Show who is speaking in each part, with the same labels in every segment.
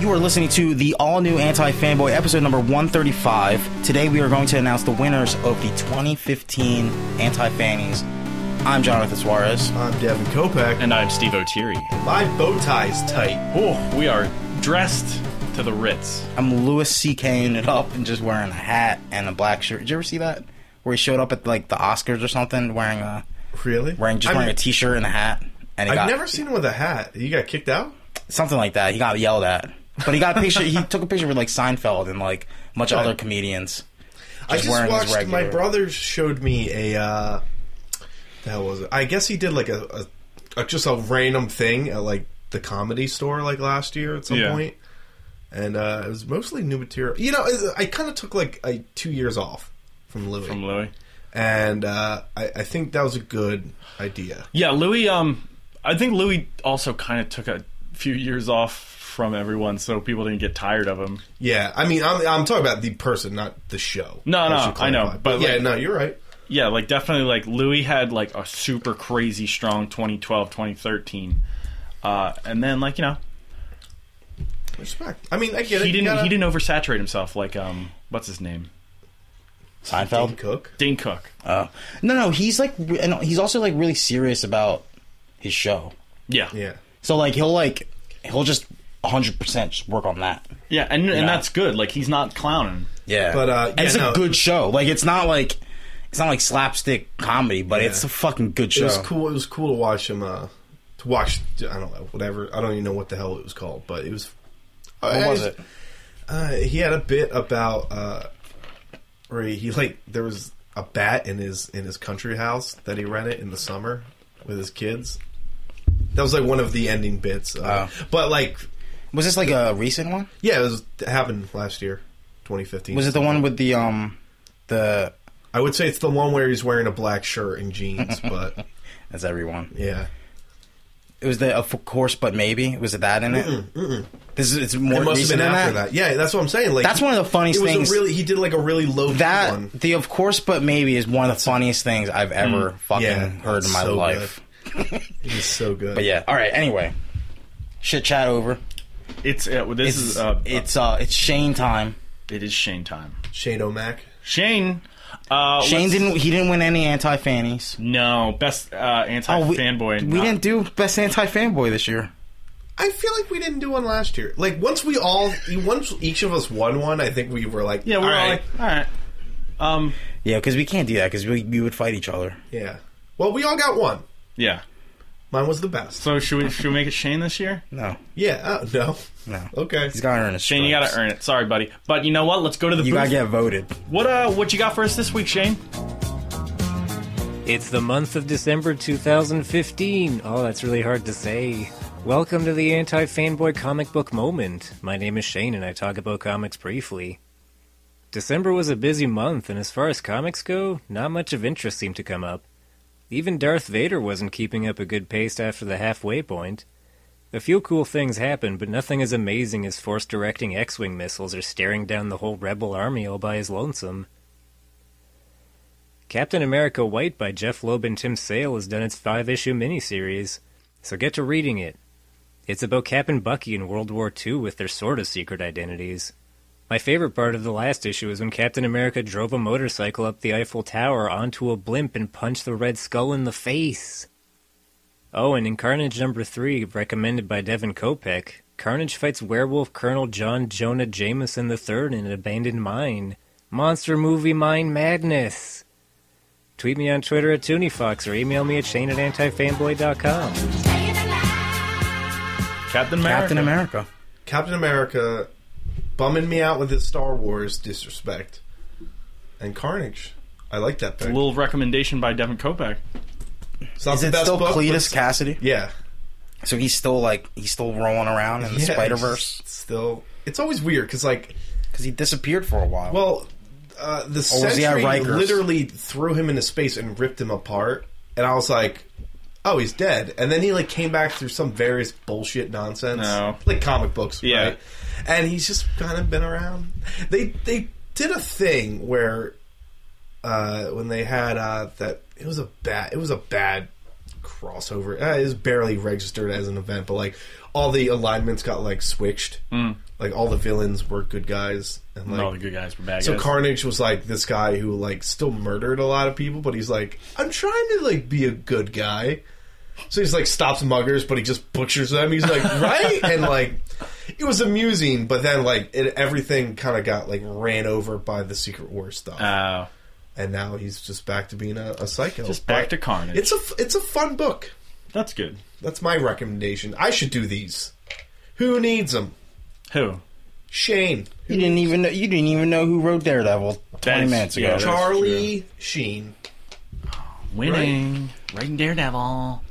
Speaker 1: You are listening to the all new Anti Fanboy episode number 135. Today we are going to announce the winners of the 2015 Anti Fannies. I'm Jonathan Suarez.
Speaker 2: I'm Devin Kopeck.
Speaker 3: And I'm Steve O'Teary.
Speaker 2: my bow tie's tight.
Speaker 3: Oh, we are dressed to the Ritz.
Speaker 1: I'm Louis C.K.ing it up and just wearing a hat and a black shirt. Did you ever see that? Where he showed up at like the Oscars or something wearing a
Speaker 2: Really?
Speaker 1: wearing just
Speaker 2: I
Speaker 1: wearing
Speaker 2: mean,
Speaker 1: a t-shirt and a hat. And he got,
Speaker 2: I've never seen him with a hat. He got kicked out?
Speaker 1: something like that. He got yelled at. But he got a picture. he took a picture with like Seinfeld and like a bunch of
Speaker 2: Okay.
Speaker 1: other comedians.
Speaker 2: I just
Speaker 1: wearing his
Speaker 2: watched, my
Speaker 1: regular-
Speaker 2: brother showed me a, uh, the hell was it? I guess he did like a, a, a just a random thing at like the comedy store like last year at some
Speaker 3: Yeah.
Speaker 2: point. And uh, it was mostly new material. You know, I kind of took like a, two years off from Louis.
Speaker 3: From Louis.
Speaker 2: and uh, I, I think that was a good idea.
Speaker 3: Yeah, Louis. Um, I think Louis also kind of took a few years off from everyone, so people didn't get tired of him.
Speaker 2: Yeah, I mean, I'm, I'm talking about the person, not the show.
Speaker 3: No, no,
Speaker 2: should
Speaker 3: I know,
Speaker 2: clarify.
Speaker 3: but,
Speaker 2: yeah,
Speaker 3: like-
Speaker 2: no, you're right.
Speaker 3: Yeah, like definitely, like Louis had like a super crazy strong 2012, 2013, uh, and then like you know
Speaker 2: Respect. I mean, I
Speaker 3: he
Speaker 2: get it.
Speaker 3: didn't
Speaker 2: You gotta-
Speaker 3: he didn't oversaturate himself. Like um, what's his name?
Speaker 1: Seinfeld.
Speaker 2: Dane Cook.
Speaker 3: Dane Cook. Uh,
Speaker 1: Oh. no, no, he's like, re- and he's also like really serious about his show.
Speaker 3: Yeah,
Speaker 2: Yeah,
Speaker 1: So like he'll like he'll just 100 percent just work on that.
Speaker 3: yeah, and and that's good. Like he's not clowning.
Speaker 1: Yeah,
Speaker 2: But, uh,
Speaker 1: And
Speaker 2: yeah,
Speaker 1: it's a
Speaker 2: no.
Speaker 1: good show. Like it's not like it's not like slapstick comedy, but it's a fucking good
Speaker 2: it
Speaker 1: show.
Speaker 2: was cool. It was cool to watch him. Uh, to watch, I don't know, whatever. I don't even know what the hell it was called, but it was.
Speaker 1: What
Speaker 2: I-
Speaker 1: was it?
Speaker 2: Uh, he had a bit about uh, where he, he like there was a bat in his in his country house that he rented in the summer with his kids. That was like one of the ending bits. Uh, But like,
Speaker 1: Was this like a recent one?
Speaker 2: yeah, it was it happened last year, 2015.
Speaker 1: Was it the one with the um the
Speaker 2: I would say it's the one where he's wearing a black shirt and jeans, but
Speaker 1: that's everyone.
Speaker 2: yeah.
Speaker 1: It was the of course, but maybe was it that in it? This is it's more
Speaker 2: It must have
Speaker 1: recent
Speaker 2: been
Speaker 1: than
Speaker 2: after
Speaker 1: that.
Speaker 2: that. Yeah, that's what I'm saying. Like
Speaker 1: That's one of the funniest
Speaker 2: it was
Speaker 1: things.
Speaker 2: A really, he did like a really low
Speaker 1: That
Speaker 2: one. Mm.
Speaker 1: the of course, but maybe is one of the funniest things I've ever fucking
Speaker 2: Yeah,
Speaker 1: heard in
Speaker 2: it's
Speaker 1: my
Speaker 2: so
Speaker 1: life.
Speaker 2: He's so good.
Speaker 1: But yeah, all right. Anyway, shit chat over.
Speaker 3: It's uh, this
Speaker 1: It's
Speaker 3: is uh,
Speaker 1: it's uh it's Shane time.
Speaker 3: it is Shane time.
Speaker 2: Shane O'Mac.
Speaker 3: Shane. Uh,
Speaker 2: Oh,
Speaker 1: Shane
Speaker 3: let's-
Speaker 1: didn't he didn't win any anti fannies.
Speaker 3: No, best uh, anti
Speaker 1: we,
Speaker 3: fanboy.
Speaker 1: We
Speaker 3: not-
Speaker 1: didn't do best anti fanboy this year.
Speaker 2: I feel like we didn't do one last year. Like once we all, once each of us won one, I think we were like,
Speaker 3: Yeah, we were
Speaker 2: all right.
Speaker 3: all like, all right. Um,
Speaker 1: Yeah, because we can't do that because we, we would fight each other.
Speaker 2: yeah. Well, we all got one.
Speaker 3: yeah.
Speaker 2: Mine was the best.
Speaker 3: So should we should we make it Shane this year?
Speaker 1: No,
Speaker 2: Yeah. Uh, no.
Speaker 1: no.
Speaker 2: Okay.
Speaker 1: He's got to earn his
Speaker 3: Shane, you
Speaker 1: stripes.
Speaker 3: gotta earn it. Sorry, buddy. But you know what? Let's go to the
Speaker 1: You
Speaker 3: booth.
Speaker 1: gotta get voted.
Speaker 3: what uh, what you got for us this week, Shane?
Speaker 4: It's the month of December 2015. Oh, that's really hard to say. Welcome to the Anti Fanboy Comic Book Moment. My name is Shane and I talk about comics briefly. December was a busy month, and as far as comics go, not much of interest seemed to come up. Even Darth Vader wasn't keeping up a good pace after the halfway point. A few cool things happened, but nothing as amazing as force directing X Wing missiles or staring down the whole Rebel army all by his lonesome. Captain America White by Jeff Loeb and Tim Sale has done its five issue miniseries, so get to reading it. It's about Cap and Bucky in World War II with their sort of secret identities. My favorite part of the last issue is when Captain America drove a motorcycle up the Eiffel Tower onto a blimp and punched the Red Skull in the face. Oh, and in Carnage number three, recommended by Devin Kopeck, Carnage fights werewolf Colonel John Jonah Jameson III in an abandoned mine. Monster movie mine madness! Tweet me on Twitter at ToonieFox or email me at Shane at antifanboy.com.
Speaker 3: Captain America.
Speaker 1: Captain America.
Speaker 2: Captain America bumming me out with his Star Wars disrespect and Carnage. I like that
Speaker 3: A
Speaker 2: pick.
Speaker 3: little recommendation by Devin Kopeck.
Speaker 2: It's not
Speaker 1: Is
Speaker 2: the
Speaker 1: it
Speaker 2: best
Speaker 1: still
Speaker 2: book, but
Speaker 1: Cletus
Speaker 2: it's-
Speaker 1: Cassidy?
Speaker 2: Yeah.
Speaker 1: So he's still like he's still rolling around in the
Speaker 2: Yeah, it's
Speaker 1: Spider Verse
Speaker 2: just Still, it's always weird because like,
Speaker 1: because he disappeared for a while.
Speaker 2: well, uh, the
Speaker 1: was he at
Speaker 2: Sentry
Speaker 1: Rikers?
Speaker 2: literally threw him into space and ripped him apart, and I was like. Oh, he's dead. And then he like came back through some various bullshit nonsense,
Speaker 3: No.
Speaker 2: like comic books,
Speaker 3: Yeah.
Speaker 2: right? And he's just kind of been around. They they did a thing where uh, when they had uh, that it was a bad it was a bad crossover. Uh, it's barely registered as an event, but like all the alignments got like switched. Like all the villains were good guys, and like
Speaker 3: all the good guys were bad
Speaker 2: so
Speaker 3: guys.
Speaker 2: Carnage was like this guy who like still murdered a lot of people, but he's like, I'm trying to like be a good guy. So he's like stops muggers, but he just butchers them. He's like, right, and like it was amusing, but then like it, everything kind of got like ran over by the Secret War stuff,
Speaker 3: Uh,
Speaker 2: and now he's just back to being a, a psycho.
Speaker 3: Just back
Speaker 2: But
Speaker 3: to Carnage.
Speaker 2: It's a f- it's a fun book.
Speaker 3: that's good.
Speaker 2: That's my recommendation. I should do these. Who needs them?
Speaker 3: Who?
Speaker 2: Shane,
Speaker 1: You didn't even know. You didn't even know who wrote Daredevil twenty
Speaker 3: That's-
Speaker 1: minutes ago.
Speaker 3: yeah, that's-
Speaker 2: Charlie Sheen.
Speaker 3: Winning. Writing Daredevil.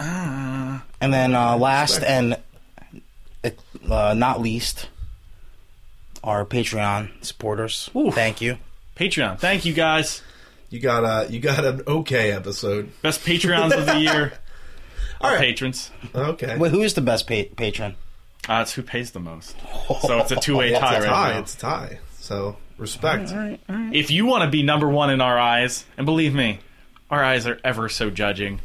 Speaker 3: Ah.
Speaker 1: and then uh, last
Speaker 2: Respect.
Speaker 1: and uh, not least, our Patreon supporters.
Speaker 3: Oof.
Speaker 1: Thank you.
Speaker 3: Patreon. Thank you guys.
Speaker 2: You got a you got an okay episode.
Speaker 3: Best Patreons of the year.
Speaker 2: All right.
Speaker 3: Patrons.
Speaker 2: Okay.
Speaker 1: Wait, who is the best pa- patron?
Speaker 3: Uh, it's who pays the most. So it's a two-way
Speaker 2: Well,
Speaker 3: tie
Speaker 2: it's a
Speaker 3: right
Speaker 2: tie.
Speaker 3: now.
Speaker 2: It's a tie. So respect.
Speaker 3: If you want to be number one in our eyes, and believe me, our eyes are ever so judging,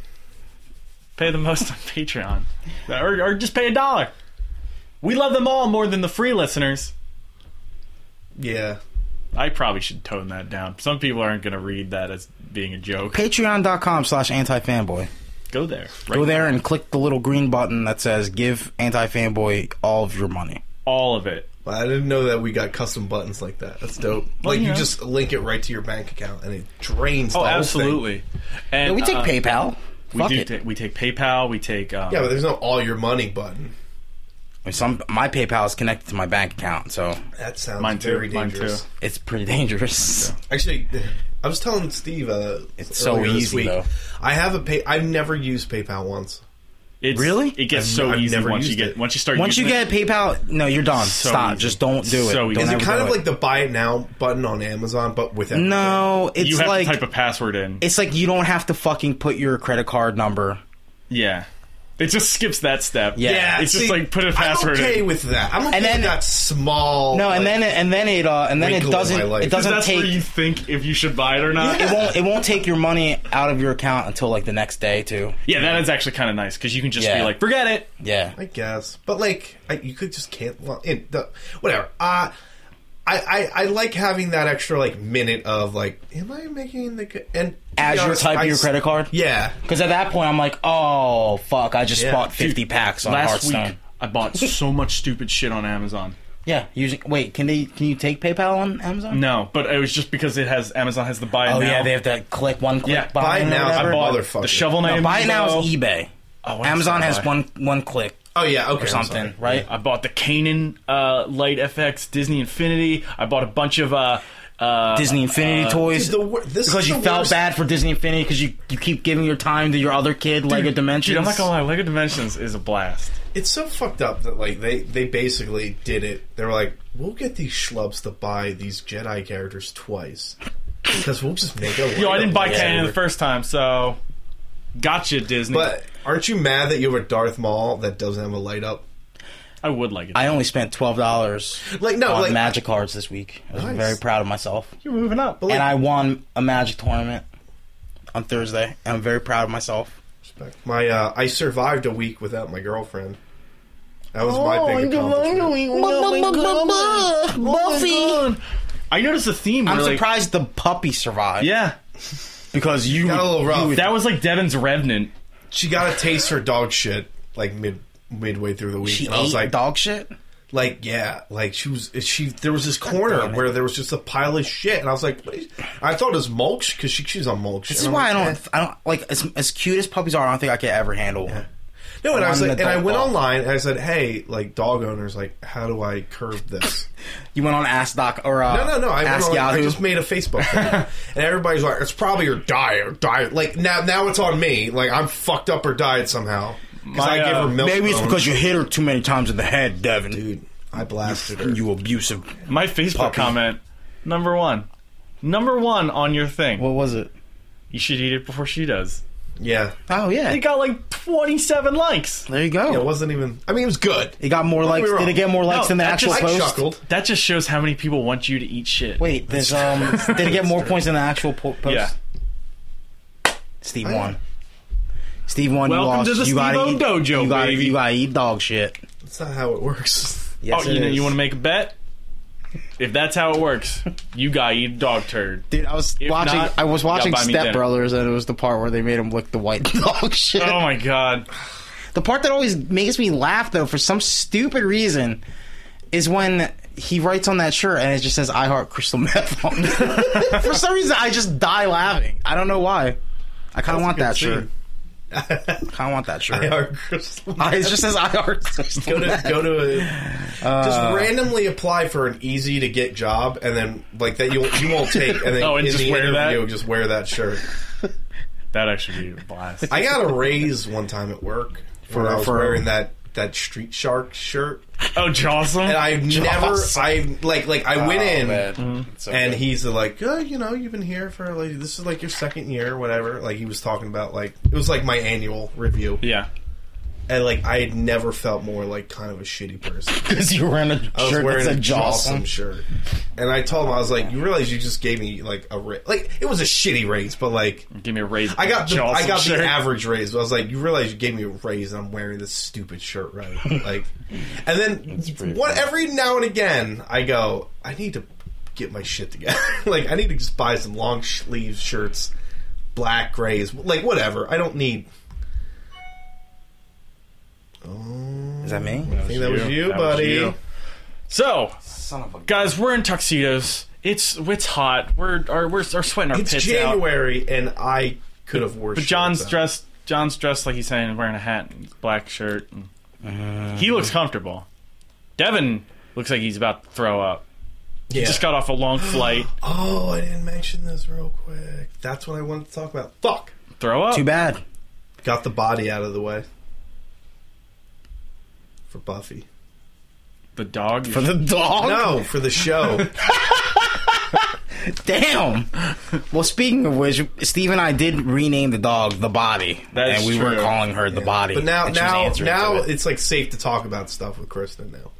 Speaker 3: pay the most on Patreon. Or, or just pay a dollar. We love them all more than the free listeners.
Speaker 2: Yeah.
Speaker 3: I probably should tone that down. Some people aren't going to read that as being a joke.
Speaker 1: Patreon.com slash anti-fanboy.
Speaker 3: Go there. Right
Speaker 1: Go there and click the little green button that says give anti-fanboy all of your money.
Speaker 3: All of it.
Speaker 2: Well, I didn't know that we got custom buttons like that. That's dope. like
Speaker 3: you
Speaker 2: you
Speaker 3: know.
Speaker 2: just link it right to your bank account and it drains.
Speaker 3: Oh,
Speaker 2: the whole
Speaker 3: absolutely. And
Speaker 1: Yeah, we take
Speaker 3: uh,
Speaker 1: PayPal.
Speaker 3: We
Speaker 1: Fuck
Speaker 3: do.
Speaker 1: it.
Speaker 3: Take, we take PayPal. We take. Um,
Speaker 2: Thing. Yeah, but there's no all your money button.
Speaker 1: Some my PayPal is connected to my bank account, so
Speaker 2: That sounds
Speaker 3: Mine too,
Speaker 2: very
Speaker 3: mine
Speaker 2: dangerous.
Speaker 3: too.
Speaker 1: it's pretty dangerous.
Speaker 2: Actually, I was telling Steve. Uh,
Speaker 1: It's so
Speaker 2: earlier this
Speaker 1: easy,
Speaker 2: week,
Speaker 1: though.
Speaker 2: I have a pay. I've never used PayPal once.
Speaker 3: it's,
Speaker 1: Really?
Speaker 3: It gets
Speaker 2: I've-
Speaker 3: so
Speaker 2: I've
Speaker 3: easy
Speaker 2: never
Speaker 3: once you
Speaker 2: used
Speaker 3: get
Speaker 2: it.
Speaker 3: once you start.
Speaker 1: Once you
Speaker 3: using
Speaker 1: get PayPal, no, you're done.
Speaker 3: So
Speaker 1: Stop.
Speaker 3: easy.
Speaker 1: Just don't do it.
Speaker 3: So
Speaker 1: Don't
Speaker 3: easy. Is
Speaker 2: Is
Speaker 1: ever
Speaker 2: it kind
Speaker 1: do
Speaker 2: of
Speaker 1: it.
Speaker 2: like the buy it now button on Amazon, but with everything?
Speaker 1: no?
Speaker 3: it,
Speaker 1: It's
Speaker 3: you have
Speaker 1: like
Speaker 3: to type a password in.
Speaker 1: it's like you don't have to fucking put your credit card number.
Speaker 3: Yeah. It just skips that step.
Speaker 1: Yeah.
Speaker 2: Yeah,
Speaker 3: It's just
Speaker 2: see,
Speaker 3: like put a password
Speaker 2: I'm okay
Speaker 3: in.
Speaker 2: with that. I'm okay
Speaker 1: then-
Speaker 2: with that small.
Speaker 1: No, and
Speaker 2: like-
Speaker 1: then it- and then it uh, and then it
Speaker 2: Wrinkle in
Speaker 1: doesn't
Speaker 2: my life.
Speaker 1: it
Speaker 3: 'Cause
Speaker 1: doesn't
Speaker 3: that's
Speaker 1: take
Speaker 3: where you think if you should buy it or not.
Speaker 1: it won't it won't take your money out of your account until like the next day too.
Speaker 3: Yeah, that is actually kind of nice because you can just
Speaker 1: Yeah.
Speaker 3: be like, forget it.
Speaker 1: Yeah.
Speaker 2: I guess, but like I, you could just can't well, in the whatever. Uh, I, I I like having that extra like minute of like, am I making the co- and to be
Speaker 1: As you're
Speaker 2: honest, I
Speaker 1: typing your
Speaker 2: s-
Speaker 1: credit card.
Speaker 2: Yeah,
Speaker 1: Because at that point I'm like, oh fuck, I just
Speaker 2: Yeah.
Speaker 1: bought 50 packs on
Speaker 3: Last
Speaker 1: Hearthstone.
Speaker 3: week, I bought so much stupid shit on Amazon.
Speaker 1: Yeah. Using wait, can they can you take PayPal on Amazon?
Speaker 3: No, but it was just because it has Amazon has the buy
Speaker 1: Oh
Speaker 3: now.
Speaker 1: yeah, they have to click one click
Speaker 3: Yeah,
Speaker 1: buy,
Speaker 2: buy
Speaker 1: or
Speaker 2: now. I
Speaker 1: whatever.
Speaker 3: I bought
Speaker 2: Motherfucker.
Speaker 3: the shovel
Speaker 1: No,
Speaker 3: knight.
Speaker 1: buy now
Speaker 3: amiibo.
Speaker 1: is eBay.
Speaker 3: Oh, I'm
Speaker 1: Amazon
Speaker 3: sorry.
Speaker 1: has one one click
Speaker 2: oh yeah, okay,
Speaker 1: or something, right?
Speaker 3: I bought the Kanan uh, Light FX Disney Infinity. I bought a bunch of uh, uh,
Speaker 1: Disney Infinity toys.
Speaker 2: The, wor- this
Speaker 1: because
Speaker 2: is
Speaker 1: you
Speaker 2: the
Speaker 1: felt
Speaker 2: worst.
Speaker 1: bad for Disney Infinity because you, you keep giving your time to your other kid, Lego Dimensions.
Speaker 3: Dude, I'm not gonna lie, Lego Dimensions is a blast.
Speaker 2: It's so fucked up that like they they basically did it. They were like, we'll get these schlubs to buy these Jedi characters twice because we'll just make a.
Speaker 3: Yo, I didn't buy
Speaker 2: lineup
Speaker 3: Kanan
Speaker 2: later.
Speaker 3: the first time, so gotcha, Disney.
Speaker 2: But aren't you mad that you have a Darth Maul that doesn't have a light up?
Speaker 3: I would like it.
Speaker 1: I only spent twelve dollars
Speaker 2: Like no,
Speaker 1: on
Speaker 2: like
Speaker 1: magic cards this week. I was
Speaker 2: Nice.
Speaker 1: very proud of myself,
Speaker 3: You're moving up.
Speaker 2: But like,
Speaker 1: and I won a magic tournament on Thursday. And I'm very proud of myself.
Speaker 2: Respect. My uh, I survived a week without my girlfriend. That was
Speaker 3: Oh,
Speaker 2: my big accomplishment.
Speaker 1: Buffy.
Speaker 3: I noticed a theme.
Speaker 1: I'm
Speaker 3: where, like-
Speaker 1: surprised the puppy survived.
Speaker 3: Yeah,
Speaker 1: because you
Speaker 2: Got a little rough.
Speaker 3: that was like Devin's Revenant.
Speaker 2: she got a taste for dog shit like mid midway through the week,
Speaker 1: she
Speaker 2: and I was
Speaker 1: ate
Speaker 2: like,
Speaker 1: dog shit.
Speaker 2: like yeah, like she was she. There was this corner where there was just a pile of shit, and I was like, what is, I thought it was mulch because she, she's on mulch.
Speaker 1: This is why I
Speaker 2: eh.
Speaker 1: don't. I don't like as as cute as puppies are. I don't think I could ever handle. them.
Speaker 2: No, and I
Speaker 1: I'm
Speaker 2: was
Speaker 1: an
Speaker 2: like, and I
Speaker 1: adult
Speaker 2: went
Speaker 1: dog.
Speaker 2: online and I said, hey, like dog owners, like how do I curb this?
Speaker 1: You went on Ask Doc or uh,
Speaker 2: No, no, no. I,
Speaker 1: Ask
Speaker 2: went on-
Speaker 1: Yahoo.
Speaker 2: I just made a Facebook, thing. and everybody's like, "It's probably your diet, diet." Like now, now it's on me. Like I'm fucked up or died somehow because
Speaker 3: My,
Speaker 2: I gave
Speaker 3: uh,
Speaker 2: her milk.
Speaker 1: Maybe it's
Speaker 2: bone.
Speaker 1: because you hit her too many times in the head, Devin.
Speaker 2: dude, I blasted her.
Speaker 1: You abusive.
Speaker 3: My Facebook
Speaker 1: Puppy.
Speaker 3: comment number one, number one on your thing.
Speaker 1: What was it?
Speaker 3: you should eat it before she does.
Speaker 2: yeah,
Speaker 1: Oh yeah,
Speaker 3: It got like 27 likes.
Speaker 1: there you go.
Speaker 2: it wasn't even. I mean, it was good.
Speaker 1: it got more likes.
Speaker 2: me wrong.
Speaker 1: Did it get more likes
Speaker 3: No,
Speaker 1: than the
Speaker 3: that
Speaker 1: actual
Speaker 3: just-
Speaker 2: I
Speaker 1: post?
Speaker 2: chuckled.
Speaker 3: That just shows how many people want you to eat shit.
Speaker 1: Wait, there's um. did it get more points than the actual po- post?
Speaker 3: Yeah.
Speaker 1: Steve
Speaker 2: I-
Speaker 1: won. Steve one, you
Speaker 3: Welcome
Speaker 1: lost.
Speaker 3: to the
Speaker 1: you gotta
Speaker 3: Steve-O
Speaker 1: eat,
Speaker 3: dojo,
Speaker 1: you gotta,
Speaker 3: baby.
Speaker 1: You gotta eat dog shit.
Speaker 2: That's not how it works.
Speaker 1: Yes,
Speaker 3: oh,
Speaker 1: it
Speaker 3: you know,
Speaker 1: is.
Speaker 3: you want to make a bet? If that's how it works, you gotta eat a dog turd.
Speaker 1: Dude, I was
Speaker 3: If
Speaker 1: watching.
Speaker 3: not,
Speaker 1: I was
Speaker 3: y'all
Speaker 1: watching
Speaker 3: buy me
Speaker 1: Step
Speaker 3: dinner.
Speaker 1: Brothers, and it was the part where they made him lick the white dog shit.
Speaker 3: Oh my god.
Speaker 1: The part that always makes me laugh, though, for some stupid reason, is when he writes on that shirt and it just says "I heart crystal meth." On it. for some reason, I just die laughing. I don't know why. I kind of want that shirt. Kind of want that shirt.
Speaker 2: I heart crystal.
Speaker 1: I- it just says "I heart crystal
Speaker 2: go to
Speaker 1: meth."
Speaker 2: go to a, just
Speaker 1: Uh.
Speaker 2: randomly apply for an easy to get job and then like that you you won't take and then
Speaker 3: Oh, and
Speaker 2: in
Speaker 3: just
Speaker 2: the
Speaker 3: wear that?
Speaker 2: interview just wear that shirt.
Speaker 3: That'd actually be a blast.
Speaker 2: I got a raise one time at work for I was
Speaker 1: for-
Speaker 2: wearing that that street shark shirt
Speaker 3: oh, Jocelyn?
Speaker 2: and I've never
Speaker 1: Joss.
Speaker 2: I like like I went in
Speaker 1: Mm-hmm. So
Speaker 2: and
Speaker 1: good.
Speaker 2: he's like, oh, you know, you've been here for like this is like your second year or whatever. Like he was talking about like it was like my annual review
Speaker 3: yeah.
Speaker 2: and like I had never felt more like kind of a shitty person.
Speaker 1: because you were in a
Speaker 2: I was
Speaker 1: shirt that
Speaker 2: wearing a
Speaker 1: said
Speaker 2: Jawsome
Speaker 1: Jocelyn.
Speaker 2: shirt, and I told him I was like, "You realize you just gave me like a ra- like it was a shitty raise, but like
Speaker 3: Give me a raise.
Speaker 2: I got the, I
Speaker 3: Jocelyn
Speaker 2: got
Speaker 3: shirt.
Speaker 2: the average raise." But I was like, "You realize you gave me a raise, and I'm wearing this stupid shirt, right?" Like, and then what? Every now and again, I go, "I need to get my shit together. like, I need to just buy some long sleeve shirts, black grays, like whatever. I don't need."
Speaker 1: Is that me?
Speaker 2: I think that was you,
Speaker 3: That was
Speaker 2: buddy.
Speaker 3: you. So,
Speaker 1: Son of a
Speaker 3: guys, we're in tuxedos. It's it's hot. We're our, we're, we're sweating our
Speaker 2: It's
Speaker 3: pits out.
Speaker 2: January, and I could have worn.
Speaker 3: But
Speaker 2: shorts
Speaker 3: John's
Speaker 2: out.
Speaker 3: dressed. John's dressed like he's saying, wearing a hat and black shirt. And
Speaker 1: Uh,
Speaker 3: he looks comfortable. Devin looks like he's about to throw up. He
Speaker 2: Yeah.
Speaker 3: just got off a long flight.
Speaker 2: Oh, I didn't mention this real quick. That's what I wanted to talk about. Fuck.
Speaker 3: throw up.
Speaker 1: Too bad.
Speaker 2: Got the body out of the way. For Buffy.
Speaker 3: The dog.
Speaker 1: For the dog?
Speaker 2: No, for the show.
Speaker 1: Damn. well, speaking of which, Steve and I did rename the dog the body,
Speaker 3: That's
Speaker 1: and we were
Speaker 3: true.
Speaker 1: calling her the body.
Speaker 2: But now
Speaker 1: and she was
Speaker 2: now
Speaker 1: answering
Speaker 2: now
Speaker 1: to it.
Speaker 2: it's like safe to talk about stuff with Kristen now.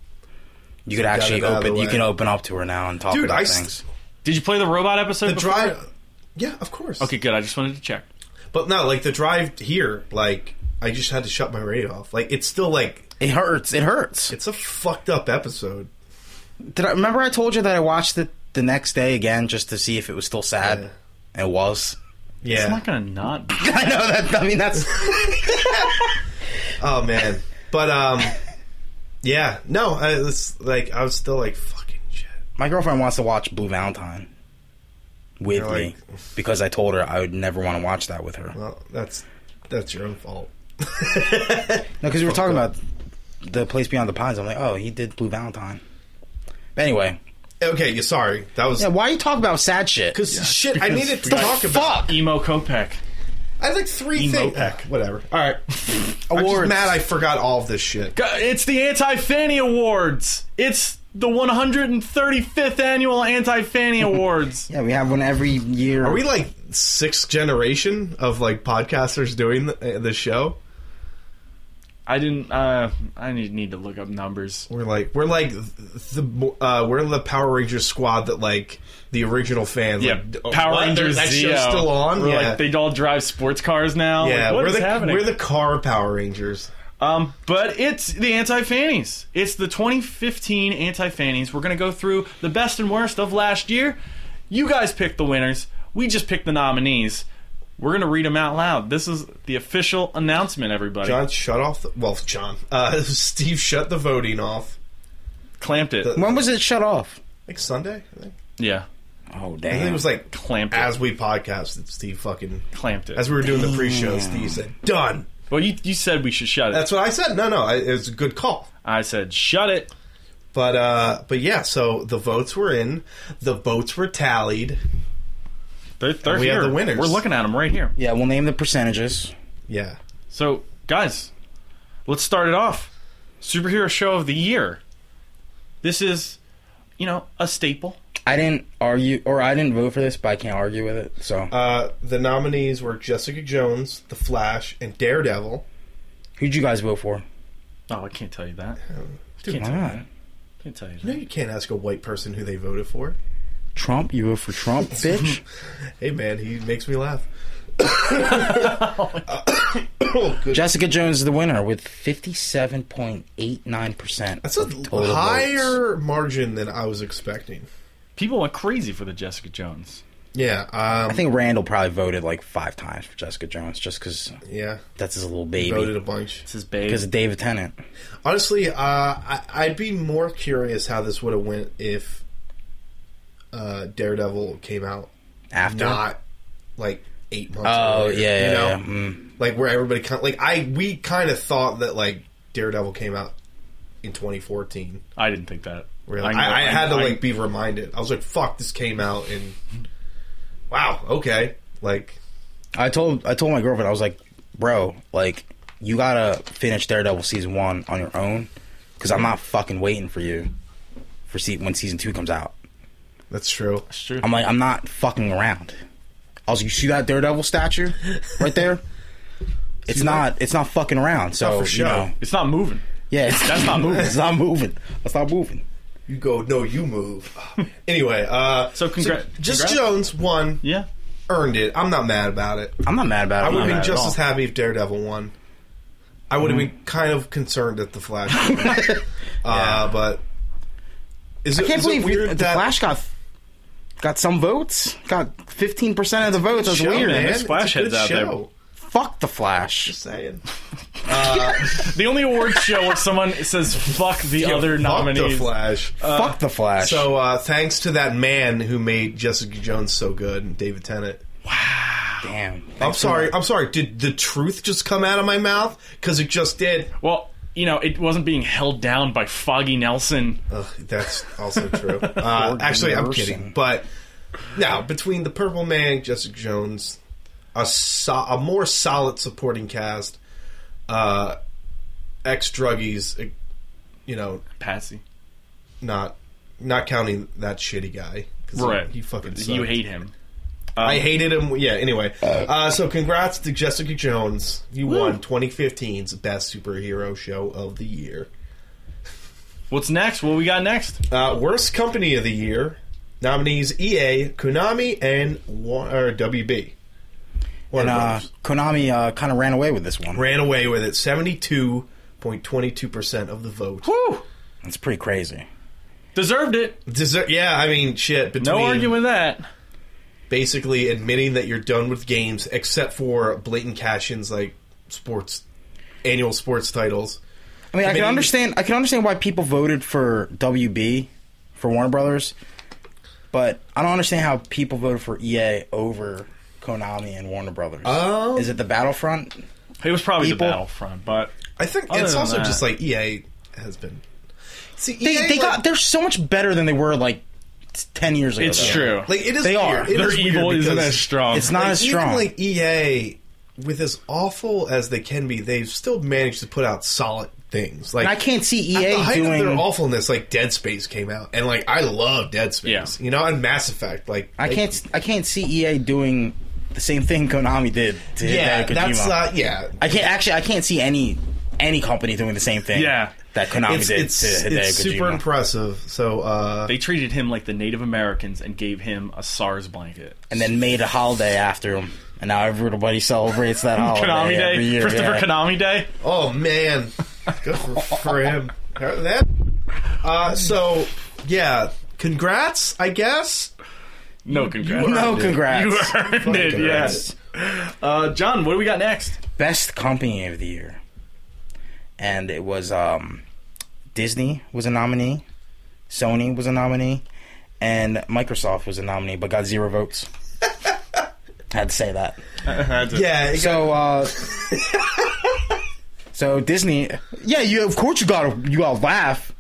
Speaker 1: you could
Speaker 2: got
Speaker 1: actually
Speaker 2: it out of the
Speaker 1: open. You
Speaker 2: way.
Speaker 1: can open up to her now and talk
Speaker 2: Dude,
Speaker 1: about
Speaker 2: I s-
Speaker 1: things.
Speaker 3: Did you play the robot episode?
Speaker 2: The
Speaker 3: before?
Speaker 2: drive Yeah, of course.
Speaker 3: Okay, good. I just wanted to check.
Speaker 2: But no, like the drive here, like I just had to shut my radio off. Like it's still like
Speaker 1: It hurts. It hurts.
Speaker 2: it's a fucked up episode.
Speaker 1: Did I remember I told you that I watched it the next day again just to see if it was still sad?
Speaker 2: Yeah.
Speaker 1: And It was.
Speaker 2: Yeah.
Speaker 3: I'm not gonna not. be.
Speaker 1: I know that. I mean, that's
Speaker 2: Oh man, but um, yeah, no, I, it's like I was still like fucking shit.
Speaker 1: my girlfriend wants to watch Blue Valentine with
Speaker 2: You're
Speaker 1: me because I told her I would never want to watch that with her.
Speaker 2: Well, that's that's your own fault.
Speaker 1: No, because we were talking about the place beyond the pines. I'm like, oh, he did Blue Valentine. But anyway,
Speaker 2: Okay, you're sorry. That was
Speaker 1: yeah, why you talk about sad shit?
Speaker 2: because shit. I needed to
Speaker 1: The
Speaker 2: talk about.
Speaker 1: fuck?
Speaker 3: Emo Kopeck.
Speaker 2: I had like three
Speaker 3: Emo
Speaker 2: things.
Speaker 3: pack.
Speaker 2: Whatever. All right. I'm just
Speaker 1: Awards.
Speaker 2: mad I forgot all of this shit.
Speaker 3: Gu- It's the Anti Fanny Awards. It's the 135th annual Anti Fanny Awards.
Speaker 1: Yeah, we have one every year.
Speaker 2: Are we like sixth generation of like podcasters doing the, uh, this show?
Speaker 3: I didn't. Uh, I need need to look up numbers.
Speaker 2: We're like we're like the uh, we're the Power Rangers squad that like the original fans.
Speaker 3: Yeah,
Speaker 2: like, d- oh,
Speaker 3: Power
Speaker 2: what?
Speaker 3: Rangers
Speaker 2: That
Speaker 3: Zeo.
Speaker 2: show's still on.
Speaker 3: We're
Speaker 2: yeah.
Speaker 3: like they all drive sports cars now.
Speaker 2: yeah,
Speaker 3: like, what
Speaker 2: we're
Speaker 3: is
Speaker 2: the
Speaker 3: happening?
Speaker 2: we're the car Power Rangers.
Speaker 3: Um, but it's the anti fannies. It's the 2015 anti fannies. We're gonna go through the best and worst of last year. You guys picked the winners. We just picked the nominees. We're gonna read them out loud. This is the official announcement, everybody.
Speaker 2: John shut off. The, well, John. Uh, Steve shut the voting off.
Speaker 3: Clamped it.
Speaker 1: When was it shut off?
Speaker 2: Like Sunday, I think.
Speaker 3: yeah,
Speaker 1: Oh
Speaker 2: I think
Speaker 1: damn!
Speaker 2: it was like
Speaker 3: clamped it.
Speaker 2: as we podcasted. Steve fucking
Speaker 3: Clamped it.
Speaker 2: as we were doing the pre-show. Steve said, "Done."
Speaker 3: well, you you said we should shut it.
Speaker 2: That's what I said. No, no, I, it was a good call.
Speaker 3: I said shut it.
Speaker 2: But uh, but yeah. So the votes were in. The votes were tallied.
Speaker 3: They're, they're
Speaker 2: we have
Speaker 3: here.
Speaker 2: the winners.
Speaker 3: We're looking at them right here.
Speaker 1: yeah, we'll name the percentages.
Speaker 2: Yeah.
Speaker 3: So, guys, let's start it off. Superhero show of the year. This is, you know, a staple.
Speaker 1: I didn't argue, or I didn't vote for this, but I can't argue with it. So,
Speaker 2: Uh, the nominees were Jessica Jones, The Flash, and Daredevil.
Speaker 1: who'd you guys vote for?
Speaker 3: Oh, I can't tell you that.
Speaker 2: Dude,
Speaker 3: can't
Speaker 1: Why
Speaker 3: tell you
Speaker 1: not?
Speaker 3: that. Can't tell you
Speaker 2: You know
Speaker 3: that.
Speaker 2: you can't ask a white person who they voted for.
Speaker 1: Trump? You vote for Trump, bitch?
Speaker 2: Hey man, he makes me laugh. Good.
Speaker 1: Jessica Jones is the winner with 57.89%.
Speaker 2: That's a
Speaker 1: of total votes.
Speaker 2: higher margin than I was expecting.
Speaker 3: People went crazy for the Jessica Jones.
Speaker 2: Yeah.
Speaker 1: I
Speaker 2: Um,
Speaker 1: think Randall probably voted like five times for Jessica Jones just because
Speaker 2: yeah.
Speaker 1: that's his little
Speaker 2: Voted
Speaker 1: baby.
Speaker 2: a bunch.
Speaker 3: This is babe.
Speaker 1: Because of David Tennant.
Speaker 2: Honestly, uh, I, I'd be more curious how this would have went if uh, Daredevil came out
Speaker 1: After.
Speaker 2: not like eight months.
Speaker 1: oh,
Speaker 2: earlier,
Speaker 1: yeah, yeah,
Speaker 2: you know,
Speaker 1: yeah. Mm.
Speaker 2: like where everybody kind like I we kind of thought that like Daredevil came out in 2014.
Speaker 3: I didn't think that.
Speaker 2: Really,
Speaker 3: I'm-
Speaker 2: I, I had to
Speaker 3: I'm-
Speaker 2: like be reminded. I was like, "Fuck, this came out in." Wow. Okay. Like,
Speaker 1: I told I told my girlfriend I was like, bro, like you gotta finish Daredevil season one on your own because I'm not fucking waiting for you for se- when season two comes out.
Speaker 2: that's true.
Speaker 3: It's true.
Speaker 1: I'm like, I'm not fucking around. I was like, you see that Daredevil statue right there? It's not. It's not fucking around. So
Speaker 2: Oh, for show.
Speaker 1: you know,
Speaker 3: It's not moving.
Speaker 1: yeah, it's,
Speaker 3: That's not moving.
Speaker 1: it's not moving. That's not moving.
Speaker 2: You go. No, you move. anyway, uh,
Speaker 3: So congrat-
Speaker 2: just
Speaker 3: congrats.
Speaker 2: Jones won,
Speaker 3: Yeah.
Speaker 2: earned it. I'm not mad about it.
Speaker 1: I'm not mad about it.
Speaker 2: I
Speaker 1: I'm
Speaker 2: would
Speaker 1: not
Speaker 2: have
Speaker 1: mad
Speaker 2: been
Speaker 1: at
Speaker 2: just
Speaker 1: all.
Speaker 2: as happy if Daredevil won. I would have been kind of concerned at the Flash, uh, but is it,
Speaker 1: I can't
Speaker 2: is it
Speaker 1: believe
Speaker 2: weird
Speaker 1: the
Speaker 2: that
Speaker 1: Flash got got some votes. Got 15 percent of the votes. That's
Speaker 2: show,
Speaker 1: weird.
Speaker 2: man?
Speaker 3: There's Flash
Speaker 2: it's a good
Speaker 3: heads out there.
Speaker 2: show.
Speaker 1: Fuck the Flash.
Speaker 2: Just saying.
Speaker 3: The only award show where someone says "fuck" the other
Speaker 2: Yeah, fuck the
Speaker 3: nominees.
Speaker 2: Flash.
Speaker 1: Fuck the Flash.
Speaker 2: Uh, So uh, thanks to that man who made Jessica Jones so good, and David Tennant.
Speaker 1: Damn.
Speaker 2: I'm sorry. I'm sorry. Did the truth just come out of my mouth? Because it just did.
Speaker 3: Well, you know, it wasn't being held down by Foggy Nelson.
Speaker 1: Uh,
Speaker 2: Ugh, that's also true. Uh, actually, I'm kidding. But now between the Purple Man, Jessica Jones, a so- a more solid supporting cast, uh, ex druggies, uh, you know,
Speaker 3: Patsy.
Speaker 2: not not counting that shitty guy. 'cause he-
Speaker 3: Right.
Speaker 2: He, fucking. Sucked.
Speaker 3: You hate him.
Speaker 2: I hated him. Yeah. Anyway, uh, so congrats to Jessica Jones. You won 2015's best superhero show of the year.
Speaker 3: What's next? What we got next?
Speaker 2: Uh, worst company of the year nominees: EA, Konami, and Wa- or WB.
Speaker 1: And
Speaker 2: Warner
Speaker 1: uh,
Speaker 2: Brothers.
Speaker 1: Konami uh, kind of ran away with this one.
Speaker 2: ran away with it. Seventy-two point twenty-two percent of the vote.
Speaker 3: Woo!
Speaker 1: It's pretty crazy.
Speaker 3: Deserved it.
Speaker 2: Deser- yeah, I mean, shit. Between
Speaker 3: No arguing that.
Speaker 2: basically admitting that you're done with games, except for blatant cash-ins like sports, annual sports titles.
Speaker 1: I mean, I can
Speaker 2: Maybe-
Speaker 1: understand. I can understand why people voted for WB for Warner Brothers, but I don't understand how people voted for EA over Konami and Warner Brothers.
Speaker 2: Um,
Speaker 1: Is it the Battlefront?
Speaker 3: It was probably
Speaker 1: People-
Speaker 3: the Battlefront, but
Speaker 2: I think
Speaker 3: Other
Speaker 2: it's
Speaker 3: than
Speaker 2: also
Speaker 3: that-
Speaker 2: just like EA has been. See,
Speaker 1: They,
Speaker 2: EA,
Speaker 1: they
Speaker 2: like,
Speaker 1: got. They're so much better than they were like ten years ago.
Speaker 3: it's
Speaker 1: though.
Speaker 3: true.
Speaker 2: like it is.
Speaker 1: They
Speaker 2: weird.
Speaker 1: are.
Speaker 2: It
Speaker 3: Their
Speaker 2: is
Speaker 3: evil
Speaker 2: weird
Speaker 3: isn't
Speaker 2: because,
Speaker 3: as strong.
Speaker 1: It's not
Speaker 2: like,
Speaker 1: as strong.
Speaker 2: Even like EA, with as awful as they can be, they've still managed to put out solid things. Like
Speaker 1: and I can't see
Speaker 2: at the
Speaker 1: EA
Speaker 2: height of their
Speaker 1: doing.
Speaker 2: awfulness, like Dead Space came out, and like I love Dead Space,
Speaker 3: Yeah.
Speaker 2: you know, and Mass Effect. Like
Speaker 1: I
Speaker 2: they-
Speaker 1: can't. I can't see EA doing the same thing Konami did to
Speaker 2: Yeah,
Speaker 1: Hideo Kojima.
Speaker 2: that's uh, yeah.
Speaker 1: I can't actually. I can't see any any company doing the same thing.
Speaker 3: Yeah.
Speaker 1: that Konami
Speaker 2: It's
Speaker 1: did
Speaker 2: it's,
Speaker 1: to Hideo
Speaker 2: it's super
Speaker 1: Kojima.
Speaker 2: impressive. So uh,
Speaker 3: they treated him like the Native Americans and gave him a SARS blanket.
Speaker 1: and then made a holiday after him, and now everybody celebrates that holiday
Speaker 3: Konami Day,
Speaker 1: every year.
Speaker 3: Christopher
Speaker 1: yeah.
Speaker 3: Konami Day.
Speaker 2: Oh man, good for, for him. That. Uh, so yeah, congrats. I guess.
Speaker 3: No congrats.
Speaker 1: No, congrats.
Speaker 3: You earned it. Yes.
Speaker 2: congrats.
Speaker 3: Uh, John, what do we got next?
Speaker 1: Best company of the year, and it was um, Disney was a nominee, Sony was a nominee, and Microsoft was a nominee, but got zero votes. Had to say that.
Speaker 2: Yeah. it
Speaker 1: So, uh, so Disney, yeah, you of course you gotta you gotta laugh.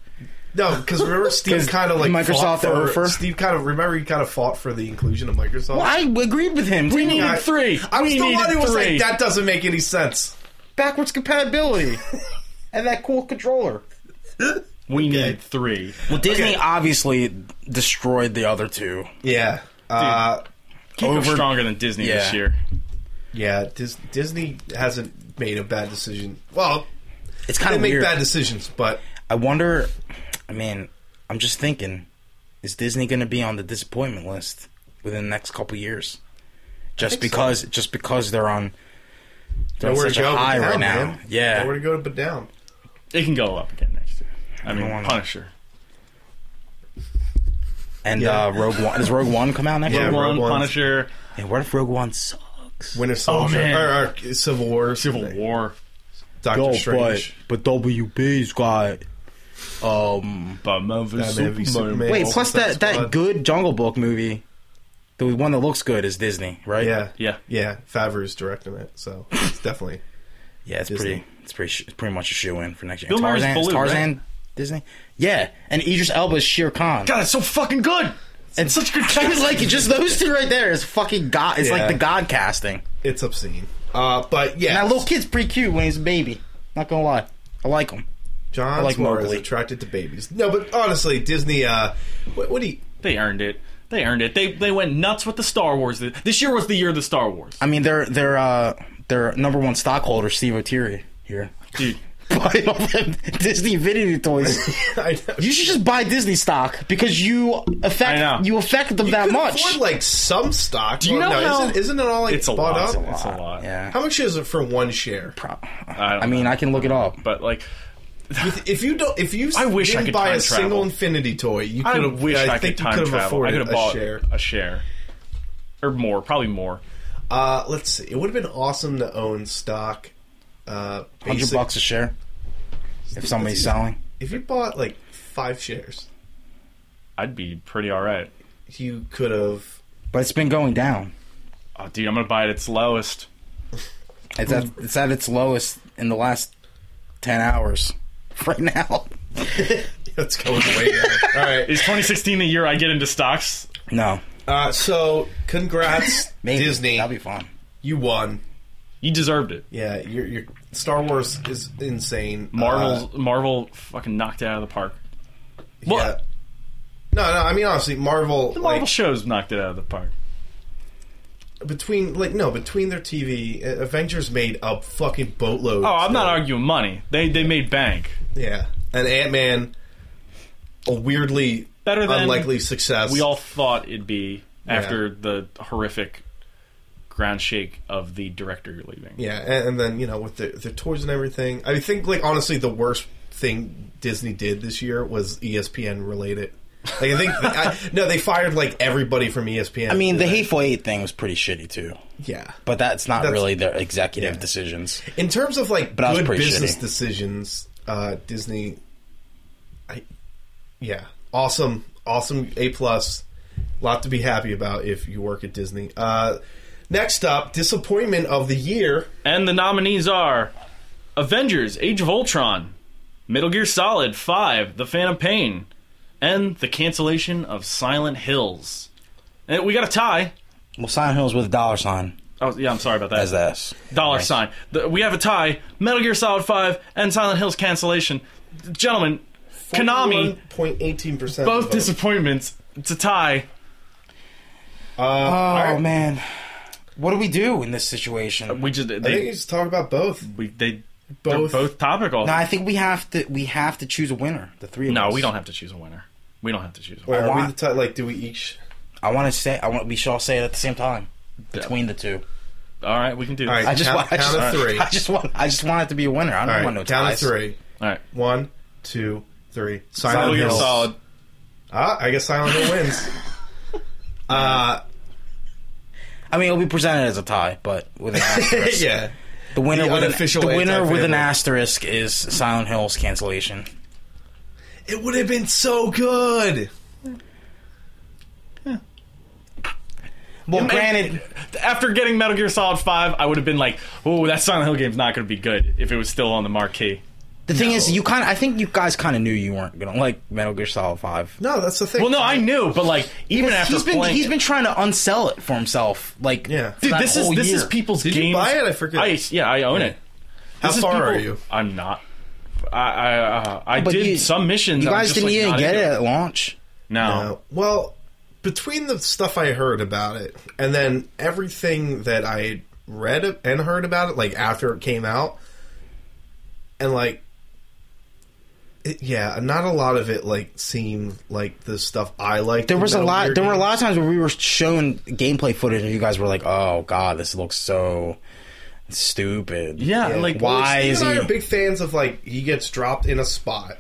Speaker 2: No, because remember Steve
Speaker 1: 'Cause
Speaker 2: kind of like
Speaker 1: Microsoft
Speaker 2: fought for,
Speaker 1: Ofer?
Speaker 2: Steve kind of remember he kind of fought for the inclusion of Microsoft.
Speaker 1: Well, I agreed with him.
Speaker 3: We
Speaker 1: too.
Speaker 3: needed
Speaker 2: I-
Speaker 3: three.
Speaker 2: I was
Speaker 3: we
Speaker 2: the
Speaker 3: needed
Speaker 2: one who was like,
Speaker 3: three.
Speaker 2: that doesn't make any sense.
Speaker 1: backwards compatibility and that cool controller.
Speaker 3: we needed three.
Speaker 1: Well, Disney obviously destroyed the other two.
Speaker 2: Yeah. Uh,
Speaker 3: Can't
Speaker 1: Over-
Speaker 3: go stronger than Disney
Speaker 1: Yeah.
Speaker 3: this year.
Speaker 2: yeah. Dis- Disney hasn't made a bad decision. Well,
Speaker 1: It's
Speaker 2: they
Speaker 1: kind of
Speaker 2: make
Speaker 1: weird.
Speaker 2: bad decisions, but
Speaker 1: I wonder. I mean, I'm just thinking: is Disney going to be on the disappointment list within the next couple years? Just because, just because they're on Feeling
Speaker 2: Nowhere to
Speaker 1: such a
Speaker 2: go but
Speaker 1: high
Speaker 2: down,
Speaker 1: right now.
Speaker 2: man.
Speaker 1: Yeah.
Speaker 2: Nowhere to go but down.
Speaker 3: It can go up again next year. I mean,
Speaker 1: Normal.
Speaker 3: Punisher.
Speaker 1: And
Speaker 2: Yeah.
Speaker 1: uh, Rogue One. Does Rogue One come out next
Speaker 2: Yeah,
Speaker 1: year?
Speaker 3: Rogue One,
Speaker 2: Rogue One's-
Speaker 3: Punisher,
Speaker 1: And what if Rogue One sucks?
Speaker 2: Winter Soldier.
Speaker 3: man.
Speaker 2: Or, or Civil War.
Speaker 3: Civil War,
Speaker 2: Doctor Strange.
Speaker 1: but WB's got. Um,
Speaker 3: Batman v
Speaker 2: Batman v
Speaker 3: Superman.
Speaker 2: Superman.
Speaker 1: wait,
Speaker 2: Hulk
Speaker 1: plus that, that
Speaker 2: Squad.
Speaker 1: good Jungle Book movie, the one that looks good is Disney, right?
Speaker 2: Yeah.
Speaker 3: Yeah.
Speaker 2: Yeah. Favreau's directing it, so it's definitely.
Speaker 1: yeah, it's
Speaker 2: Disney.
Speaker 1: pretty, it's pretty, sh- it's pretty much a shoe in for next year.
Speaker 3: Bill Murray's
Speaker 1: Tarzan, is
Speaker 3: blue,
Speaker 1: Tarzan, Disney, yeah, and Idris Elba's Shere Khan.
Speaker 3: God, it's so fucking good.
Speaker 1: and
Speaker 3: such good
Speaker 1: It's like just those two right there is fucking god. It's
Speaker 2: Yeah.
Speaker 1: like the god casting.
Speaker 2: It's obscene. Uh, but yeah,
Speaker 1: And that little kid's pretty cute when he's a baby. Not gonna lie, I like him.
Speaker 2: John
Speaker 1: I like
Speaker 2: Suarez
Speaker 1: Mowgli.
Speaker 2: attracted to babies. No, but honestly, Disney. Uh, what, what do you?
Speaker 3: They earned it. They earned it. They they went nuts with the Star Wars. This year was the year of the Star Wars.
Speaker 1: I mean, they're they're uh, their number one stockholder, Steve O'Teary here.
Speaker 3: Dude,
Speaker 1: Buy all them Disney Infinity toys.
Speaker 2: I know.
Speaker 1: you should just buy Disney stock because you
Speaker 3: I know.
Speaker 1: affect you affect them that
Speaker 2: could
Speaker 1: much.
Speaker 2: afford, like some stock. Do
Speaker 3: you know how-
Speaker 2: isn't, isn't it all like
Speaker 3: it's a
Speaker 2: bought
Speaker 3: lot. It's a
Speaker 2: up?
Speaker 3: lot. It's a lot.
Speaker 1: yeah.
Speaker 2: How much is it for one share?
Speaker 1: Pro-
Speaker 3: I, don't
Speaker 1: I mean,
Speaker 3: know.
Speaker 1: I can look it up.
Speaker 3: but like,
Speaker 2: If you don't, if you
Speaker 3: I wish I
Speaker 2: didn't
Speaker 3: could
Speaker 2: buy
Speaker 3: time
Speaker 2: a single
Speaker 3: travel.
Speaker 2: Infinity toy, you
Speaker 3: I
Speaker 2: could have.
Speaker 3: wish I,
Speaker 2: think
Speaker 3: could
Speaker 2: you
Speaker 3: time
Speaker 2: could have
Speaker 3: travel. I
Speaker 2: afforded
Speaker 3: could have
Speaker 2: a
Speaker 3: bought
Speaker 2: share.
Speaker 3: a share, or more, probably more.
Speaker 2: Uh, let's see. It would have been awesome to own stock. Uh,
Speaker 1: Hundred
Speaker 2: basic-
Speaker 1: bucks a share if somebody's selling.
Speaker 2: If you bought like five shares,
Speaker 3: I'd be pretty all right.
Speaker 2: you could have.
Speaker 1: But it's been going down.
Speaker 3: Oh, dude, I'm gonna buy it at its lowest.
Speaker 1: It's at, it's at its lowest in the last ten hours right now.
Speaker 2: That's going way down. All right.
Speaker 3: Is 2016 the year I get into stocks?
Speaker 1: No,
Speaker 2: Uh, so, congrats,
Speaker 1: maybe
Speaker 2: Disney.
Speaker 1: that'll be fun.
Speaker 2: you won.
Speaker 3: You deserved it.
Speaker 2: Yeah, your your Star Wars is insane.
Speaker 3: Marvel,
Speaker 2: Uh,
Speaker 3: Marvel, fucking knocked it out of the park. Well,
Speaker 2: yeah. No, no. I mean, honestly, Marvel.
Speaker 3: the Marvel
Speaker 2: like,
Speaker 3: shows knocked it out of the park.
Speaker 2: between like no, between their TV, uh, Avengers made a fucking boatload.
Speaker 3: Oh, I'm not
Speaker 2: So,
Speaker 3: arguing money. They they made bank.
Speaker 2: Yeah, and Ant Man, a weirdly
Speaker 3: Better than
Speaker 2: unlikely success.
Speaker 3: we all thought it'd be after the horrific ground shake of the director leaving.
Speaker 2: Yeah, and, and then you know with the the toys and everything. I think like honestly, the worst thing Disney did this year was E ESPN related. Like I think I, no, they fired like everybody from E ESPN.
Speaker 1: I mean, the Hateful Eight thing was pretty shitty too,
Speaker 2: yeah.
Speaker 1: but that's not
Speaker 2: That's-
Speaker 1: really their executive
Speaker 2: yeah.
Speaker 1: decisions.
Speaker 2: In terms of like
Speaker 1: But I was
Speaker 2: good
Speaker 1: pretty
Speaker 2: business
Speaker 1: shitty.
Speaker 2: decisions, uh, Disney, I, yeah, awesome, awesome, a plus, lot to be happy about if you work at Disney. Uh, next up, disappointment of the year.
Speaker 3: And the nominees are Avengers: Age of Ultron, Metal Gear Solid 5: The Phantom Pain, and the cancellation of Silent Hills. And we got a tie.
Speaker 1: Well, Silent Hill's with a dollar sign
Speaker 3: Oh yeah, I'm sorry about that.
Speaker 1: as the S.
Speaker 3: Dollar
Speaker 1: Nice.
Speaker 3: sign. The, we have a tie. Metal Gear Solid 5 and Silent Hills cancellation. Gentlemen, Konami,
Speaker 2: point eighteen percent.
Speaker 3: both disappointments. It's a tie.
Speaker 1: Oh
Speaker 2: right.
Speaker 1: man, what do we do in this situation?
Speaker 3: We just they,
Speaker 2: I think you should talk about both.
Speaker 3: we they
Speaker 2: Both.
Speaker 3: both both topical.
Speaker 1: no, I think we have to we have to choose a winner. The three. Of
Speaker 3: no,
Speaker 1: us.
Speaker 3: we don't have to choose a winner. We don't have to choose a
Speaker 2: Wait,
Speaker 3: winner.
Speaker 2: are we
Speaker 1: want-
Speaker 2: the ti- like, do we each?
Speaker 1: I want to say. I want. We should all say it at the same time between the two.
Speaker 3: All right, we can do this.
Speaker 2: All
Speaker 3: All
Speaker 2: right,
Speaker 3: right,
Speaker 1: I just
Speaker 2: Count-
Speaker 1: want. I just,
Speaker 2: count of three.
Speaker 1: I just want. I just want it to be a winner. I don't
Speaker 2: All right,
Speaker 1: want no
Speaker 2: down to
Speaker 1: ties.
Speaker 2: three. One, two, three.
Speaker 3: Metal
Speaker 2: Silent
Speaker 3: Gear
Speaker 2: Hill.
Speaker 3: Solid.
Speaker 2: Ah, I guess Silent Hill wins. uh,
Speaker 1: I mean, it'll be presented as a tie, but with an asterisk.
Speaker 2: yeah.
Speaker 1: The winner,
Speaker 2: The
Speaker 1: with
Speaker 2: unofficial
Speaker 1: an, the winner with an
Speaker 2: anti-family.
Speaker 1: asterisk is Silent Hill's cancellation.
Speaker 2: It would have been so good.
Speaker 1: Well, granted,
Speaker 3: After getting Metal Gear Solid 5, I would have been like, "Oh, that Silent Hill game's not going to be good if it was still on the marquee."
Speaker 1: the thing is, you kind. I think you guys kind of knew you weren't gonna like Metal Gear Solid Five.
Speaker 2: No, that's the thing.
Speaker 3: Well, no, I knew, but like even after
Speaker 1: he's been
Speaker 3: playing
Speaker 1: he's
Speaker 3: it-
Speaker 1: been trying to unsell it for himself. Like,
Speaker 2: Yeah.
Speaker 1: for
Speaker 3: Dude,
Speaker 1: that
Speaker 3: this is
Speaker 1: whole
Speaker 3: this is
Speaker 1: year.
Speaker 3: people's
Speaker 2: Did
Speaker 3: games.
Speaker 2: you buy it? I forget.
Speaker 3: I yeah, I own it.
Speaker 2: How
Speaker 3: This is
Speaker 2: far
Speaker 3: people-
Speaker 2: are you?
Speaker 3: I'm not. I I uh, I
Speaker 1: But
Speaker 3: did
Speaker 1: you-
Speaker 3: some missions.
Speaker 1: You
Speaker 3: I was
Speaker 1: guys
Speaker 3: just,
Speaker 1: didn't
Speaker 3: like,
Speaker 1: even
Speaker 3: not
Speaker 1: get it
Speaker 3: into
Speaker 1: at launch.
Speaker 3: No.
Speaker 2: Uh, well, between the stuff I heard about it and then everything that I read and heard about it, like after it came out, and like, it, yeah, not a lot of it like seemed like the stuff I liked.
Speaker 1: There
Speaker 2: in
Speaker 1: was a
Speaker 2: Metal
Speaker 1: lot.
Speaker 2: Gear
Speaker 1: There were a
Speaker 2: games.
Speaker 1: lot of times where we were shown gameplay footage, and you guys were like, "Oh God, this looks so stupid.
Speaker 3: Yeah, like
Speaker 1: Why
Speaker 2: Steve
Speaker 1: is
Speaker 2: and I
Speaker 1: he?
Speaker 2: are big fans of like he gets dropped in a spot,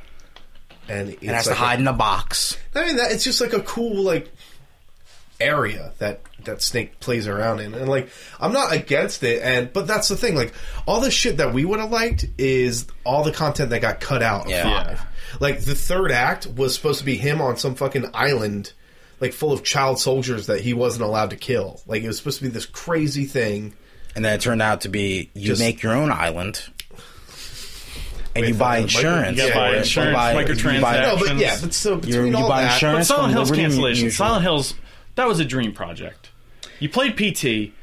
Speaker 2: and it's
Speaker 1: And has
Speaker 2: like
Speaker 1: to hide in a box.
Speaker 2: I mean, that, it's just like a cool like area that that Snake plays around in, and like I'm not against it, and but that's the thing, like all the shit that we would have liked is all the content that got cut out. Of
Speaker 1: Yeah.
Speaker 2: Five. Like the third act was supposed to be him on some fucking island, like full of child soldiers that he wasn't allowed to kill. Like it was supposed to be this crazy thing.
Speaker 1: And then it turned out to be you
Speaker 2: Just-
Speaker 1: make your own island. And you
Speaker 2: With,
Speaker 1: buy
Speaker 2: uh,
Speaker 1: insurance.
Speaker 2: micro-
Speaker 3: You
Speaker 2: yeah,
Speaker 3: buy
Speaker 2: yeah.
Speaker 3: insurance,
Speaker 1: You buy-
Speaker 3: microtransactions.
Speaker 1: you buy-
Speaker 2: No, but yeah, but so between
Speaker 1: You're- you
Speaker 2: all
Speaker 1: buy
Speaker 2: that,
Speaker 1: insurance?
Speaker 3: But Silent
Speaker 1: from
Speaker 3: Hill's
Speaker 1: Liberty
Speaker 3: cancellation.
Speaker 1: Mutual.
Speaker 3: Silent Hill's that was a dream project. You played PT.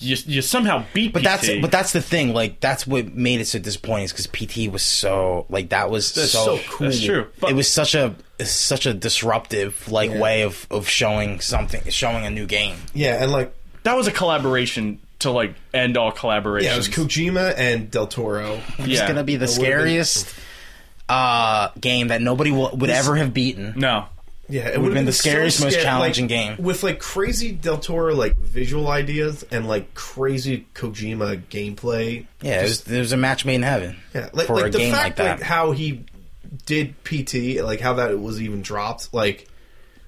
Speaker 3: You, you somehow beat
Speaker 1: But
Speaker 3: PT.
Speaker 1: that's but that's the thing. Like that's what made it so disappointing is because PT was so like that was so,
Speaker 2: so
Speaker 1: cool.
Speaker 3: That's true. But-
Speaker 1: it was such a such a disruptive like way of of showing something, showing a new game.
Speaker 2: yeah, and like
Speaker 3: that was a collaboration to like end all collaborations.
Speaker 2: yeah, it was Kojima and Del Toro.
Speaker 3: Yeah.
Speaker 1: It's gonna be the
Speaker 2: would've been-
Speaker 1: scariest uh, game that nobody will, would ever have beaten.
Speaker 3: No.
Speaker 2: Yeah, it,
Speaker 1: been
Speaker 2: would have
Speaker 1: the scariest, most challenging game.
Speaker 2: with like crazy Del Toro like visual ideas and like crazy Kojima gameplay.
Speaker 1: Yeah,
Speaker 2: Just-
Speaker 1: it was, it was a match made in heaven
Speaker 2: yeah, like,
Speaker 1: for
Speaker 2: like
Speaker 1: a
Speaker 2: the
Speaker 1: game
Speaker 2: fact
Speaker 1: like that.
Speaker 2: like how he did PT, like how that was even dropped, like it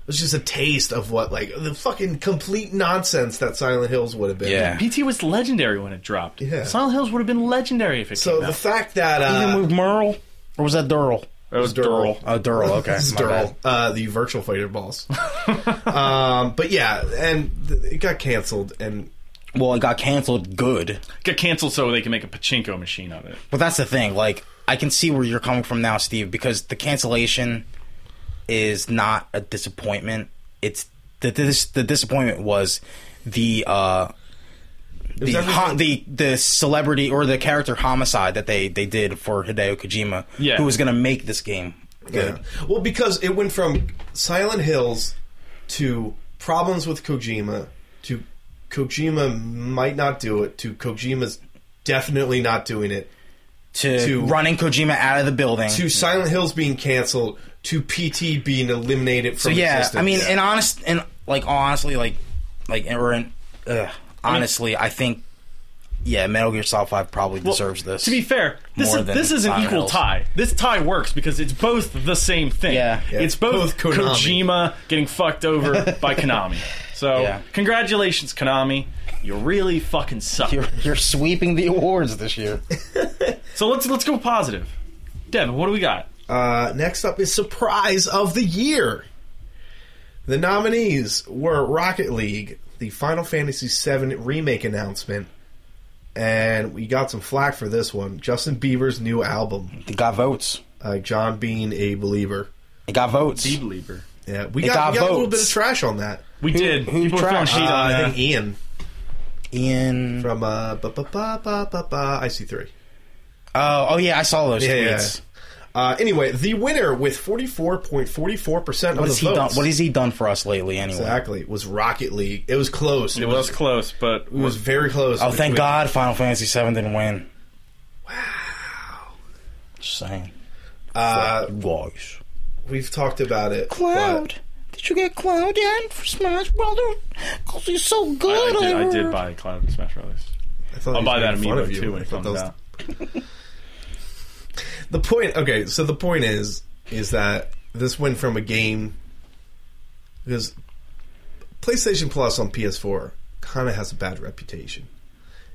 Speaker 2: was just a taste of what like the fucking complete nonsense that Silent Hills would have been.
Speaker 1: Yeah.
Speaker 3: PT was legendary when it dropped.
Speaker 2: Yeah.
Speaker 3: Silent Hills would have been legendary if it
Speaker 2: So
Speaker 3: came
Speaker 2: the
Speaker 3: out.
Speaker 2: fact that
Speaker 1: Even
Speaker 2: uh,
Speaker 1: with Merle, or was that Durl?
Speaker 3: It was
Speaker 2: Durrell.
Speaker 3: Durrell.
Speaker 1: Oh, Durl. Okay,
Speaker 2: This is
Speaker 1: my bad.
Speaker 2: Durrell, uh, the virtual fighter balls. um, but yeah, and th- it got canceled, and
Speaker 1: Well, it got canceled. Good.
Speaker 3: Got canceled so they can make a pachinko machine of it.
Speaker 1: But that's the thing. Like, I can see where you're coming from now, Steve, because the cancellation is not a disappointment. It's the this the disappointment was the uh the,
Speaker 2: that
Speaker 1: ho- the the celebrity or the character homicide that they they did for Hideo Kojima,
Speaker 3: Yeah.
Speaker 1: who was going to make this game good.
Speaker 2: Yeah. Well, because it went from Silent Hills to problems with Kojima to Kojima might not do it to Kojima's definitely not doing it
Speaker 1: To,
Speaker 2: To-
Speaker 1: running Kojima out of the building.
Speaker 2: to Silent Hills being canceled to PT being eliminated
Speaker 1: so
Speaker 2: from
Speaker 1: yeah,
Speaker 2: existence.
Speaker 1: I mean, and honest and like honestly, like like or in, ugh, honestly, I think yeah, Metal Gear Solid Five probably deserves this.
Speaker 3: To be fair, this
Speaker 1: More
Speaker 3: is
Speaker 1: than
Speaker 3: this is an
Speaker 1: Silent
Speaker 3: equal
Speaker 1: Hills.
Speaker 3: tie. This tie works because it's both the same thing.
Speaker 1: Yeah. Yeah.
Speaker 3: It's both,
Speaker 2: Both Konami.
Speaker 3: Kojima getting fucked over by Konami. So
Speaker 1: Yeah.
Speaker 3: congratulations, Konami. You really fucking suck.
Speaker 1: You're, you're sweeping the awards this year.
Speaker 3: So let's let's go positive. Devin, what do we got?
Speaker 2: Uh, next up is surprise of the year. The nominees were Rocket League, the Final Fantasy VII remake announcement, and we got some flack for this one. Justin Bieber's new album,
Speaker 1: It got votes.
Speaker 2: uh, John Bean a Believer.
Speaker 1: It got votes.
Speaker 3: Be believer.
Speaker 2: Yeah, we
Speaker 1: It
Speaker 2: got,
Speaker 1: got
Speaker 2: we got a little
Speaker 1: votes.
Speaker 2: bit of trash on that.
Speaker 3: We did.
Speaker 1: who
Speaker 3: People were throwing
Speaker 1: trashed?
Speaker 3: shade
Speaker 2: Uh,
Speaker 3: on
Speaker 2: I
Speaker 3: that.
Speaker 2: think Ian
Speaker 1: Ian.
Speaker 2: from uh, ba ba ba ba ba ba IC3.
Speaker 1: Oh, oh yeah, I saw those
Speaker 2: Yeah, yeah.
Speaker 1: tweets.
Speaker 2: Uh, anyway, the winner with forty four point forty four percent of
Speaker 1: What
Speaker 2: Oh, the
Speaker 1: has he
Speaker 2: votes.
Speaker 1: done? What has he done for us lately? Anyway.
Speaker 2: exactly was Rocket League. It was close.
Speaker 3: It was close, but
Speaker 2: It was very close.
Speaker 1: Oh, thank
Speaker 2: between-
Speaker 1: God, Final Fantasy VII didn't win. Wow. Just saying,
Speaker 2: Uh,
Speaker 1: guys.
Speaker 2: we've talked about it.
Speaker 1: Cloud. Did you get Cloud in for Smash Brother? Cause he's so
Speaker 3: I
Speaker 1: good.
Speaker 3: did, I did
Speaker 1: heard.
Speaker 3: buy Cloud and Smash Brothers.
Speaker 2: but I thought
Speaker 3: I'll
Speaker 2: he was
Speaker 3: buy that
Speaker 2: making fun
Speaker 3: amiibo
Speaker 2: of you
Speaker 3: too when
Speaker 2: I
Speaker 3: it
Speaker 2: thought
Speaker 3: comes
Speaker 2: that was-
Speaker 3: out.
Speaker 2: The point. Okay, so the point is, is that this went from a game because PlayStation Plus on PS4 kind of has a bad reputation.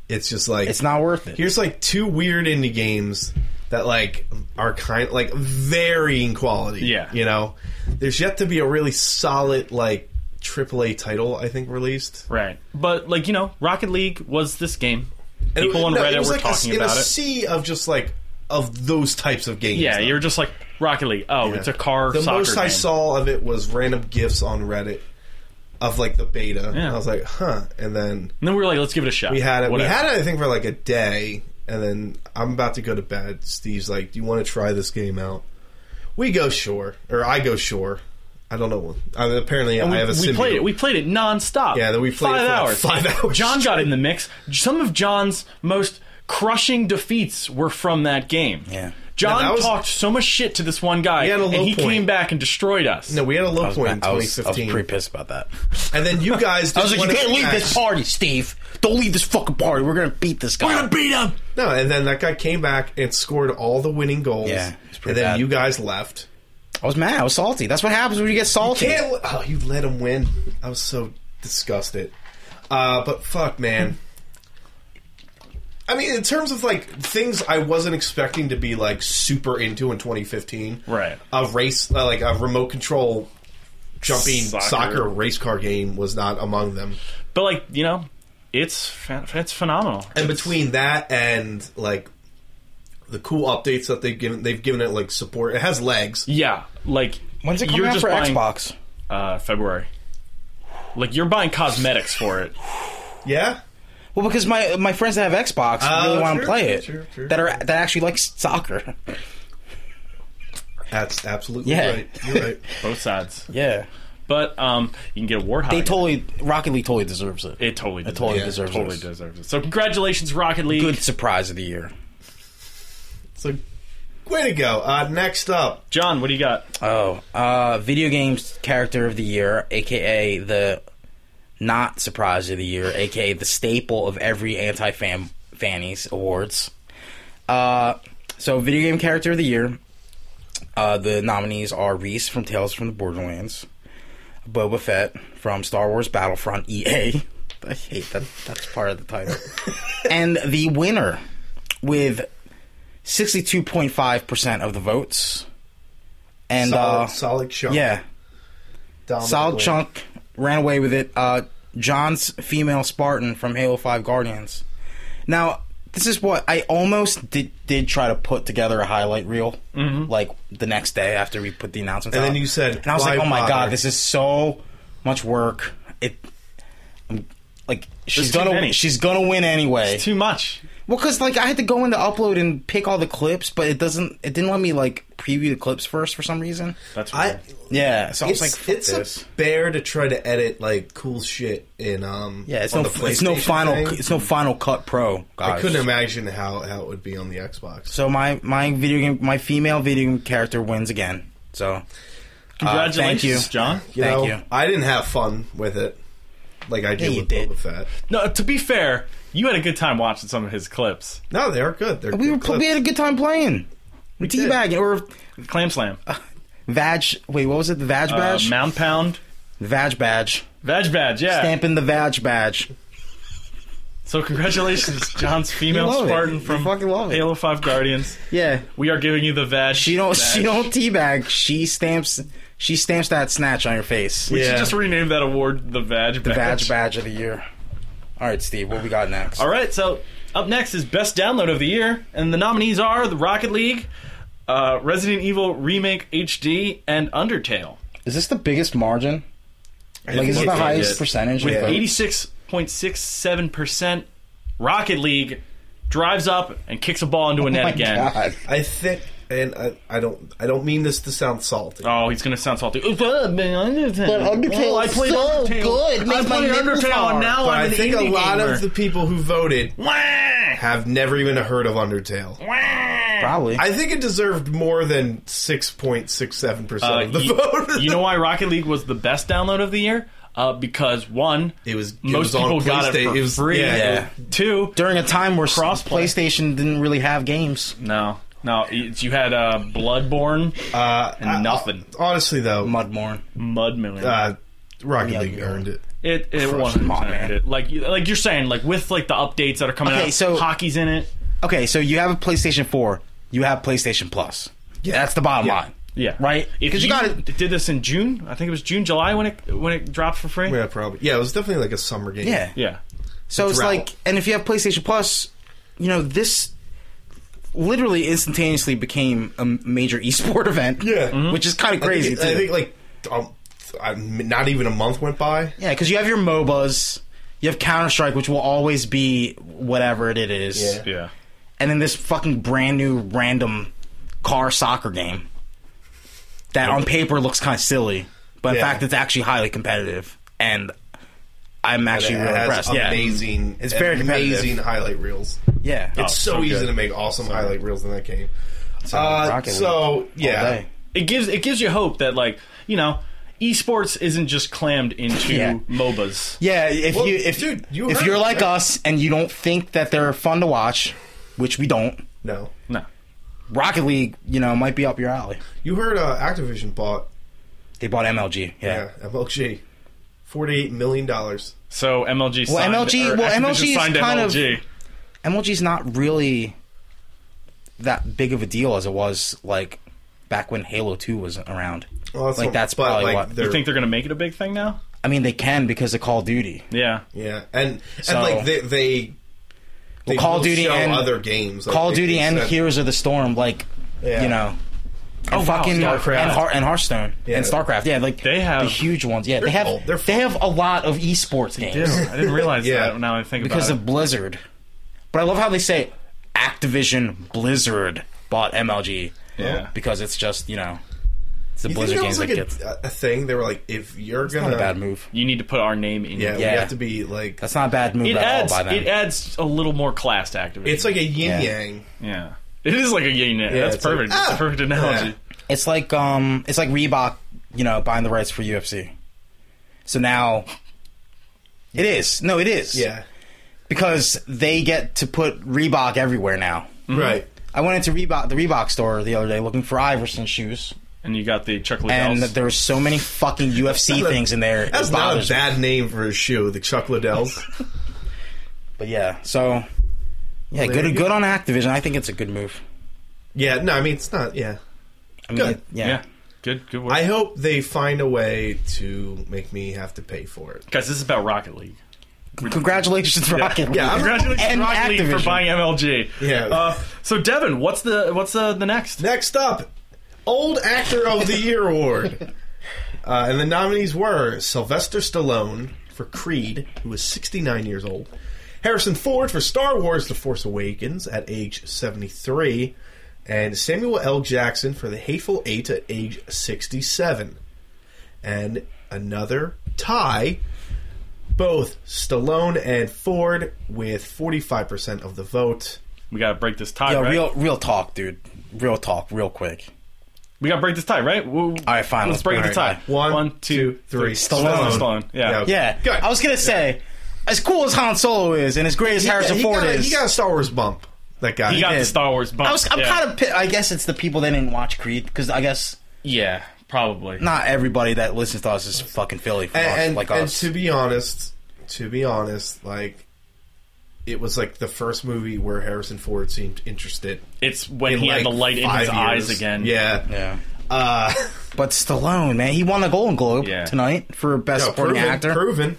Speaker 2: It's just like
Speaker 1: It's not worth it.
Speaker 2: here's like two weird indie games that like are kind like varying quality.
Speaker 3: Yeah.
Speaker 2: you know, there's yet to be a really solid like AAA title I think released.
Speaker 3: Right. But like, you know, Rocket League was this game.
Speaker 2: And it
Speaker 3: People
Speaker 2: was-
Speaker 3: on
Speaker 2: no, it
Speaker 3: Reddit
Speaker 2: was
Speaker 3: were
Speaker 2: like a-
Speaker 3: talking
Speaker 2: in
Speaker 3: about
Speaker 2: a
Speaker 3: it.
Speaker 2: sea of just like of those types of games.
Speaker 3: Yeah,
Speaker 2: though.
Speaker 3: you're just like Rocket League. Oh,
Speaker 2: Yeah.
Speaker 3: it's a car
Speaker 2: The
Speaker 3: soccer
Speaker 2: most I
Speaker 3: game.
Speaker 2: saw of it was random gifs on Reddit of like the beta.
Speaker 3: Yeah.
Speaker 2: And I was like, huh. And then
Speaker 3: And then we were like, let's give it a shot.
Speaker 2: we had it.
Speaker 3: Whatever.
Speaker 2: We had it. I think for like a day. And then I'm about to go to bed. Steve's like, "Do you want to try this game out?" We go sure, or I go sure. I don't know. I, apparently,
Speaker 3: And
Speaker 2: I
Speaker 3: we,
Speaker 2: have a
Speaker 3: we
Speaker 2: symbiote.
Speaker 3: played it. We played it nonstop.
Speaker 2: Yeah, then we played
Speaker 3: five
Speaker 2: it for like
Speaker 3: hours.
Speaker 2: five hours
Speaker 3: John got in the mix. Some of John's most crushing defeats were from that game.
Speaker 1: Yeah.
Speaker 3: John
Speaker 2: that was-
Speaker 3: talked so much shit to this one guy,
Speaker 2: He had a
Speaker 3: and
Speaker 2: low
Speaker 3: he
Speaker 2: point.
Speaker 3: came back and destroyed us.
Speaker 2: No, we had a low
Speaker 5: I was,
Speaker 2: point
Speaker 5: mad-
Speaker 2: in
Speaker 5: I was, I was
Speaker 2: 2015,
Speaker 5: pretty pissed about that.
Speaker 2: and then you guys.
Speaker 1: I was
Speaker 2: didn't
Speaker 1: like, you
Speaker 2: wanna
Speaker 1: can't leave this
Speaker 2: interact.
Speaker 1: party, Steve. Don't leave this fucking party. We're gonna beat this guy.
Speaker 5: beat him.
Speaker 2: No, and then that guy came back and scored all the winning goals.
Speaker 5: was
Speaker 1: Yeah, it
Speaker 2: and
Speaker 5: pretty
Speaker 2: then
Speaker 5: bad.
Speaker 2: you guys left.
Speaker 1: I was mad. I was salty. That's what happens when you get salty.
Speaker 2: Can't, oh, you let him win. I was so disgusted. Uh, but fuck, man. I mean, in terms of like things I wasn't expecting to be like super into in 2015,
Speaker 3: Right.
Speaker 2: A race uh, like a remote control jumping
Speaker 3: Soccer.
Speaker 2: soccer. race car game was not among them.
Speaker 3: But like you know, it's fa- it's phenomenal.
Speaker 2: And between that and like the cool updates that they've given, they've given it like support. It has legs.
Speaker 3: Yeah, like
Speaker 1: When's it coming
Speaker 3: you're
Speaker 1: out
Speaker 3: just
Speaker 1: for
Speaker 3: buying,
Speaker 1: Xbox?
Speaker 3: Uh, February. Like you're buying cosmetics for it.
Speaker 2: Yeah,
Speaker 1: Well, because my my friends that have Xbox really
Speaker 2: Oh,
Speaker 1: want to
Speaker 2: true,
Speaker 1: play
Speaker 2: true,
Speaker 1: it.
Speaker 2: true, true.
Speaker 1: That are that actually like soccer.
Speaker 2: that's absolutely
Speaker 1: Yeah.
Speaker 2: right. You're right.
Speaker 3: Both sides.
Speaker 1: Yeah,
Speaker 3: But um, you can get a Warthog.
Speaker 1: they totally Rocket League totally deserves it.
Speaker 3: It totally
Speaker 1: It
Speaker 3: deserves
Speaker 1: totally
Speaker 2: Yeah,
Speaker 1: deserves
Speaker 3: totally
Speaker 1: it.
Speaker 3: deserves it. So congratulations, Rocket League.
Speaker 1: Good surprise of the year.
Speaker 2: So, way to go. Uh, next up,
Speaker 3: John, what do you got?
Speaker 1: Oh, uh, video games character of the year, aka the not surprise of the year, aka the staple of every anti fan fannies awards. Uh, so, video game character of the year. Uh, the nominees are Reese from Tales from the Borderlands, Boba Fett from Star Wars Battlefront EA. I hate that. That's part of the title. and the winner with 62.5% of the votes. And
Speaker 2: solid,
Speaker 1: uh,
Speaker 2: solid chunk.
Speaker 1: yeah,
Speaker 2: Dominant
Speaker 1: solid
Speaker 2: win.
Speaker 1: chunk. Ran away with it. Uh, John's female Spartan from Halo Five Guardians. Now, this is what I almost did. Did try to put together a highlight reel, like the next day after we put the announcement.
Speaker 2: Mm-hmm. And then you said,
Speaker 1: and I was like,
Speaker 2: "Why
Speaker 1: oh my
Speaker 2: bother?"
Speaker 1: god, this is so much work. It, I'm- like she's
Speaker 3: too
Speaker 1: gonna
Speaker 3: many.
Speaker 1: she's gonna win anyway.
Speaker 3: Too much.
Speaker 1: Well, because like I had to go into upload and pick all the clips, but it doesn't. It didn't let me like preview the clips first for some reason.
Speaker 3: That's
Speaker 2: I,
Speaker 3: right.
Speaker 1: Yeah, so I was
Speaker 2: it's
Speaker 1: like,
Speaker 2: like,
Speaker 1: fuck
Speaker 2: it's
Speaker 1: this.
Speaker 2: a bear to try to edit like cool shit in. Um,
Speaker 1: Yeah, it's
Speaker 2: on
Speaker 1: no,
Speaker 2: the
Speaker 1: it's no
Speaker 2: PlayStation
Speaker 1: final,
Speaker 2: thing.
Speaker 1: it's no Final Cut Pro.
Speaker 2: I
Speaker 1: guys.
Speaker 2: couldn't imagine how, how it would be on the Xbox.
Speaker 1: So my my video game, my female video game character wins again. So
Speaker 3: Congratulations,
Speaker 1: thank you.
Speaker 3: John.
Speaker 2: you
Speaker 1: thank
Speaker 2: know,
Speaker 1: you.
Speaker 2: I didn't have fun with it, like I did
Speaker 1: you
Speaker 2: with
Speaker 1: did.
Speaker 2: Boba Fett.
Speaker 3: No, to be fair, you had a good time watching some of his clips.
Speaker 2: No, they are good. They're
Speaker 1: we
Speaker 2: good
Speaker 1: were
Speaker 2: clips.
Speaker 1: we had a good time playing. We
Speaker 2: did.
Speaker 1: teabagging or
Speaker 3: Clam slam,
Speaker 1: vag. Wait, what was it? The vag
Speaker 3: uh,
Speaker 1: badge.
Speaker 3: mound pound,
Speaker 1: vag badge.
Speaker 3: veg badge. Yeah.
Speaker 1: Stamping the vag badge.
Speaker 3: So congratulations, John's female
Speaker 1: You love it.
Speaker 3: Spartan
Speaker 1: You
Speaker 3: from
Speaker 1: fucking love it.
Speaker 3: Halo Five Guardians.
Speaker 1: Yeah,
Speaker 3: We are giving you the veg.
Speaker 1: she don't she
Speaker 3: badge.
Speaker 1: don't teabag. She stamps she stamps that snatch on your face.
Speaker 3: We should
Speaker 2: Yeah.
Speaker 3: just rename that award the veg
Speaker 1: The vag badge of the year. All right, Steve, what we got next?
Speaker 3: All right, so up next is best download of the year, and the nominees are The Rocket League, uh, Resident Evil Remake HD, and Undertale
Speaker 1: Is this the biggest margin? Like, is this
Speaker 2: think
Speaker 1: the
Speaker 2: it
Speaker 1: highest
Speaker 3: is.
Speaker 1: percentage?
Speaker 3: with
Speaker 1: of votes?
Speaker 3: eighty six point six seven percent. Rocket League drives up and kicks a ball into a
Speaker 1: Oh
Speaker 3: net
Speaker 1: my
Speaker 3: again.
Speaker 1: God.
Speaker 2: I think, and I, I don't I don't mean this to sound salty.
Speaker 3: Oh, he's gonna sound salty. But Undertale,
Speaker 1: Undertale's
Speaker 3: oh, I played
Speaker 1: so
Speaker 3: Undertale.
Speaker 1: good.
Speaker 3: I
Speaker 1: Makes my
Speaker 3: played
Speaker 1: nipples
Speaker 3: Undertale, and
Speaker 1: hard.
Speaker 3: now
Speaker 2: but
Speaker 3: I'm
Speaker 2: I
Speaker 3: an
Speaker 2: think a
Speaker 3: indie
Speaker 2: lot
Speaker 3: gamer.
Speaker 2: of the people who voted
Speaker 3: Wah!
Speaker 2: have never even heard of Undertale.
Speaker 3: Wah!
Speaker 1: Probably.
Speaker 2: I think it deserved more than 6.67%
Speaker 3: Uh,
Speaker 2: of the
Speaker 3: you,
Speaker 2: vote.
Speaker 3: you know why Rocket League was the best download of the year? Uh, because one,
Speaker 2: It was- it
Speaker 3: most
Speaker 2: was on
Speaker 3: people got it
Speaker 2: PlayStation.
Speaker 3: for
Speaker 2: It was-
Speaker 3: free.
Speaker 2: yeah.
Speaker 1: Yeah.
Speaker 3: Two,
Speaker 1: during a time where
Speaker 3: Crossplay.
Speaker 1: PlayStation didn't really have games.
Speaker 3: no, no, it's- you had uh, Bloodborne,
Speaker 2: uh,
Speaker 3: and
Speaker 2: I-
Speaker 3: nothing.
Speaker 2: honestly, though,
Speaker 1: Mudborn.
Speaker 3: Mud Moon.
Speaker 2: uh, Rocket
Speaker 1: Yeah,
Speaker 2: League
Speaker 1: yeah.
Speaker 2: earned it.
Speaker 3: it it one
Speaker 1: come on,
Speaker 3: hundred
Speaker 1: man.
Speaker 3: percent. Like you- like you're saying, like with like the updates that are coming
Speaker 1: Okay,
Speaker 3: out,
Speaker 1: so-
Speaker 3: hockey's in it.
Speaker 1: Okay, so you have a PlayStation 4, you have PlayStation Plus. Yeah, that's the bottom line.
Speaker 3: Yeah,
Speaker 1: Right?
Speaker 3: If
Speaker 1: 'Cause you
Speaker 3: you
Speaker 1: gotta-
Speaker 3: did this in June, I think it was June, July when it when it dropped for free.
Speaker 2: Yeah, probably. Yeah, it was definitely like a summer game.
Speaker 1: Yeah.
Speaker 3: Yeah.
Speaker 1: so it's
Speaker 2: drought.
Speaker 1: like, and if you have PlayStation Plus, you know, this literally instantaneously became a major esport event. Mm-hmm.
Speaker 2: Yeah. Mhm.
Speaker 1: Which is kind of
Speaker 2: I
Speaker 1: crazy,
Speaker 2: think,
Speaker 1: too.
Speaker 2: I think like um, I- not even a month went by.
Speaker 1: Yeah, because you have your MOBAs, you have Counter Strike, which will always be whatever it is,
Speaker 2: Yeah.
Speaker 3: Yeah.
Speaker 1: and then this fucking brand new random car soccer game that on paper looks kind of silly, but in
Speaker 2: Yeah.
Speaker 1: fact it's actually highly competitive, and I'm
Speaker 2: And
Speaker 1: actually
Speaker 2: it
Speaker 1: really
Speaker 2: has
Speaker 1: impressed. Yeah,
Speaker 2: amazing. Oh.
Speaker 1: It's very competitive.
Speaker 2: amazing highlight reels.
Speaker 1: yeah.
Speaker 2: It's
Speaker 3: Oh, so
Speaker 2: so easy
Speaker 3: good.
Speaker 2: to make awesome highlight reels in that game.
Speaker 1: So,
Speaker 2: Uh,
Speaker 1: Rocket League
Speaker 2: so
Speaker 1: all
Speaker 2: yeah,
Speaker 1: day.
Speaker 3: It gives it gives you hope that like you know, esports isn't just clammed into
Speaker 1: Yeah.
Speaker 3: MOBAs.
Speaker 1: Yeah, if
Speaker 2: Well,
Speaker 1: you if
Speaker 2: dude, you
Speaker 1: if
Speaker 2: heard
Speaker 1: you're
Speaker 2: me,
Speaker 1: like
Speaker 2: right?
Speaker 1: us and you don't think that they're fun to watch, which we don't,
Speaker 2: no.
Speaker 3: No,
Speaker 1: Rocket League, you know, might be up your alley.
Speaker 2: You heard uh, Activision bought
Speaker 1: They bought MLG. Yeah.
Speaker 2: yeah MLG, forty eight million dollars.
Speaker 3: so MLG.
Speaker 1: Well,
Speaker 3: signed,
Speaker 1: MLG
Speaker 3: or
Speaker 1: well,
Speaker 3: Activision
Speaker 1: MLG is
Speaker 3: signed
Speaker 1: kind of-
Speaker 3: MLG.
Speaker 1: MLG's not really that big of a deal as it was like back when Halo 2 was around.
Speaker 2: Well,
Speaker 1: Like,
Speaker 2: what-
Speaker 1: that's
Speaker 2: but,
Speaker 1: probably
Speaker 2: like,
Speaker 1: what- You
Speaker 2: they're-
Speaker 3: You think they're gonna make it a big thing now?
Speaker 1: I mean, they can because of Call of Duty.
Speaker 3: Yeah.
Speaker 2: yeah, and and
Speaker 1: So-
Speaker 2: like they they, they
Speaker 1: Call of
Speaker 2: will
Speaker 1: Duty
Speaker 2: show
Speaker 1: and-
Speaker 2: other games. Like,
Speaker 1: Call of
Speaker 2: they-
Speaker 1: Duty
Speaker 2: they
Speaker 1: and
Speaker 2: said-
Speaker 1: Heroes of the Storm, like
Speaker 2: Yeah.
Speaker 1: you know, and
Speaker 3: Oh, wow,
Speaker 1: fucking
Speaker 3: StarCraft.
Speaker 1: and, Heart, and Hearthstone
Speaker 2: Yeah.
Speaker 1: and StarCraft. Yeah, like
Speaker 3: They have-
Speaker 1: the huge ones. Yeah, they have
Speaker 2: old. They're
Speaker 1: they have a lot of esports
Speaker 3: Ew,
Speaker 1: games
Speaker 3: I didn't realize
Speaker 2: Yeah.
Speaker 3: that. Now I think
Speaker 1: because
Speaker 3: about
Speaker 1: of Blizzard. But I love how they say Activision Blizzard bought MLG
Speaker 3: it. Yeah.
Speaker 1: because it's just you know it's the
Speaker 2: You think
Speaker 1: Blizzard
Speaker 2: that
Speaker 1: games
Speaker 2: was
Speaker 1: that
Speaker 2: like
Speaker 1: gets
Speaker 2: a, a thing? They were like, if you're
Speaker 1: not
Speaker 2: gonna
Speaker 1: a bad move.
Speaker 3: You need to put our name in.
Speaker 2: yeah, we
Speaker 1: Yeah.
Speaker 2: have to be like
Speaker 1: That's not a bad move
Speaker 3: It
Speaker 1: at
Speaker 3: adds
Speaker 1: all by them.
Speaker 3: it adds a little more class to Activision.
Speaker 2: it's like a yin
Speaker 1: Yeah.
Speaker 2: yang.
Speaker 3: yeah. It is like a yin yang.
Speaker 2: Yeah,
Speaker 3: That's
Speaker 2: it's like,
Speaker 3: perfect. That's
Speaker 2: ah,
Speaker 3: a perfect analogy.
Speaker 1: It's like um, it's like Reebok, you know, buying the rights for UFC. So now, it is no, it is
Speaker 2: Yeah,
Speaker 1: because they get to put Reebok everywhere now.
Speaker 2: right.
Speaker 1: I went into Reebok, the Reebok store the other day looking for Iverson shoes,
Speaker 3: And you got the Chuck
Speaker 1: and
Speaker 3: Liddells.
Speaker 1: there were so many fucking UFC
Speaker 2: not a-
Speaker 1: things in there.
Speaker 2: That's
Speaker 1: it
Speaker 2: not a
Speaker 1: bothers me.
Speaker 2: bad name for a shoe. The Chuck Liddells.
Speaker 1: But yeah, so yeah,
Speaker 2: There
Speaker 1: good,
Speaker 2: you
Speaker 1: good
Speaker 2: go.
Speaker 1: on Activision. I think it's a good move.
Speaker 2: yeah, no, I mean it's not. Yeah,
Speaker 1: I mean,
Speaker 2: Good.
Speaker 1: it- yeah.
Speaker 3: yeah. Good good work.
Speaker 2: I hope they find a way to make me have to pay for it.
Speaker 3: Guys, this is about Rocket League.
Speaker 1: C- Congratulations, Rocket League.
Speaker 2: Yeah, I'm-
Speaker 3: Congratulations
Speaker 1: And
Speaker 3: to Rocket League
Speaker 1: Activision.
Speaker 3: for buying MLG.
Speaker 2: Yeah.
Speaker 3: Uh, so Devin, what's the what's the, the next?
Speaker 2: Next up, Old Actor of the Year award, uh, and the nominees were Sylvester Stallone for Creed, who was 69 years old, Harrison Ford for Star Wars: The Force Awakens at age 73, and Samuel L. Jackson for The Hateful Eight at age 67, and another tie. Both Stallone and Ford with 45% of the vote.
Speaker 3: We gotta break this tie,
Speaker 1: Yo,
Speaker 3: right?
Speaker 1: real, real talk, dude. Real talk, real quick.
Speaker 3: We gotta break this tie, right? All
Speaker 1: right, fine, let's
Speaker 3: Let's, break
Speaker 1: break
Speaker 3: the
Speaker 1: it.
Speaker 3: tie.
Speaker 2: One,
Speaker 3: One, two,
Speaker 2: two,
Speaker 3: three.
Speaker 2: three.
Speaker 3: Stallone.
Speaker 2: Stallone.
Speaker 3: Stallone. Yeah.
Speaker 2: Yeah.
Speaker 1: Yeah.
Speaker 2: Good.
Speaker 1: I was gonna say, as cool as Han Solo is and as great as Harrison
Speaker 2: he
Speaker 1: Ford
Speaker 2: got a,
Speaker 1: is,
Speaker 2: He got a Star Wars bump. That guy.
Speaker 3: He got the
Speaker 1: did.
Speaker 3: Star Wars bump.
Speaker 1: I was, I'm
Speaker 3: yeah.
Speaker 1: kind of. pi- I guess it's the people that didn't watch Creed because I guess
Speaker 3: Yeah, probably.
Speaker 1: not everybody that listens to us is fucking Philly from us,
Speaker 2: and, and,
Speaker 1: like
Speaker 2: and
Speaker 1: us.
Speaker 2: to be honest, to be honest, like it was like the first movie where Harrison Ford seemed interested.
Speaker 3: It's when
Speaker 2: in,
Speaker 3: he
Speaker 2: like,
Speaker 3: had the light in
Speaker 2: five
Speaker 3: his eyes
Speaker 2: years.
Speaker 3: again.
Speaker 2: Yeah.
Speaker 1: yeah,
Speaker 2: Uh,
Speaker 1: but Stallone, man, he won the Golden Globe
Speaker 3: Yeah.
Speaker 1: tonight for best
Speaker 2: no,
Speaker 1: supporting
Speaker 2: proven,
Speaker 1: actor.
Speaker 2: proven.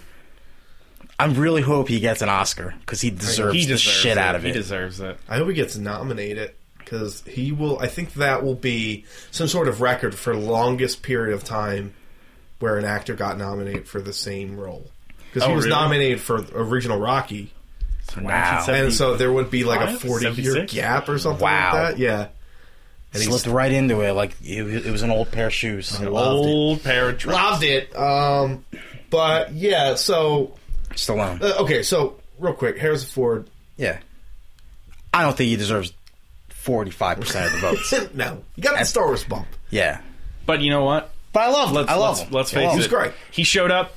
Speaker 1: I really hope he gets an Oscar because he deserves
Speaker 3: He
Speaker 1: the
Speaker 3: deserves
Speaker 1: shit
Speaker 3: it.
Speaker 1: out of
Speaker 3: He
Speaker 1: it.
Speaker 3: deserves it.
Speaker 2: I hope he gets nominated because he will. I think that will be some sort of record for longest period of time where an actor got nominated for the same role. Because he
Speaker 3: Oh,
Speaker 2: was
Speaker 3: really?
Speaker 2: nominated for original Rocky,
Speaker 3: So
Speaker 1: Wow.
Speaker 2: and so there would be like a
Speaker 3: Five?
Speaker 2: forty-year
Speaker 3: 76?
Speaker 2: gap or something
Speaker 1: Wow.
Speaker 2: like that. Yeah, and he's
Speaker 1: Slipped right into it like it, was- it was an old pair of shoes. I loved it.
Speaker 3: old pair of trunks.
Speaker 2: loved it. Um, but yeah, so
Speaker 1: Stallone.
Speaker 2: uh, okay, so real quick, Harrison Ford.
Speaker 1: Yeah, I don't think he deserves forty five percent of the votes.
Speaker 2: no, he got the Star Wars bump.
Speaker 1: yeah,
Speaker 3: But you know what?
Speaker 1: but I love.
Speaker 3: Let's
Speaker 1: I love
Speaker 3: let's,
Speaker 1: him. I
Speaker 3: let's face
Speaker 1: love
Speaker 3: it.
Speaker 1: him.
Speaker 2: He's great.
Speaker 3: He showed up.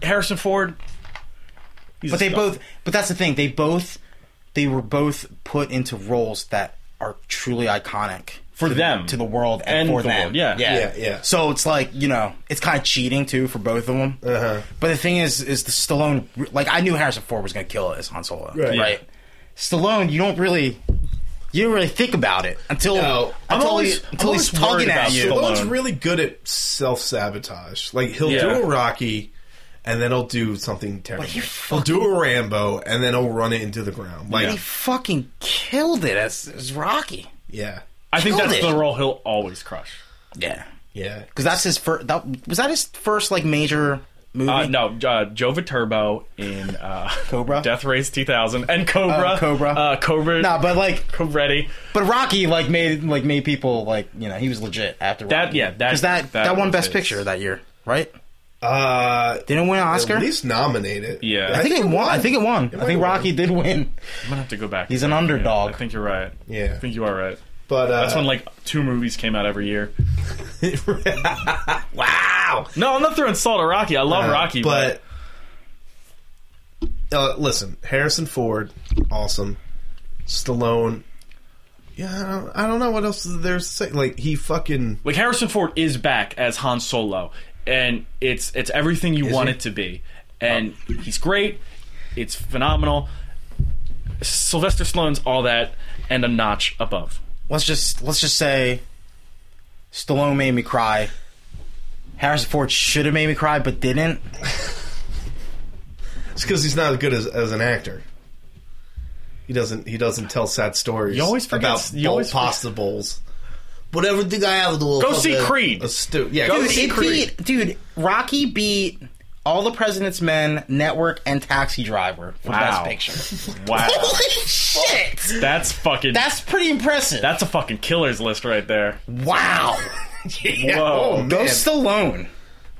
Speaker 3: Harrison Ford. he's
Speaker 1: but
Speaker 3: a
Speaker 1: they
Speaker 3: star.
Speaker 1: both but that's the thing they both they were both put into roles that are truly iconic
Speaker 3: For
Speaker 1: to,
Speaker 3: them.
Speaker 1: to the world and,
Speaker 3: And
Speaker 1: for
Speaker 3: the
Speaker 1: them
Speaker 3: world, yeah.
Speaker 1: yeah
Speaker 2: Yeah, yeah.
Speaker 1: so it's like you know it's kind of cheating too for both of them
Speaker 2: Uh-huh.
Speaker 1: but the thing is is the Stallone like I knew Harrison Ford was gonna kill it as Han Solo
Speaker 2: Right.
Speaker 1: right, Stallone you don't really you don't really think about it until
Speaker 2: No. I'm
Speaker 1: until,
Speaker 2: always-
Speaker 1: he's,
Speaker 2: I'm
Speaker 1: until he's
Speaker 3: always worried
Speaker 1: tugging at
Speaker 3: about
Speaker 1: you
Speaker 3: Stallone.
Speaker 2: Stallone's
Speaker 3: alone.
Speaker 2: really good at self sabotage. Like he'll do
Speaker 3: Yeah.
Speaker 2: a Rocky, and then he'll do something terrible.
Speaker 1: he
Speaker 2: He'll do a Rambo, and then he'll run it into the ground. Like
Speaker 1: he fucking killed it as, as Rocky
Speaker 2: yeah,
Speaker 3: I think
Speaker 1: killed
Speaker 3: that's
Speaker 1: it.
Speaker 3: the role he'll always crush.
Speaker 1: yeah
Speaker 2: yeah.
Speaker 1: because that's his first that was that his first like major movie
Speaker 3: Uh, no, uh, Joe Viterbo in uh,
Speaker 1: Cobra?
Speaker 3: Death Race 2000, and Cobra,
Speaker 1: Oh, Cobra.
Speaker 3: uh, Cobra,
Speaker 1: Nah, but like,
Speaker 3: Cobretti.
Speaker 1: but Rocky like made like made people like you know he was legit after
Speaker 3: That-
Speaker 1: Rocky.
Speaker 3: yeah, that-
Speaker 1: because that,
Speaker 3: that
Speaker 1: that won
Speaker 3: was
Speaker 1: Best
Speaker 3: his.
Speaker 1: Picture that year, right?
Speaker 2: Uh,
Speaker 1: Didn't it win an Oscar.
Speaker 2: At least nominate it.
Speaker 3: Yeah.
Speaker 1: I think it won. I think it won. I
Speaker 2: might have
Speaker 1: think
Speaker 2: won.
Speaker 1: Rocky did win.
Speaker 3: I'm gonna have to go back.
Speaker 1: He's an
Speaker 3: Yeah,
Speaker 1: underdog.
Speaker 3: I think you're right.
Speaker 2: Yeah.
Speaker 3: I think you are right.
Speaker 2: But uh,
Speaker 3: That's when like two movies came out every year.
Speaker 2: wow.
Speaker 3: No, I'm not throwing salt at Rocky. I love
Speaker 2: Uh,
Speaker 3: Rocky, but,
Speaker 2: but uh, listen, Harrison Ford, awesome. Stallone, yeah, I don't, I don't know what else there's to say. Like he fucking
Speaker 3: like Harrison Ford is back as Han Solo, and it's it's everything you want
Speaker 2: he?
Speaker 3: it to be, and he's great. It's phenomenal. Sylvester Stallone's all that, and a notch above.
Speaker 1: Let's just let's just say, Stallone made me cry. Harrison Ford should have made me cry, but didn't.
Speaker 2: it's because he's not as good as, as an actor. He doesn't he doesn't tell sad stories.
Speaker 3: You always forget-
Speaker 2: about
Speaker 3: you
Speaker 2: bowl-
Speaker 3: always forget-
Speaker 2: pasta bowls. But everything I have to
Speaker 3: Go see Creed.
Speaker 2: A stew. Yeah, go
Speaker 3: Go see
Speaker 2: see
Speaker 1: It
Speaker 2: Creed.
Speaker 1: beat, dude. Rocky beat all the President's Men, Network, and Taxi Driver for
Speaker 3: Wow.
Speaker 1: Best Picture.
Speaker 3: Wow,
Speaker 1: Holy shit!
Speaker 3: that's fucking
Speaker 1: That's pretty impressive.
Speaker 3: that's a fucking killer's list right there.
Speaker 1: wow.
Speaker 2: Yeah,
Speaker 3: Whoa.
Speaker 2: oh, man.
Speaker 1: Go Stallone.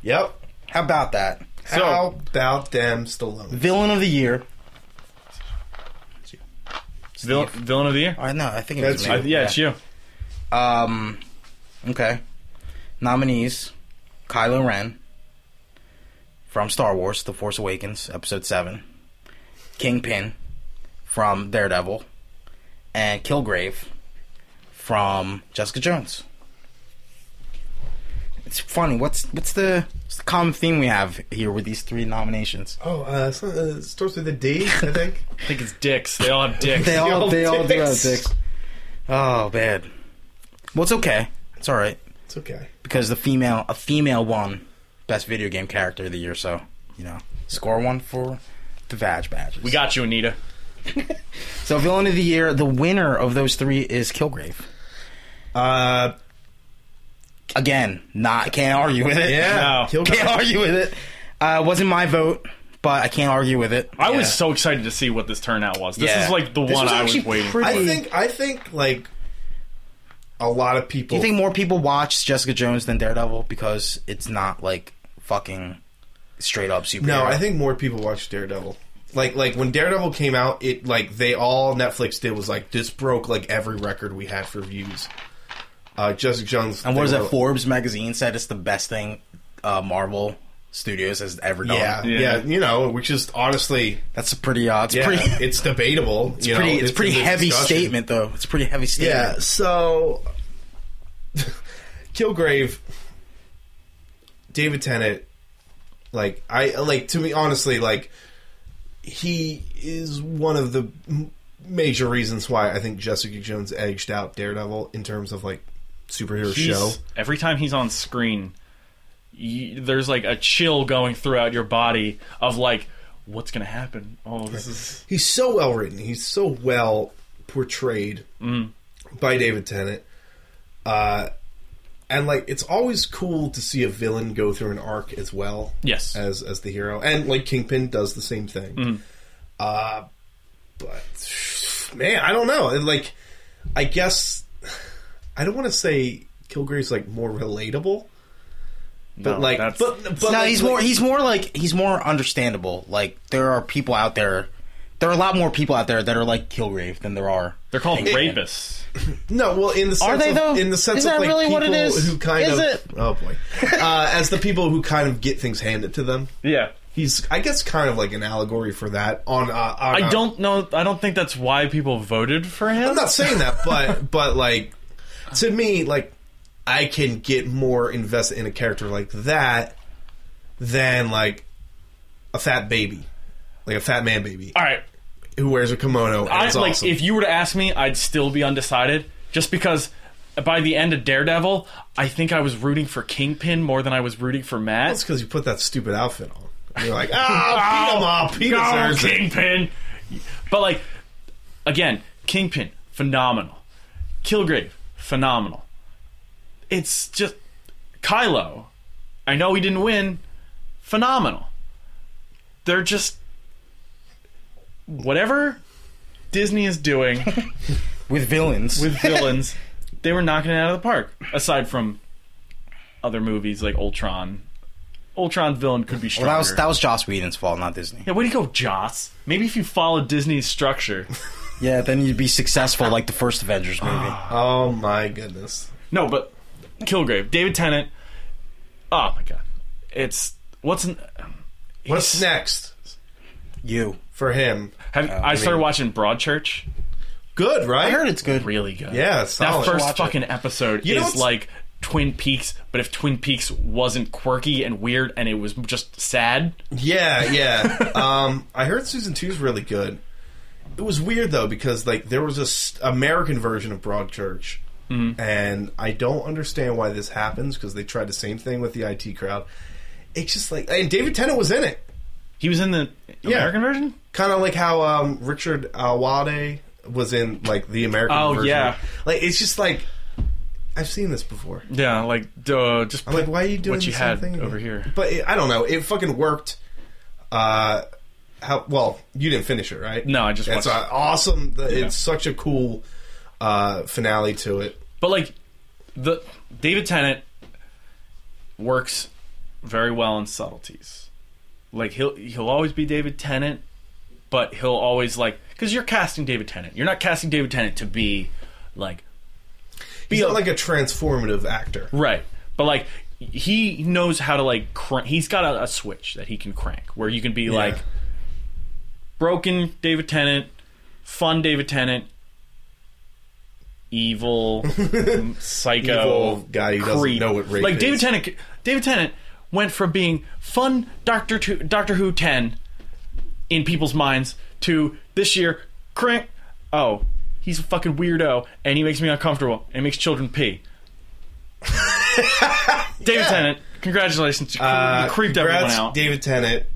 Speaker 2: Yep.
Speaker 1: How about that?
Speaker 3: So-
Speaker 2: How about damn Stallone?
Speaker 1: Villain of the year.
Speaker 3: Villain, villain of the year.
Speaker 1: I know. I think it was
Speaker 2: That's
Speaker 1: me.
Speaker 3: I- yeah, it's you.
Speaker 1: Um, okay. Nominees: Kylo Ren from Star Wars: The Force Awakens, Episode Seven. Kingpin from Daredevil, and Kilgrave from Jessica Jones. It's funny. What's what's the, what's the common theme we have here with these three nominations?
Speaker 2: Oh, uh, it's not- uh, it starts with a D, I think.
Speaker 3: I think it's dicks. They all have dicks.
Speaker 1: They all
Speaker 2: all
Speaker 1: they all do have
Speaker 2: dicks.
Speaker 1: dicks. Oh, bad. Well, it's okay. It's all right.
Speaker 2: it's okay.
Speaker 1: because the female a female won best video game character of the year. So you know, score one for the Vag badges.
Speaker 3: we got you, Anita.
Speaker 1: so villain of the year. The winner of those three is Kilgrave.
Speaker 2: Uh,
Speaker 1: Again, not can't argue with it.
Speaker 2: yeah, Oh.
Speaker 3: No.
Speaker 2: He'll
Speaker 1: can't argue with it. Uh, wasn't my vote, but I can't argue with it.
Speaker 3: I
Speaker 2: Yeah.
Speaker 3: was so excited to see what this turnout was. This
Speaker 1: Yeah.
Speaker 3: is like the
Speaker 1: This
Speaker 3: one
Speaker 1: was
Speaker 3: I was
Speaker 1: actually
Speaker 3: waiting.
Speaker 1: pretty-
Speaker 3: for.
Speaker 2: I think I think like a lot of
Speaker 1: Do
Speaker 2: people.
Speaker 1: you think more people watch Jessica Jones than Daredevil because it's not like fucking straight up superhero?
Speaker 2: no, I think more people watch Daredevil. Like like when Daredevil came out, it like they all Netflix did was like this broke like every record we had for views. Uh, Jessica Jones
Speaker 1: And what is
Speaker 2: they
Speaker 1: that?
Speaker 2: were-
Speaker 1: Forbes magazine said it's the best thing uh, Marvel Studios has ever done.
Speaker 2: Yeah, yeah,
Speaker 3: Yeah.
Speaker 2: you know, which is honestly,
Speaker 1: that's a pretty. Uh, it's
Speaker 2: yeah,
Speaker 1: pretty.
Speaker 2: it's debatable. It's
Speaker 1: pretty, it's, pretty heavy statement, though. It's a pretty heavy
Speaker 2: Yeah,
Speaker 1: statement.
Speaker 2: so Kilgrave, David Tennant, like I like to me honestly, like he is one of the m- major reasons why I think Jessica Jones edged out Daredevil in terms of like superhero
Speaker 3: He's-
Speaker 2: show.
Speaker 3: Every time he's on screen, you, there's like a chill going throughout your body of like, what's gonna happen? Oh, this is
Speaker 2: He's so well written. He's so well portrayed by David Tennant. Uh, and like it's always cool to see a villain go through an arc as well.
Speaker 3: Yes.
Speaker 2: As as the hero. And like Kingpin does the same thing.
Speaker 1: Mm-hmm.
Speaker 2: Uh but man, I don't know. And, like I guess I don't want to say Kilgrave's like more relatable. But
Speaker 3: No,
Speaker 2: like
Speaker 3: that's-
Speaker 2: but, but
Speaker 1: no,
Speaker 2: like-
Speaker 1: he's
Speaker 2: like-
Speaker 1: more. He's more like he's more understandable. Like there are people out there. There are a lot more people out there that are like Kilgrave than there are.
Speaker 3: they're called rapists.
Speaker 2: No, well, in the sense
Speaker 1: Are they,
Speaker 2: of,
Speaker 1: though?
Speaker 2: in the sense
Speaker 1: Is
Speaker 2: of
Speaker 1: that
Speaker 2: like
Speaker 1: really
Speaker 2: people
Speaker 1: what it is?
Speaker 2: who kind
Speaker 1: Is
Speaker 2: of
Speaker 1: it?
Speaker 2: oh boy, uh, as the people who kind of get things handed to them.
Speaker 3: Yeah,
Speaker 2: He's, I guess, kind of like an allegory for that. On, uh, on
Speaker 3: I
Speaker 2: a-
Speaker 3: don't know. I don't think that's why people voted for him.
Speaker 2: I'm not saying that, but but like to me, like I can get more invested in a character like that than like a fat baby, like a fat man baby
Speaker 3: all right,
Speaker 2: who wears a kimono. And
Speaker 3: I
Speaker 2: is
Speaker 3: like
Speaker 2: awesome.
Speaker 3: if you were to ask me, I'd still be undecided just because by the end of Daredevil, I think I was rooting for Kingpin more than I was rooting for
Speaker 2: That's
Speaker 3: Matt.
Speaker 2: because you put that stupid outfit on. And You're like, ah, beat him up, he
Speaker 3: Go,
Speaker 2: deserves it.
Speaker 3: Kingpin. But like again, Kingpin phenomenal. Kilgrave phenomenal. It's just Kylo. I know he didn't win. Phenomenal. They're just whatever Disney is doing
Speaker 1: With villains,
Speaker 3: with villains, they were knocking it out of the park. Aside from other movies like Ultron Ultron's villain could be stronger.
Speaker 1: Well, that was that was Joss Whedon's fault, not Disney.
Speaker 3: yeah, way to go, Joss. Maybe if you follow Disney's structure.
Speaker 1: Yeah, then you'd be successful like the first Avengers movie.
Speaker 2: Oh my goodness.
Speaker 3: No, but Kilgrave, David Tennant. Oh my god, it's what's an,
Speaker 2: What's
Speaker 3: he's-
Speaker 2: next
Speaker 1: you.
Speaker 2: for him?
Speaker 3: Have, I, started watching Broadchurch.
Speaker 2: Good, right?
Speaker 1: I heard it's good.
Speaker 3: Really good.
Speaker 2: Yeah, it's solid.
Speaker 3: that first
Speaker 1: Watch it.
Speaker 3: fucking episode
Speaker 2: You know
Speaker 3: is
Speaker 2: what's-
Speaker 3: like Twin Peaks, but if Twin Peaks wasn't quirky and weird and it was just sad,
Speaker 2: Yeah, yeah. um, I heard season two's really good. It was weird though because like there was a s- American version of Broadchurch,
Speaker 3: Mm-hmm.
Speaker 2: and I don't understand why this happens because they tried the same thing with the IT crowd. It's just like and David Tennant was in it,
Speaker 3: he was in the
Speaker 2: Yeah.
Speaker 3: American version.
Speaker 2: kind of like how um, Richard Awade was in like the American.
Speaker 3: Oh,
Speaker 2: version.
Speaker 3: yeah.
Speaker 2: like it's just like I've seen this before.
Speaker 3: Yeah, like duh, just
Speaker 2: I'm like, why are you doing
Speaker 3: what you
Speaker 2: the same
Speaker 3: had
Speaker 2: thing
Speaker 3: over
Speaker 2: again?
Speaker 3: here?
Speaker 2: But it, I don't know. It fucking worked. Uh, how well you didn't finish it, right?
Speaker 3: No, I just
Speaker 2: That's
Speaker 3: watched-
Speaker 2: uh, awesome. The- It's such a cool uh, finale to it.
Speaker 3: But like the David Tennant works very well in subtleties. Like he'll he'll always be David Tennant, but he'll always like because you're casting David Tennant. You're not casting David Tennant to be like
Speaker 2: He's not like a transformative actor.
Speaker 3: Right. But like he knows how to like crank. He's got a, a switch that he can crank where you can be like broken David Tennant, fun David Tennant, evil m- psycho
Speaker 2: Evil guy who doesn't know what rape
Speaker 3: like David
Speaker 2: is.
Speaker 3: Tennant David Tennant went from being fun Doctor to, Doctor Who 10 in people's minds to this year crank oh he's a fucking weirdo and he makes me uncomfortable and he makes children pee David Tennant, congratulations. You cre-
Speaker 2: Uh,
Speaker 3: you creeped
Speaker 2: congrats,
Speaker 3: everyone out.
Speaker 2: David Tennant.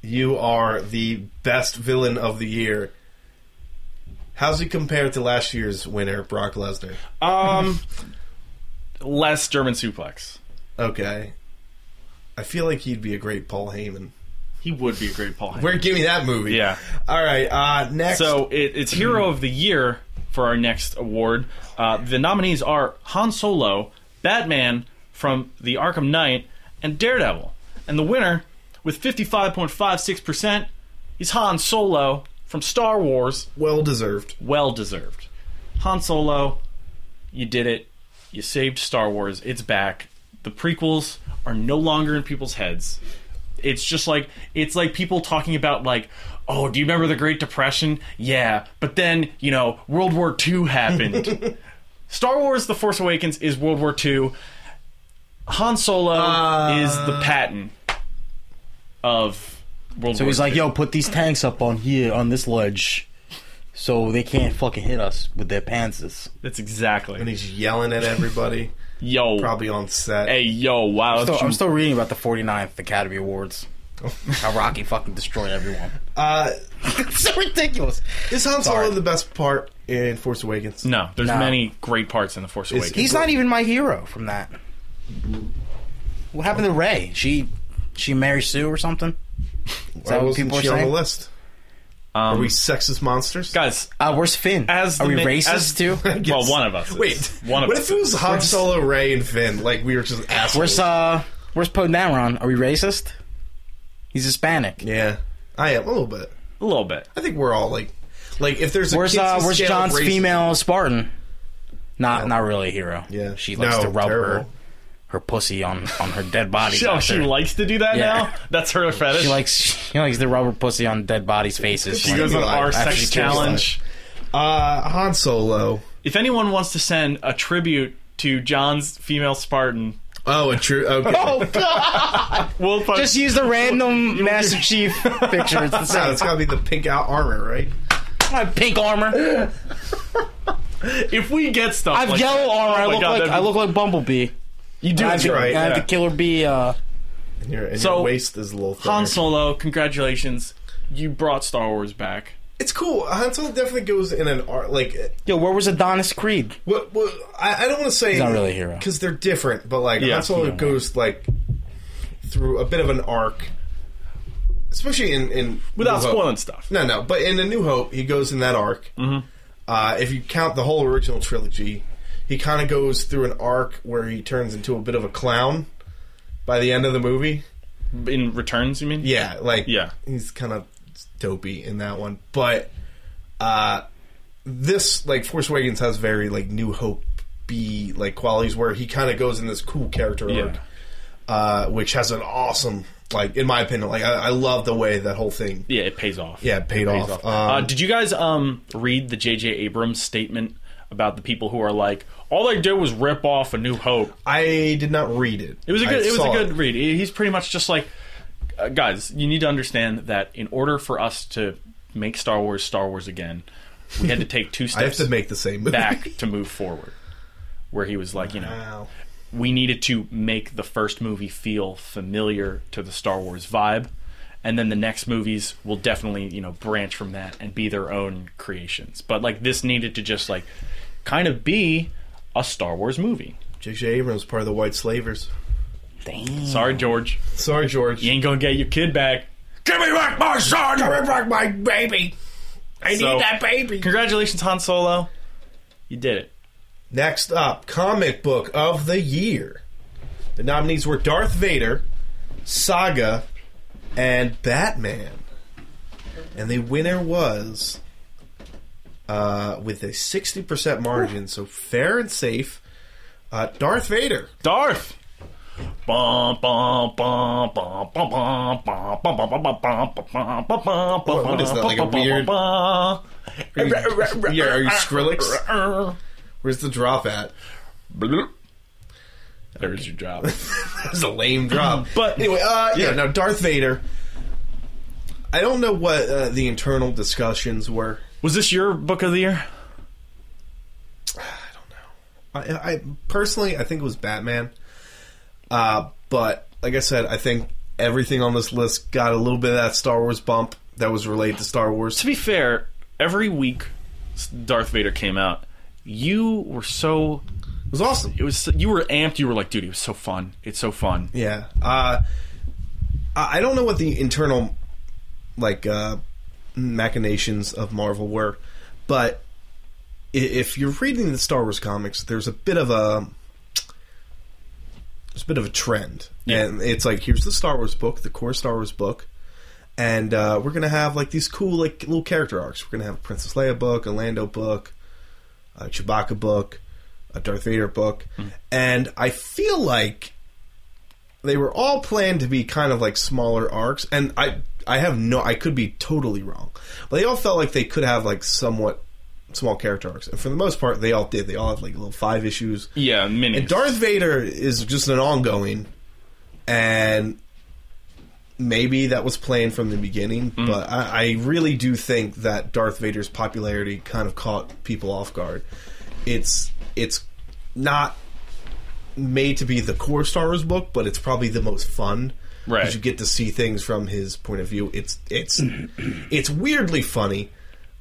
Speaker 2: You are the best villain of the year. How's he compared to last year's winner, Brock Lesnar?
Speaker 3: um, less German suplex.
Speaker 2: Okay, I feel like he'd be a great Paul Heyman.
Speaker 3: He would be a great Paul. Heyman.
Speaker 2: Where give me that movie?
Speaker 3: Yeah.
Speaker 2: All right. Uh, next.
Speaker 3: So it, it's Hero of the Year for our next award. Uh, the nominees are Han Solo, Batman from the Arkham Knight, and Daredevil. And the winner, with 55.56%, is Han Solo from Star Wars.
Speaker 2: well deserved.
Speaker 3: Well deserved. Han Solo, you did it. You saved Star Wars. It's back. The prequels are no longer in people's heads. It's just like it's like people talking about like, oh, do you remember the Great Depression? Yeah, but then you know World War II happened. Star Wars: The Force Awakens is World War II. Han Solo
Speaker 1: Uh,
Speaker 3: is the patent of World
Speaker 1: So
Speaker 3: War
Speaker 1: he's like,
Speaker 3: II.
Speaker 1: yo, put these tanks up on here on this ledge, so they can't fucking hit us with their panzers.
Speaker 3: that's
Speaker 2: And
Speaker 3: exactly
Speaker 2: he's yelling at everybody,
Speaker 3: yo.
Speaker 2: probably on set.
Speaker 3: Hey yo, wow!
Speaker 1: So I'm still reading about the 49th Academy Awards. How Rocky fucking destroyed everyone.
Speaker 2: Uh,
Speaker 1: It's so ridiculous.
Speaker 2: is Han Solo
Speaker 1: Sorry.
Speaker 2: the best part in Force Awakens?
Speaker 3: No, there's
Speaker 1: No.
Speaker 3: many great parts in The Force Awakens.
Speaker 1: He's not even my hero from that. What happened to Ray? She she married Sue or something? Is
Speaker 2: Why
Speaker 1: that what
Speaker 2: wasn't
Speaker 1: people are
Speaker 2: she on the
Speaker 1: saying?
Speaker 2: list? are we sexist monsters?
Speaker 3: Um, Guys,
Speaker 1: Uh, where's Finn?
Speaker 3: As
Speaker 1: are
Speaker 3: the
Speaker 1: we
Speaker 3: ma-
Speaker 1: racist
Speaker 3: as-
Speaker 1: too?
Speaker 3: well, one of us. is.
Speaker 2: Wait,
Speaker 3: one of
Speaker 2: what
Speaker 3: us.
Speaker 2: if it was
Speaker 3: is.
Speaker 2: Han Solo, Ray, and Finn? Like we were just assholes.
Speaker 1: Where's uh where's Poe Dameron? Are we racist? He's Hispanic.
Speaker 2: yeah, I am a little bit.
Speaker 3: a little bit?
Speaker 2: I think we're all like, like if there's a
Speaker 1: Where's
Speaker 2: Kinsey
Speaker 1: uh where's
Speaker 2: scale of
Speaker 1: John's
Speaker 2: racism-
Speaker 1: female Spartan? Not not really a hero.
Speaker 2: Yeah.
Speaker 1: She likes
Speaker 2: No,
Speaker 1: to rub her,
Speaker 2: terrible.
Speaker 1: her pussy on, on her dead bodies.
Speaker 3: She, oh,
Speaker 1: out
Speaker 3: she
Speaker 1: there.
Speaker 3: likes to do that
Speaker 1: Yeah.
Speaker 3: now. That's her fetish.
Speaker 1: she likes she likes to rub her pussy on dead bodies' faces.
Speaker 3: She goes on
Speaker 2: Actually,
Speaker 3: our
Speaker 1: she's
Speaker 3: sex challenge.
Speaker 2: Uh, Han Solo.
Speaker 3: If anyone wants to send a tribute to John's female Spartan,
Speaker 2: Oh, a true. Okay.
Speaker 1: Oh god!
Speaker 3: we'll put,
Speaker 1: Just use the random Master Chief picture. It's the
Speaker 2: No,
Speaker 1: same.
Speaker 2: it's got to be the pink out armor, right?
Speaker 1: I have pink armor.
Speaker 3: if we get stuff.
Speaker 1: I have
Speaker 3: like
Speaker 1: yellow
Speaker 3: that-
Speaker 1: armor.
Speaker 3: Oh
Speaker 1: I
Speaker 3: my
Speaker 1: look
Speaker 3: God,
Speaker 1: like
Speaker 3: that'd
Speaker 1: I
Speaker 3: be-
Speaker 1: look like Bumblebee. You do. I have
Speaker 2: that's
Speaker 1: the,
Speaker 2: right,
Speaker 1: I have
Speaker 2: yeah.
Speaker 1: the killer bee. Uh,
Speaker 2: And your, and
Speaker 3: So,
Speaker 2: your waist is a little. Thinner.
Speaker 3: Han Solo, congratulations, you brought Star Wars back.
Speaker 2: It's cool. Han Solo definitely goes in an art like. uh,
Speaker 1: yo, where was Adonis Creed?
Speaker 2: What, what, I, I don't want to say he's
Speaker 1: not really a hero.
Speaker 2: because they're different, but like
Speaker 3: Yeah.
Speaker 2: Han Solo goes like through a bit of an arc, especially in in
Speaker 3: Without
Speaker 2: New Hope.
Speaker 3: spoiling stuff.
Speaker 2: No, no, but in A New Hope, he goes in that arc. Uh, if you count the whole original trilogy, he kind of goes through an arc where he turns into a bit of a clown. by the end of the movie.
Speaker 3: In returns, you mean?
Speaker 2: Yeah, like
Speaker 3: Yeah.
Speaker 2: he's kind of dopey in that one. But uh this like Force Awakens has very like New Hope B like qualities where he kind of goes in this cool character
Speaker 3: Yeah.
Speaker 2: arc, uh, which has an awesome like in my opinion like I, I love the way that whole thing
Speaker 3: Yeah, it pays off.
Speaker 2: yeah paid,
Speaker 3: Pays
Speaker 2: off.
Speaker 3: off.
Speaker 2: Um,
Speaker 3: uh, did you guys um, read the J.J. Abrams statement about the people who are like, all they did was rip off A New Hope?
Speaker 2: I did not read it.
Speaker 3: It was a
Speaker 2: I
Speaker 3: good. It was a
Speaker 2: saw
Speaker 3: good read. He- He's pretty much just like, uh, guys, you need to understand that in order for us to make Star Wars Star Wars again, we had to take two
Speaker 2: I have
Speaker 3: steps
Speaker 2: to make the same movie.
Speaker 3: back to move forward. Where he was like, you know,
Speaker 2: Wow.
Speaker 3: we needed to make the first movie feel familiar to the Star Wars vibe, and then the next movies will definitely you know branch from that and be their own creations. But like this needed to just like kind of be a Star Wars movie.
Speaker 2: J.J. Abrams part of the White Slavers.
Speaker 1: Damn.
Speaker 3: Sorry, George,
Speaker 2: Sorry, George.
Speaker 3: you ain't gonna get your kid back.
Speaker 2: Give me back my son. Give me back my baby. I
Speaker 3: So-
Speaker 2: need that baby.
Speaker 3: Congratulations, Han Solo, you did it.
Speaker 2: Next up, comic book of the year. The nominees were Darth Vader, Saga, and Batman. And the winner was, uh, with a 60% margin, so fair and safe, uh, Darth Vader.
Speaker 3: Darth. Bum, bum, bum, bum, bum, bum, bum, bum, bum, bum, bum, bum, bum, bum, bum,
Speaker 2: What- what is that, like a
Speaker 3: bum, bum,
Speaker 2: weird-
Speaker 3: bum,
Speaker 2: Are you, yeah, are you Skrillex?
Speaker 3: bum.
Speaker 2: Where's the drop at?
Speaker 3: Bloop. There's your job.
Speaker 2: That's a lame drop.
Speaker 3: But-
Speaker 2: anyway, uh, yeah,
Speaker 3: Yeah.
Speaker 2: no, Darth Vader. I don't know what uh, the internal discussions were.
Speaker 3: Was this your book of the year?
Speaker 2: I, I personally, I think it was Batman. Uh, but like I said, I think everything on this list got a little bit of that Star Wars bump that was related to Star Wars.
Speaker 3: To be fair, every week Darth Vader came out, you were so
Speaker 2: It was awesome.
Speaker 3: it was you were amped. You were like, dude, it was so fun. It's so fun.
Speaker 2: Yeah. Uh, I I don't know what the internal like uh, machinations of Marvel were, but i- if you're reading the Star Wars comics, there's a bit of a there's a bit of a trend,
Speaker 3: Yeah.
Speaker 2: and it's like here's the Star Wars book, the core Star Wars book. And uh, we're gonna have like these cool like little character arcs. We're gonna have a Princess Leia book, a Lando book, a Chewbacca book, a Darth Vader book, and I feel like they were all planned to be kind of like smaller arcs and i i have no i could be totally wrong but they all felt like they could have like somewhat small character arcs and for the most part they all did they all have like little five issues
Speaker 3: Yeah, mini.
Speaker 2: and darth vader is just an ongoing and maybe that was planned from the beginning
Speaker 3: Mm.
Speaker 2: but I, I really do think that darth vader's popularity kind of caught people off guard it's it's not made to be the core Star Wars book, but it's probably the most fun.
Speaker 3: Right.
Speaker 2: 'Cause You get to see things from his point of view. It's it's it's weirdly funny.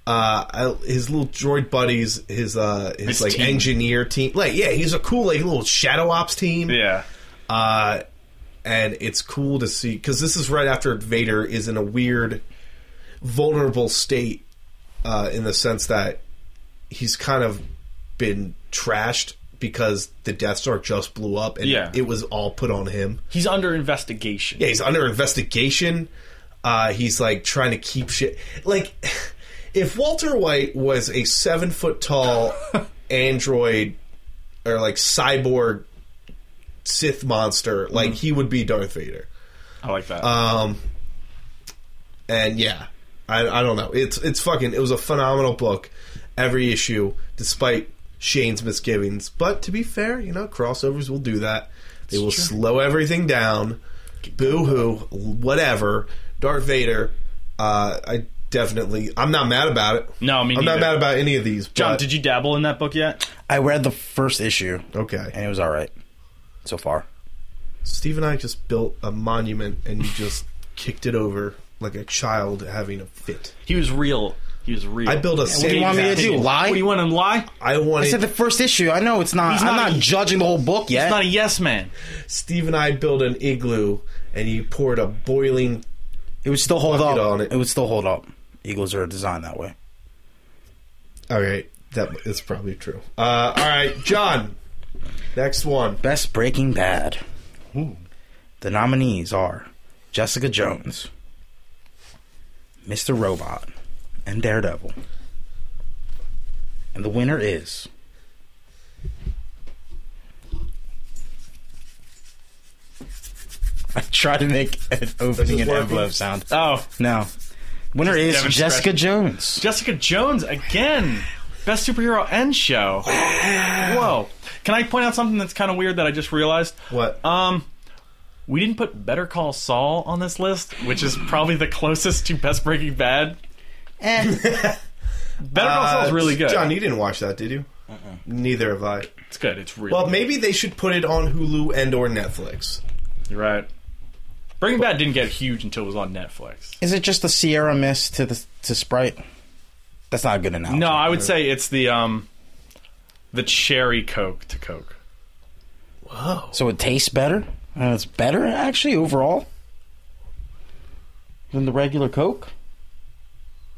Speaker 2: Uh, I, his little droid buddies, his uh, his,
Speaker 3: His
Speaker 2: like
Speaker 3: team.
Speaker 2: engineer team, like yeah, he's a cool like little shadow ops team.
Speaker 3: Yeah.
Speaker 2: Uh, and it's cool to see because this is right after Vader is in a weird, vulnerable state, uh, in the sense that he's kind of been trashed because the Death Star just blew up and
Speaker 3: Yeah.
Speaker 2: it was all put on him.
Speaker 3: He's under investigation.
Speaker 2: Yeah, he's under investigation. Uh, he's like trying to keep shit. Like, if Walter White was a seven foot tall android or like cyborg Sith monster, like he would be Darth Vader.
Speaker 3: I like that.
Speaker 2: Um, and yeah, I, I don't know. It's it's fucking. It was a phenomenal book. Every issue, despite Shane's misgivings. But to be fair, you know, crossovers will do that. They will slow everything down. Boo hoo, whatever. Darth Vader. Uh, I definitely. I'm not mad about it.
Speaker 3: No, me
Speaker 2: I'm not
Speaker 3: neither.
Speaker 2: mad about any of these.
Speaker 3: John,
Speaker 2: but,
Speaker 3: did you dabble in that book yet?
Speaker 1: I read the first issue
Speaker 2: Okay,
Speaker 1: and it was all right so far.
Speaker 2: Steve and I just built a monument, and you just kicked it over like a child having a fit.
Speaker 3: He was real. He was real.
Speaker 2: I built a.
Speaker 1: do you
Speaker 2: sand
Speaker 1: want me to
Speaker 2: castle.
Speaker 1: do? Lie?
Speaker 3: What do you want him to lie?
Speaker 2: I wanted.
Speaker 1: I said the first issue. I know it's not. I'm
Speaker 3: not-
Speaker 1: not, judging the whole book yet.
Speaker 3: He's not a yes man.
Speaker 2: Steve and I built an igloo, and you poured a boiling.
Speaker 1: it would still hold
Speaker 2: Bucket
Speaker 1: up.
Speaker 2: on it.
Speaker 1: it. would still hold up. Eagles are designed that way.
Speaker 2: All right, that is probably true. Uh, all right, John. Next one.
Speaker 1: Best Breaking Bad. The nominees are Jessica Jones, Mr. Robot, and Daredevil. And the winner is I try to make an opening and
Speaker 2: working?
Speaker 1: envelope sound.
Speaker 3: Oh,
Speaker 1: No. Winner is
Speaker 3: Devin's
Speaker 1: Jessica Jones.
Speaker 3: Jessica Jones again. Best superhero and show. Whoa. Can I point out something that's kind of weird that I just realized?
Speaker 2: What?
Speaker 3: Um, we didn't put Better Call Saul on this list, which is probably the closest to Best Breaking Bad. Better Call Saul's really good.
Speaker 2: Uh, John, you didn't watch that, did you? Neither have I.
Speaker 3: It's good. It's really
Speaker 2: Well,
Speaker 3: good.
Speaker 2: maybe they should put it on Hulu and or Netflix.
Speaker 3: You're right. Breaking Bad didn't get huge until it was on Netflix.
Speaker 1: Is it just the Sierra Mist to the to Sprite? That's not good enough.
Speaker 3: No, I would say it's the um, the cherry Coke to Coke.
Speaker 2: Whoa.
Speaker 1: So it tastes better? Uh, it's better, actually, overall? Than the regular Coke?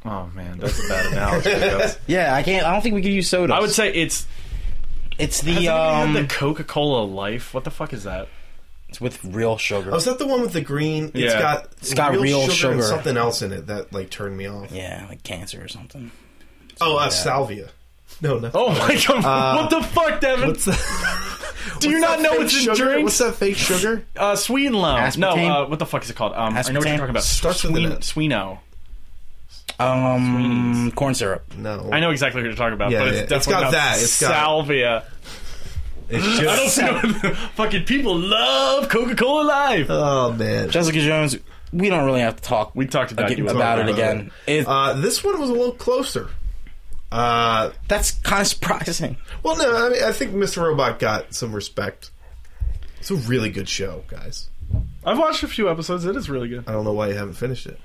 Speaker 3: Oh man, that's a bad analogy. That's-
Speaker 1: Yeah, I can't. I don't think we could use soda.
Speaker 3: I would say it's
Speaker 1: it's
Speaker 3: has
Speaker 1: the
Speaker 3: anyone
Speaker 1: um,
Speaker 3: had the Coca Cola Life. What the fuck is that?
Speaker 1: it's with real sugar.
Speaker 2: Oh, is that the one with the green? It's
Speaker 3: Yeah.
Speaker 2: got
Speaker 1: It's got real
Speaker 2: and
Speaker 1: sugar.
Speaker 2: something else in it that like turned me off.
Speaker 1: yeah, like cancer or something.
Speaker 2: Oh, uh, salvia. No, no.
Speaker 3: Oh my god!
Speaker 2: Uh,
Speaker 3: what the fuck, Devin?
Speaker 2: what's that?
Speaker 3: Do you not know what's in
Speaker 2: sugar? What's
Speaker 3: drinks?
Speaker 2: that fake sugar?
Speaker 3: Uh, Sween loan. No,
Speaker 1: Aspartame?
Speaker 3: uh, what the fuck is it called? Um, I know what
Speaker 1: Aspartame?
Speaker 3: you're talking about.
Speaker 2: Starts with
Speaker 3: Sween-
Speaker 2: an S.
Speaker 3: Sweeno.
Speaker 1: Um, corn syrup.
Speaker 2: No,
Speaker 3: I know exactly what you're talking about,
Speaker 2: Yeah,
Speaker 3: but
Speaker 2: yeah,
Speaker 3: it's
Speaker 2: it's
Speaker 3: definitely
Speaker 2: got
Speaker 3: not
Speaker 2: that, it's got-
Speaker 3: salvia.
Speaker 2: It's just,
Speaker 3: I don't know. fucking people love Coca Cola Life.
Speaker 2: Oh man.
Speaker 1: Jessica Jones. We don't really have to talk.
Speaker 3: We talked about
Speaker 1: ag-
Speaker 3: you
Speaker 1: about
Speaker 2: talked
Speaker 1: it
Speaker 2: about
Speaker 1: again. It,
Speaker 2: Uh, this one was a little closer. Uh,
Speaker 1: that's kind of surprising.
Speaker 2: well, no, I mean, I think Mr. Robot got some respect. It's a really good show, guys.
Speaker 3: I've watched a few episodes. It is really good.
Speaker 2: I don't know why you haven't finished it.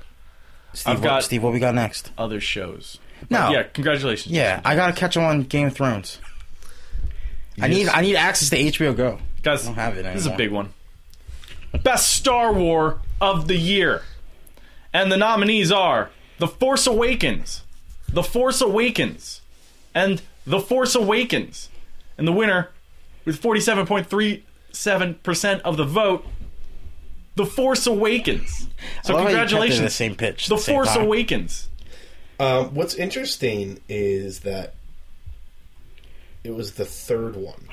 Speaker 1: Steve,
Speaker 3: I've
Speaker 1: what,
Speaker 3: got-
Speaker 1: Steve, what we got next?
Speaker 3: Other shows.
Speaker 1: No.
Speaker 3: Yeah. Congratulations.
Speaker 1: Yeah, I gotta catch up on Game of Thrones. I need I need access to HBO Go.
Speaker 3: Guys,
Speaker 1: don't have it
Speaker 3: this is a
Speaker 1: anymore.
Speaker 3: big one. Best Star War of the year. And the nominees are The Force Awakens, The Force Awakens, and The Force Awakens. And the winner, with 47.37% of the vote, The Force Awakens. So,
Speaker 1: I love how you kept it at The
Speaker 3: congratulations.
Speaker 1: same pitch.
Speaker 3: The
Speaker 1: at same
Speaker 3: Force
Speaker 1: time.
Speaker 3: Awakens.
Speaker 2: Um, what's interesting is that it was the third one.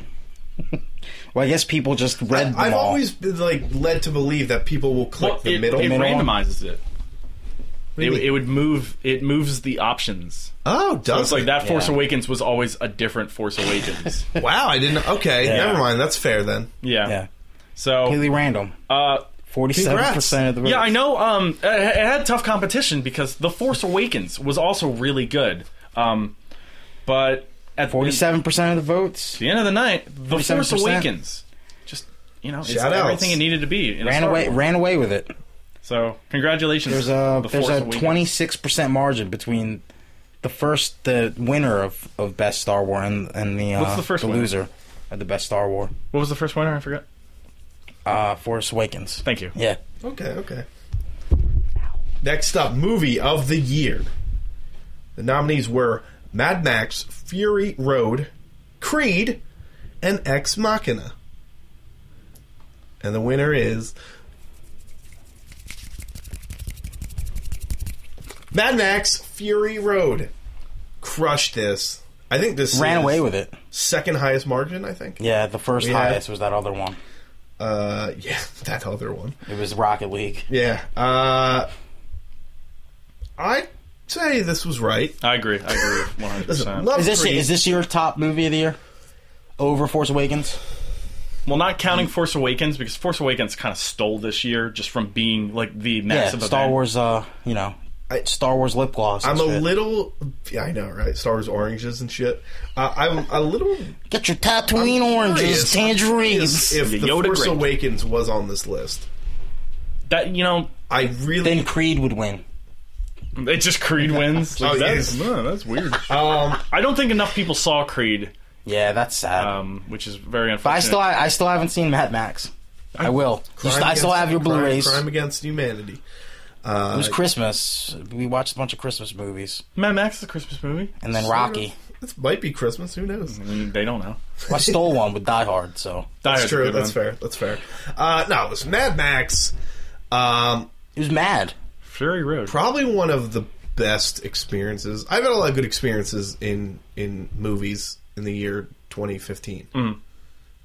Speaker 1: Well, I guess people just read them
Speaker 2: I've
Speaker 1: all.
Speaker 2: always been like led to believe that people will click
Speaker 3: Well,
Speaker 2: the
Speaker 3: it,
Speaker 2: middle.
Speaker 3: it
Speaker 1: Middle one?
Speaker 3: randomizes it.
Speaker 2: do you
Speaker 3: It,
Speaker 2: mean?
Speaker 3: it would move. It moves the options.
Speaker 2: oh, does
Speaker 3: It's like
Speaker 2: it?
Speaker 3: that Force
Speaker 1: Yeah.
Speaker 3: Awakens was always a different Force Awakens.
Speaker 2: Wow, I didn't. Okay,
Speaker 1: Yeah.
Speaker 2: never mind. That's fair then.
Speaker 3: Yeah.
Speaker 1: yeah,
Speaker 3: So,
Speaker 1: completely random.
Speaker 3: uh,
Speaker 1: Forty-seven percent of the votes.
Speaker 3: yeah, I know. Um, it, it had tough competition because The Force Awakens was also really good. Um, but at
Speaker 1: Forty-seven percent of the votes.
Speaker 3: the end of the night, The Force
Speaker 1: 47%.
Speaker 3: Awakens just you know it's
Speaker 2: Shout outs.
Speaker 3: everything it needed to be. in a
Speaker 1: Ran
Speaker 3: Star
Speaker 1: away,
Speaker 3: Wars.
Speaker 1: ran away with it.
Speaker 3: So, congratulations.
Speaker 1: There's a
Speaker 3: The
Speaker 1: there's
Speaker 3: Force
Speaker 1: a
Speaker 3: Awakens.
Speaker 1: twenty-six percent margin between the first the winner of, of best Star War and and the uh,
Speaker 3: What's the first winner?
Speaker 1: loser of the best Star War.
Speaker 3: What was the first winner? I forgot.
Speaker 1: Uh, Force Awakens.
Speaker 3: Thank you.
Speaker 1: Yeah,
Speaker 2: Okay, okay. Next up, movie of the year. The nominees were Mad Max, Fury Road, Creed, and Ex Machina. And the winner is Mad Max Fury Road. Crushed this. I think this
Speaker 1: ran
Speaker 2: is
Speaker 1: away with it.
Speaker 2: second highest margin. I think.
Speaker 1: Yeah, the first
Speaker 2: Yeah.
Speaker 1: highest was that other one.
Speaker 2: Uh, yeah, that other one.
Speaker 1: It was Rocket League.
Speaker 2: Yeah. Uh, I say this was right.
Speaker 3: I agree. I agree. One hundred percent.
Speaker 2: Love
Speaker 1: Is this
Speaker 2: Creed.
Speaker 1: is this your top movie of the year? Over Force Awakens.
Speaker 3: Well, not counting Force Awakens because Force Awakens kind of stole this year just from being like the
Speaker 1: Yeah,
Speaker 3: massive
Speaker 1: Star
Speaker 3: event.
Speaker 1: Wars. Uh, you know,
Speaker 2: I-
Speaker 1: Star Wars lip gloss. and
Speaker 2: I'm a
Speaker 1: shit.
Speaker 2: little. Yeah, I know, right? Star Wars oranges and shit. Uh, I'm a little.
Speaker 1: Get your Tatooine oranges,
Speaker 2: curious.
Speaker 1: tangerines.
Speaker 2: If, if the
Speaker 3: Yoda
Speaker 2: Force
Speaker 3: grape.
Speaker 2: Awakens was on this list,
Speaker 3: That you know,
Speaker 2: I really.
Speaker 1: then Creed would win.
Speaker 3: It just Creed wins.
Speaker 2: Oh,
Speaker 3: Like,
Speaker 2: yes.
Speaker 3: that's weird.
Speaker 2: um,
Speaker 3: I don't think enough people saw Creed,
Speaker 1: Yeah, that's sad.
Speaker 2: Oh,
Speaker 3: um, which is very unfortunate.
Speaker 1: but I still, I, I still haven't seen Mad Max. I, will. You
Speaker 2: crime
Speaker 1: st- I still
Speaker 2: against-
Speaker 1: have your
Speaker 2: crime-
Speaker 1: Blu-rays.
Speaker 2: Crime against humanity.
Speaker 1: It was Christmas. We watched a bunch of Christmas movies,
Speaker 3: Mad Max is a Christmas movie.
Speaker 1: and then Rocky.
Speaker 2: This might be Christmas. Who knows?
Speaker 3: I mean, they don't know.
Speaker 1: I stole one with Die Hard, so
Speaker 2: That's true. That's fair. That's fair. Uh, no, listen, Mad Max, um,
Speaker 1: he was mad.
Speaker 3: Fury Road.
Speaker 2: probably one of the best experiences. I've had a lot of good experiences in in movies in the year 2015.
Speaker 3: Mm.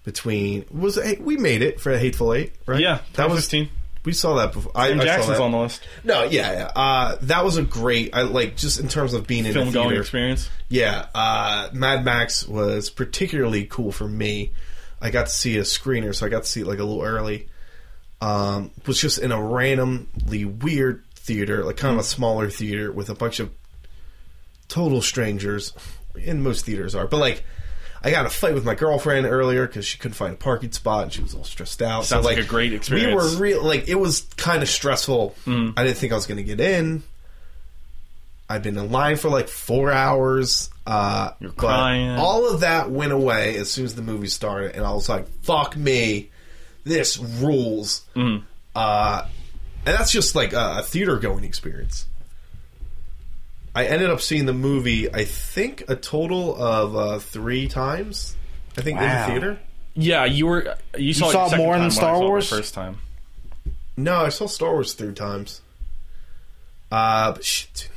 Speaker 2: Between was hey, we made it for Hateful Eight, right?
Speaker 3: yeah,
Speaker 2: that was
Speaker 3: 15.
Speaker 2: we saw that before. I, I saw
Speaker 3: Jackson's
Speaker 2: that.
Speaker 3: on the list.
Speaker 2: No, yeah, yeah. Uh, that was a great. I like just in terms of being in
Speaker 3: Film
Speaker 2: a
Speaker 3: going
Speaker 2: theater.
Speaker 3: experience.
Speaker 2: Yeah, uh, Mad Max was particularly cool for me. I got to see a screener, so I got to see it like a little early. Um, was just in a randomly weird theater, like kind of
Speaker 3: Hmm.
Speaker 2: a smaller theater with a bunch of total strangers. And most theaters are, but like, I got in a fight with my girlfriend earlier because she couldn't find a parking spot and she was all stressed out.
Speaker 3: Sounds like a great
Speaker 2: We were
Speaker 3: experience. Hmm.
Speaker 2: real, like it was kind of stressful. I didn't think I was going to get in. I've been in line for like four hours. Uh, You're
Speaker 3: crying.
Speaker 2: All of that went away as soon as the movie started, and I was like, "Fuck me, this rules." Uh, and that's just like a, a theater going experience. I ended up seeing the movie, I think, a total of uh, three times. I think
Speaker 1: Wow.
Speaker 2: in the theater.
Speaker 3: Yeah, you were. You saw, it
Speaker 1: saw
Speaker 3: the second
Speaker 1: more than
Speaker 3: time when I
Speaker 1: Star
Speaker 3: saw it the
Speaker 1: Wars?
Speaker 3: first time.
Speaker 2: No, I saw Star Wars three times. Uh, but shit.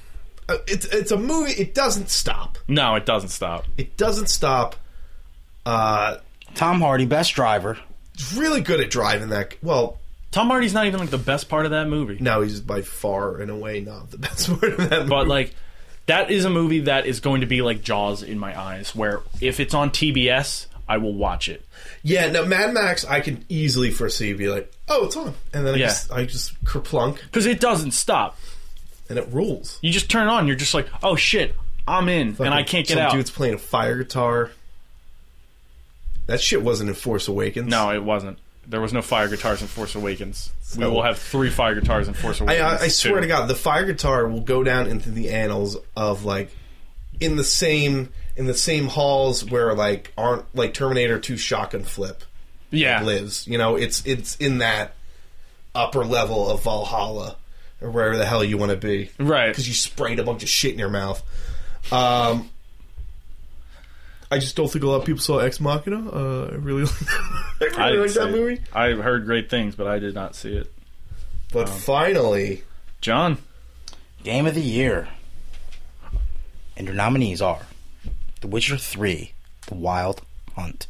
Speaker 2: Uh, It's it's a movie. It doesn't stop.
Speaker 3: No, it doesn't stop.
Speaker 2: It doesn't stop. Uh,
Speaker 1: Tom Hardy, best driver.
Speaker 2: it's really good at driving that. Well,
Speaker 3: Tom Hardy's not even like the best part of that movie.
Speaker 2: no, he's by far and away not the best part of that.
Speaker 3: But
Speaker 2: movie.
Speaker 3: like that is a movie that is going to be like Jaws in my eyes, where if it's on TBS, I will watch it.
Speaker 2: yeah, no, Mad Max, I can easily foresee be like, oh, it's on, and then I
Speaker 3: Yeah.
Speaker 2: just I just kerplunk
Speaker 3: Because it doesn't stop.
Speaker 2: and it rules.
Speaker 3: You just turn it on, you're just like, oh shit, I'm in and I
Speaker 2: Fucking-
Speaker 3: can't get
Speaker 2: some
Speaker 3: out.
Speaker 2: Dude's playing a fire guitar. That shit wasn't in Force Awakens.
Speaker 3: No, it wasn't. There was no fire guitars in Force Awakens. we
Speaker 2: So-
Speaker 3: will have three fire guitars in Force
Speaker 2: I,
Speaker 3: Awakens.
Speaker 2: I, I swear
Speaker 3: too.
Speaker 2: to God, the fire guitar will go down into the annals of like in the same in the same halls where like aren't like Terminator Two Shock and Flip
Speaker 3: Yeah.
Speaker 2: lives. You know, it's it's in that upper level of Valhalla or wherever the hell you want to be,
Speaker 3: Right.
Speaker 2: Because you sprayed a bunch of shit in your mouth. Um, I just don't think a lot of people saw Ex Machina. Uh, I really, I
Speaker 3: I
Speaker 2: really
Speaker 3: didn't
Speaker 2: like
Speaker 3: see
Speaker 2: that
Speaker 3: it.
Speaker 2: movie.
Speaker 3: I heard great things, but I did not see it.
Speaker 2: But
Speaker 3: Um,
Speaker 2: finally,
Speaker 3: John,
Speaker 1: Game of the year. And your nominees are The Witcher 3, The Wild Hunt,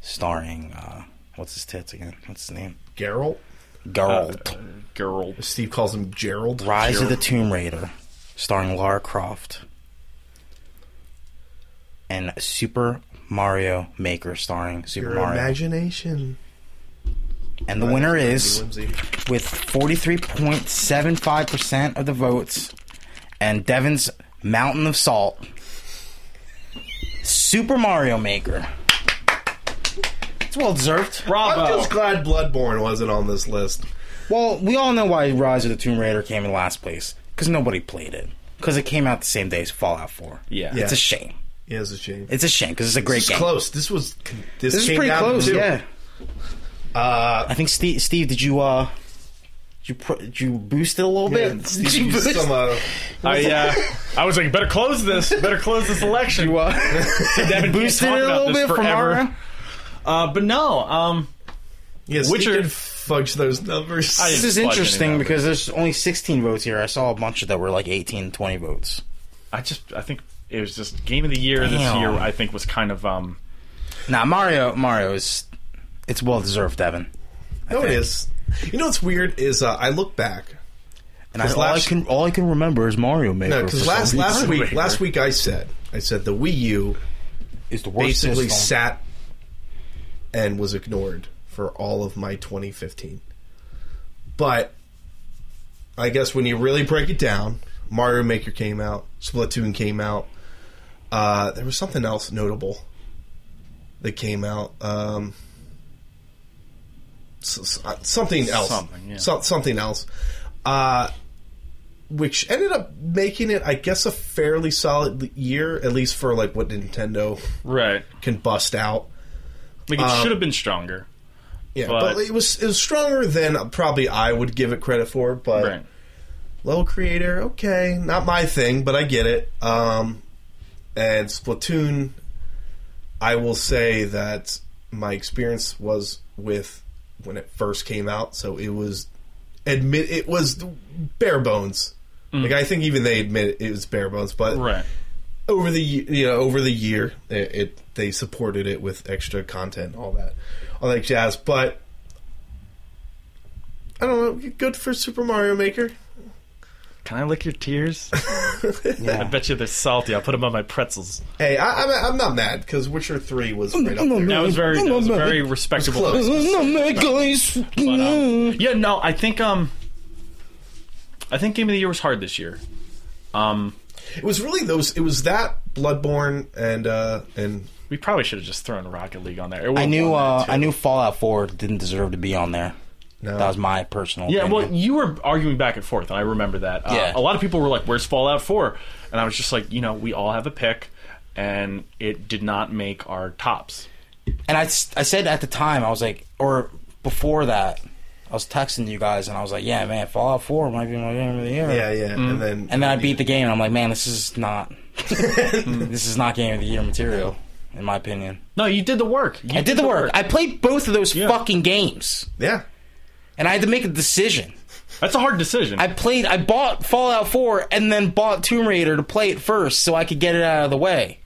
Speaker 1: starring, uh, what's his tits again? What's his name?
Speaker 2: Geralt.
Speaker 3: Uh,
Speaker 1: Geralt.
Speaker 3: Geralt.
Speaker 2: Steve calls him Gerald.
Speaker 1: Rise of the Tomb Raider, starring Lara Croft, and Super Mario Maker, starring Super
Speaker 2: Your
Speaker 1: Mario.
Speaker 2: imagination.
Speaker 1: and the winner is, with 43.75% of the votes, and Devon's Mountain of Salt, Super Mario Maker. It's well deserved.
Speaker 2: I'm
Speaker 3: Bravo.
Speaker 2: just glad Bloodborne wasn't on this list.
Speaker 1: Well, we all know why Rise of the Tomb Raider came in last place because nobody played it because it came out the same day as Fallout 4.
Speaker 3: Yeah.
Speaker 1: it's a shame.
Speaker 2: Yeah, it's a shame.
Speaker 1: It's a shame because it's a
Speaker 2: It's
Speaker 1: great game.
Speaker 2: close. This was this,
Speaker 1: This is
Speaker 2: came
Speaker 1: pretty
Speaker 2: down to
Speaker 1: close.
Speaker 2: two.
Speaker 1: Yeah.
Speaker 2: Uh,
Speaker 1: I think Steve. Steve, did you uh, did you pr- did you boost it a little
Speaker 2: yeah,
Speaker 1: bit?
Speaker 2: Steve used some, uh,
Speaker 3: I, uh, I was like, better close this. Better close this election. You, uh, Devin
Speaker 1: boosted it a little bit from our.
Speaker 3: Uh, but no, um,
Speaker 2: yeah, Steve
Speaker 3: Witcher-
Speaker 2: did fudge those numbers.
Speaker 3: I-
Speaker 1: This is
Speaker 3: Fudging it
Speaker 1: interesting
Speaker 3: out.
Speaker 1: because there's only 16 votes here. I saw a bunch of that were like 18, 20 votes.
Speaker 3: I just I think it was just game of the year this
Speaker 1: Damn.
Speaker 3: year. I think was kind of um.
Speaker 1: Nah, Mario. Mario is it's well deserved, Devin.
Speaker 2: no, it is. You know what's weird is uh, I look back.
Speaker 1: And I,
Speaker 2: 'Cause
Speaker 1: all I
Speaker 2: last-
Speaker 1: can all I can remember is Mario Maker.
Speaker 2: No,
Speaker 1: for
Speaker 2: because
Speaker 1: some
Speaker 2: last last
Speaker 1: reason.
Speaker 2: week last week I said I said the Wii U
Speaker 1: is the worst
Speaker 2: basically
Speaker 1: system.
Speaker 2: sat and was ignored for all of my 2015. But I guess when you really break it down, Mario Maker came out, Splatoon came out. Uh, there was something else notable that came out. Um, s- s- uh, something else.
Speaker 3: Something, yeah.
Speaker 2: So- something else. Uh, which ended up making it, I guess, a fairly solid year, at least for like what Nintendo
Speaker 3: Right.
Speaker 2: can bust out.
Speaker 3: Like it
Speaker 1: Um,
Speaker 3: should have been stronger.
Speaker 2: Yeah, but,
Speaker 3: But-
Speaker 2: it was it was stronger than probably I would give it credit for. But
Speaker 3: Right.
Speaker 2: level creator, okay, not my thing, but I get it. Um, And Splatoon, I will say that my experience was with when it first came out, so it was admit it was bare bones. Like I think even they admit it was bare bones, but
Speaker 3: Mm. Right.
Speaker 2: over the ye- you know over the year it, it they supported it with extra content all that all that jazz but i don't know good for super mario maker
Speaker 3: Can I lick your tears? I
Speaker 1: Yeah.
Speaker 3: bet you they're salty. I'll put them on my pretzels.
Speaker 2: hey I, I'm, I'm not mad because witcher 3 was right up there
Speaker 3: That was very, that was very respectable.
Speaker 2: It was close.
Speaker 1: um,
Speaker 3: But, um, yeah, no, I think um, I think Game of the Year was hard this year. Um,
Speaker 2: it was really those it was that bloodborne and uh and
Speaker 3: we probably should have just thrown Rocket League on there. It
Speaker 1: I
Speaker 3: would've
Speaker 1: knew.
Speaker 3: won that,
Speaker 1: Uh,
Speaker 3: too.
Speaker 1: I knew Fallout Four didn't deserve to be on there.
Speaker 2: no
Speaker 1: That was my personal.
Speaker 3: Yeah,
Speaker 1: opinion.
Speaker 3: well, you were arguing back and forth, and I remember that. Uh,
Speaker 1: Yeah.
Speaker 3: A lot of people were like, "Where's Fallout 4? And I was just like, "You know, we all have a pick, and it did not make our tops."
Speaker 1: And I, s- I said at the time, I was like, or before that, I was texting you guys and I was like, yeah, man, Fallout 4 might be my game of the year.
Speaker 2: yeah yeah and then
Speaker 1: Mm. And then I beat the game and I'm like, man, this is not, this is not game of the year material, in my opinion.
Speaker 3: No, you did the work. You
Speaker 1: I did the work. I played both of those
Speaker 3: Yeah.
Speaker 1: fucking games
Speaker 2: yeah
Speaker 1: and I had to make a decision.
Speaker 3: That's a hard decision.
Speaker 1: I played, I bought Fallout 4 and then bought Tomb Raider to play it first so I could get it out of the way.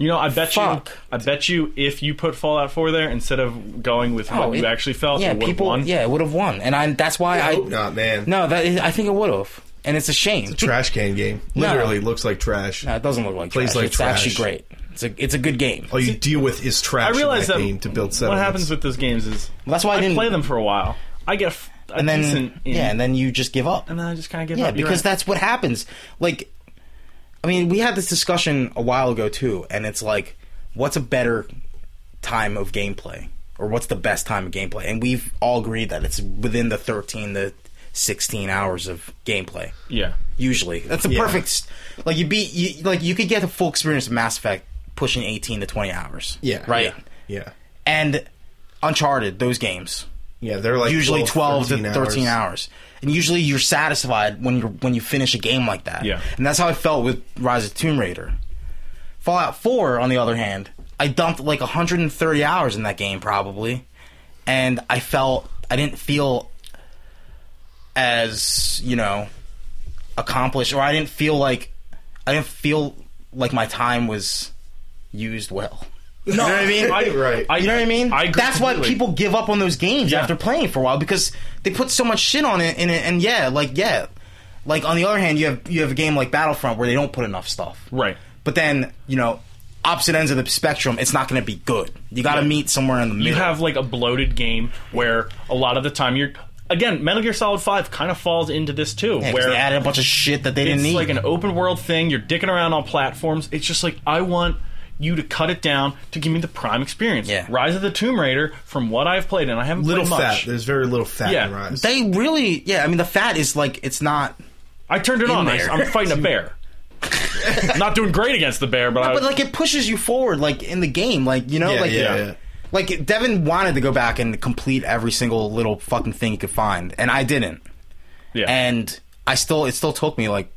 Speaker 3: you know, I bet
Speaker 1: Fuck.
Speaker 3: you, I bet you, if you put Fallout 4 there instead of going with
Speaker 1: Oh,
Speaker 3: what you
Speaker 1: it-
Speaker 3: actually felt,
Speaker 1: yeah,
Speaker 3: it would've
Speaker 1: people,
Speaker 3: won.
Speaker 1: yeah, it would have won. And I, that's why
Speaker 2: i
Speaker 1: I,
Speaker 2: hope not man
Speaker 1: no, that is, I think it would have. And it's a shame.
Speaker 2: trash can game
Speaker 1: No.
Speaker 2: literally looks like trash
Speaker 1: No, it doesn't look like
Speaker 2: Plays
Speaker 1: trash.
Speaker 2: like
Speaker 1: it's
Speaker 2: trash. Oh,
Speaker 1: actually great. It's a it's a good game.
Speaker 2: all you deal with is trash
Speaker 3: I
Speaker 2: in
Speaker 3: realize that
Speaker 2: that, game to build
Speaker 3: what
Speaker 2: settlements.
Speaker 3: happens with those games is
Speaker 1: Well, that's why I
Speaker 3: I
Speaker 1: didn't-
Speaker 3: play them for a while. I get f- a
Speaker 1: and then
Speaker 3: decent, in,
Speaker 1: yeah, and then you just give up.
Speaker 3: and then I just kind of give
Speaker 1: Yeah,
Speaker 3: up. You're
Speaker 1: because
Speaker 3: right.
Speaker 1: that's what happens. Like, I mean, we had this discussion a while ago too, and it's like, what's a better time of gameplay, or what's the best time of gameplay? And we've all agreed that it's within the thirteen to sixteen hours of gameplay.
Speaker 3: yeah,
Speaker 1: Usually, that's the
Speaker 2: Yeah.
Speaker 1: perfect. s- Like you beat, you, like you could get the full experience of Mass Effect pushing eighteen to twenty hours.
Speaker 2: yeah
Speaker 1: right.
Speaker 2: yeah, yeah.
Speaker 1: And Uncharted, those games.
Speaker 2: Yeah, they're like
Speaker 1: usually 12,
Speaker 2: 12
Speaker 1: to 13 hours. and usually you're satisfied when you are when you finish a game like that
Speaker 3: Yeah.
Speaker 1: and that's how i felt with rise of tomb raider fallout 4 on the other hand i dumped like 130 hours in that game probably and i felt i didn't feel as you know accomplished or i didn't feel like i didn't feel like my time was used well you know what i mean
Speaker 3: I,
Speaker 2: Right.
Speaker 3: I,
Speaker 1: you know what I mean?
Speaker 3: I agree
Speaker 1: That's why
Speaker 3: completely.
Speaker 1: people give up on those games
Speaker 3: Yeah.
Speaker 1: after playing for a while because they put so much shit on it. And, and yeah, like yeah, like on the other hand, you have you have a game like Battlefront where they don't put enough stuff.
Speaker 3: Right.
Speaker 1: But then you know, opposite ends of the spectrum, it's not going to be good. You got to meet somewhere in the middle.
Speaker 3: You have like a bloated game where a lot of the time you're again Metal Gear Solid Five kind of falls into this too,
Speaker 1: Yeah, 'cause
Speaker 3: where
Speaker 1: they added a bunch of shit that they
Speaker 3: it's
Speaker 1: didn't need.
Speaker 3: like an open world thing. You're dicking around on platforms. It's just like I want you to cut it down to give me the prime experience.
Speaker 1: Yeah.
Speaker 3: Rise of the Tomb Raider, from what I've played, and I haven't
Speaker 2: Little
Speaker 3: played
Speaker 2: fat.
Speaker 3: much.
Speaker 2: There's very little fat
Speaker 3: Yeah.
Speaker 2: in Rise.
Speaker 1: they really, yeah. I mean, the fat is like it's not.
Speaker 3: I turned it on. I,
Speaker 1: there.
Speaker 3: I'm fighting a bear. Not doing great against the bear, but, I,
Speaker 1: But like it pushes you forward, like in the game, like you know,
Speaker 2: Yeah,
Speaker 1: like
Speaker 2: yeah, yeah.
Speaker 1: like Devin wanted to go back and complete every single little fucking thing he could find, and I didn't.
Speaker 3: yeah.
Speaker 1: and I still it still took me like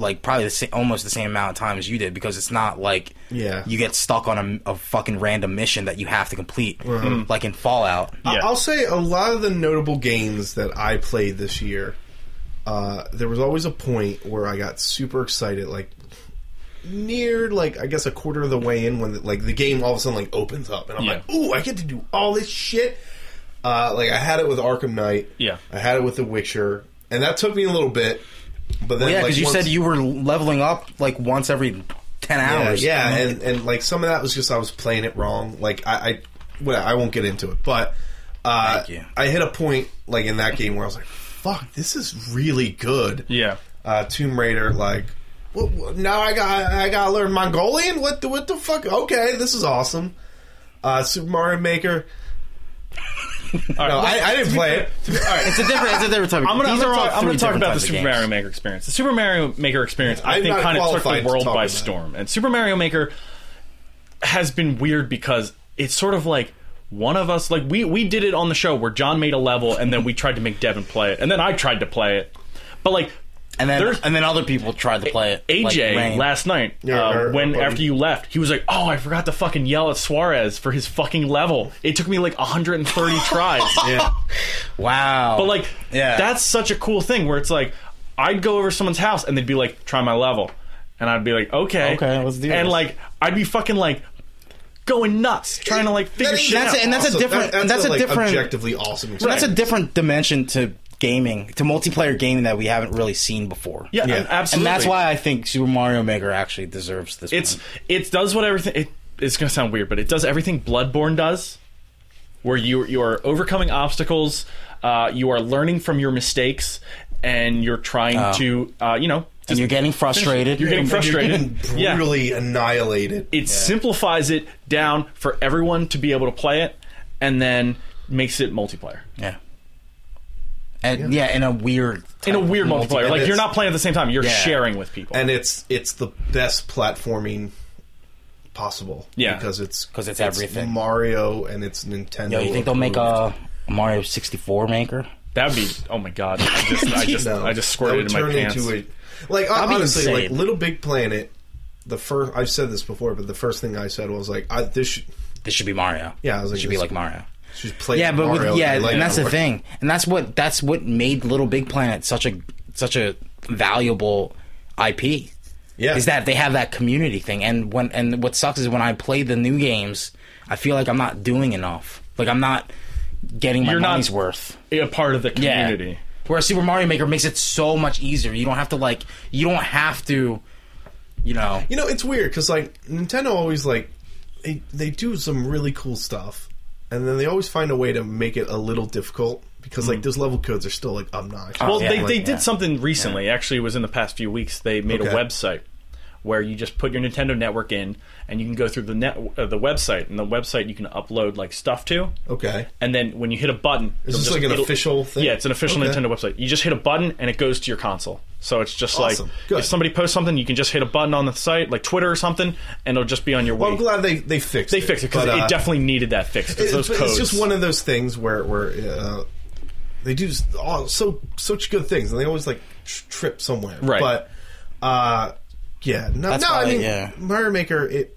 Speaker 1: like probably the same, almost the same amount of time as you did because it's not like
Speaker 2: Yeah.
Speaker 1: you get stuck on a, a fucking random mission that you have to complete
Speaker 2: Hmm.
Speaker 1: like in Fallout.
Speaker 2: I-
Speaker 3: Yeah.
Speaker 2: I'll say a lot of the notable games that I played this year. Uh, there was always a point where I got super excited, like near like I guess a quarter of the way in when like the game all of a sudden like opens up, and I'm
Speaker 3: Yeah.
Speaker 2: like, "Ooh, I get to do all this shit!" Uh, like I had it with Arkham Knight,
Speaker 3: Yeah.
Speaker 2: I had it with The Witcher, and that took me a little bit. But then,
Speaker 1: yeah,
Speaker 2: like,
Speaker 1: because you
Speaker 2: once-
Speaker 1: said you were leveling up like once every ten hours.
Speaker 2: Yeah, yeah and, and like some of that was just I was playing it wrong. Like I, I well, I won't get into it, but uh,
Speaker 1: Thank you.
Speaker 2: I hit a point like in that game where I was like, "Fuck, this is really good."
Speaker 3: yeah.
Speaker 2: Uh, Tomb Raider, like. What, what, now I got I gotta learn Mongolian. What the what the fuck? Okay, this is awesome. Uh, Super Mario Maker.
Speaker 3: All right,
Speaker 2: No, I, I didn't play it.
Speaker 3: all right.
Speaker 1: it's a different it's a different type. Of,
Speaker 3: I'm gonna, I'm
Speaker 1: these
Speaker 3: gonna,
Speaker 1: are all
Speaker 3: talk, I'm
Speaker 1: three
Speaker 3: gonna talk
Speaker 1: different
Speaker 3: about the
Speaker 1: types of
Speaker 3: Super
Speaker 1: games.
Speaker 3: Mario Maker experience. The Super Mario Maker experience, I
Speaker 2: I'm
Speaker 3: think,
Speaker 2: not
Speaker 3: kind of took
Speaker 2: qualified
Speaker 3: the
Speaker 2: to
Speaker 3: world
Speaker 2: talk
Speaker 3: by
Speaker 2: about that.
Speaker 3: storm. And Super Mario Maker has been weird because it's sort of like one of us, like we we did it on the show where John made a level and then we tried to make Devin play it, and then I tried to play it, but like
Speaker 1: And then
Speaker 3: There's-
Speaker 1: and then other people tried to play it. like
Speaker 3: AJ
Speaker 1: Rain.
Speaker 3: last night,
Speaker 2: Yeah,
Speaker 3: uh,
Speaker 2: or-
Speaker 3: when
Speaker 2: or-
Speaker 3: after you left, he was like, "Oh, I forgot to fucking yell at Suarez for his fucking level. It took me like 130 tries."
Speaker 2: Yeah.
Speaker 1: wow.
Speaker 3: But like,
Speaker 1: Yeah.
Speaker 3: that's such a cool thing where it's like, I'd go over to someone's house and they'd be like, "Try my level," and I'd be like, "Okay,
Speaker 1: Okay, let's do
Speaker 3: And
Speaker 1: this.
Speaker 3: like, I'd be fucking like going nuts trying to like figure
Speaker 2: That-
Speaker 3: shit
Speaker 1: that's
Speaker 3: out.
Speaker 1: it, and that's a
Speaker 2: Awesome.
Speaker 1: different.
Speaker 2: That-
Speaker 1: and that's a,
Speaker 2: like,
Speaker 1: different.
Speaker 2: objectively awesome.
Speaker 1: That's a
Speaker 2: experience.
Speaker 1: different dimension to gaming, to multiplayer gaming that we haven't really seen before.
Speaker 3: yeah,
Speaker 2: Yeah.
Speaker 1: and
Speaker 3: absolutely.
Speaker 1: that's why I think Super Mario Maker actually deserves this.
Speaker 3: it's
Speaker 1: one.
Speaker 3: it does what everything it, it's gonna sound weird, but it does everything Bloodborne does, where you you are overcoming obstacles, uh, you are learning from your mistakes, and you're trying
Speaker 1: Oh.
Speaker 3: to uh, you know
Speaker 1: and
Speaker 3: just,
Speaker 1: you're getting frustrated.
Speaker 3: you're getting frustrated.
Speaker 2: Getting
Speaker 3: yeah,
Speaker 2: brutally annihilated.
Speaker 3: it simplifies it down for everyone to be able to play it, and then makes it multiplayer
Speaker 1: yeah, and yeah, in a weird, type
Speaker 3: in a
Speaker 1: of
Speaker 3: weird multiplayer. Like
Speaker 2: it's-
Speaker 3: you're not playing at the same time; you're
Speaker 1: Yeah.
Speaker 3: sharing with people.
Speaker 2: and it's it's the best platforming possible.
Speaker 3: Yeah.
Speaker 2: because it's
Speaker 1: 'Cause it's everything.
Speaker 2: Mario and it's Nintendo.
Speaker 1: Yo, you think they'll make
Speaker 2: approved.
Speaker 1: a, a Mario 64 maker?
Speaker 3: That'd be oh my god! I just I just,
Speaker 2: No.
Speaker 3: I just
Speaker 2: That
Speaker 3: squirted
Speaker 2: would
Speaker 3: it in my
Speaker 2: turn
Speaker 3: pants.
Speaker 2: Into a, like
Speaker 1: be
Speaker 2: honestly, like
Speaker 1: insane.
Speaker 2: Little Big Planet. The first I've said this before, but the first thing I said was like, I, "This should,
Speaker 1: This should be Mario.
Speaker 2: Yeah, I was like,
Speaker 1: it should be
Speaker 2: this-
Speaker 1: like Mario.
Speaker 2: should play."
Speaker 1: Yeah, but
Speaker 2: Mario
Speaker 1: with, yeah,
Speaker 2: like
Speaker 1: and that's the
Speaker 2: Mario."
Speaker 1: thing, and that's what that's what made Little Big Planet such a such a valuable IP.
Speaker 2: Yeah.
Speaker 1: is that they have that community thing, and when and what sucks is when I play the new games, I feel like I'm not doing enough. Like I'm not getting my
Speaker 3: You're not-
Speaker 1: money's worth.
Speaker 3: a part of the community.
Speaker 1: Whereas Super Mario Maker makes it so much easier. You don't have to like. You don't have to. You know.
Speaker 2: You know, it's weird because like Nintendo always like they they do some really cool stuff, and then they always find a way to make it a little difficult because
Speaker 1: Mm.
Speaker 2: like those level codes are still like obnoxious.
Speaker 3: Well,
Speaker 1: Yeah.
Speaker 3: they,
Speaker 2: Oh, Like,
Speaker 3: they did something recently. Actually, it was in the past few weeks. They made a
Speaker 2: Okay.
Speaker 3: website where you just put your Nintendo Network in, and you can go through the net uh, the website, and the website you can upload like stuff to.
Speaker 2: okay.
Speaker 3: And then when you hit a button,
Speaker 2: Is
Speaker 3: it'll
Speaker 2: this like an
Speaker 3: it'll-
Speaker 2: official thing?
Speaker 3: Yeah, it's an official
Speaker 2: Okay.
Speaker 3: Nintendo website. You just hit a button, and it goes to your console. So it's just
Speaker 2: Awesome.
Speaker 3: like
Speaker 2: Good.
Speaker 3: if somebody posts something, you can just hit a button on the site, like Twitter or something, and it'll just be on your
Speaker 2: Well,
Speaker 3: Wii.
Speaker 2: I'm glad they they fixed
Speaker 3: they
Speaker 2: it.
Speaker 3: fixed it because
Speaker 2: but, uh,
Speaker 3: it definitely needed that fix because
Speaker 2: it's,
Speaker 3: those
Speaker 2: but
Speaker 3: codes.
Speaker 2: it's just one of those things where where uh, they do s- all so such good things, and they always like tr- trip somewhere.
Speaker 3: Right.
Speaker 2: But uh, yeah, no,
Speaker 1: That's
Speaker 2: no I
Speaker 1: why,
Speaker 2: mean,
Speaker 1: yeah.
Speaker 2: Mario Maker it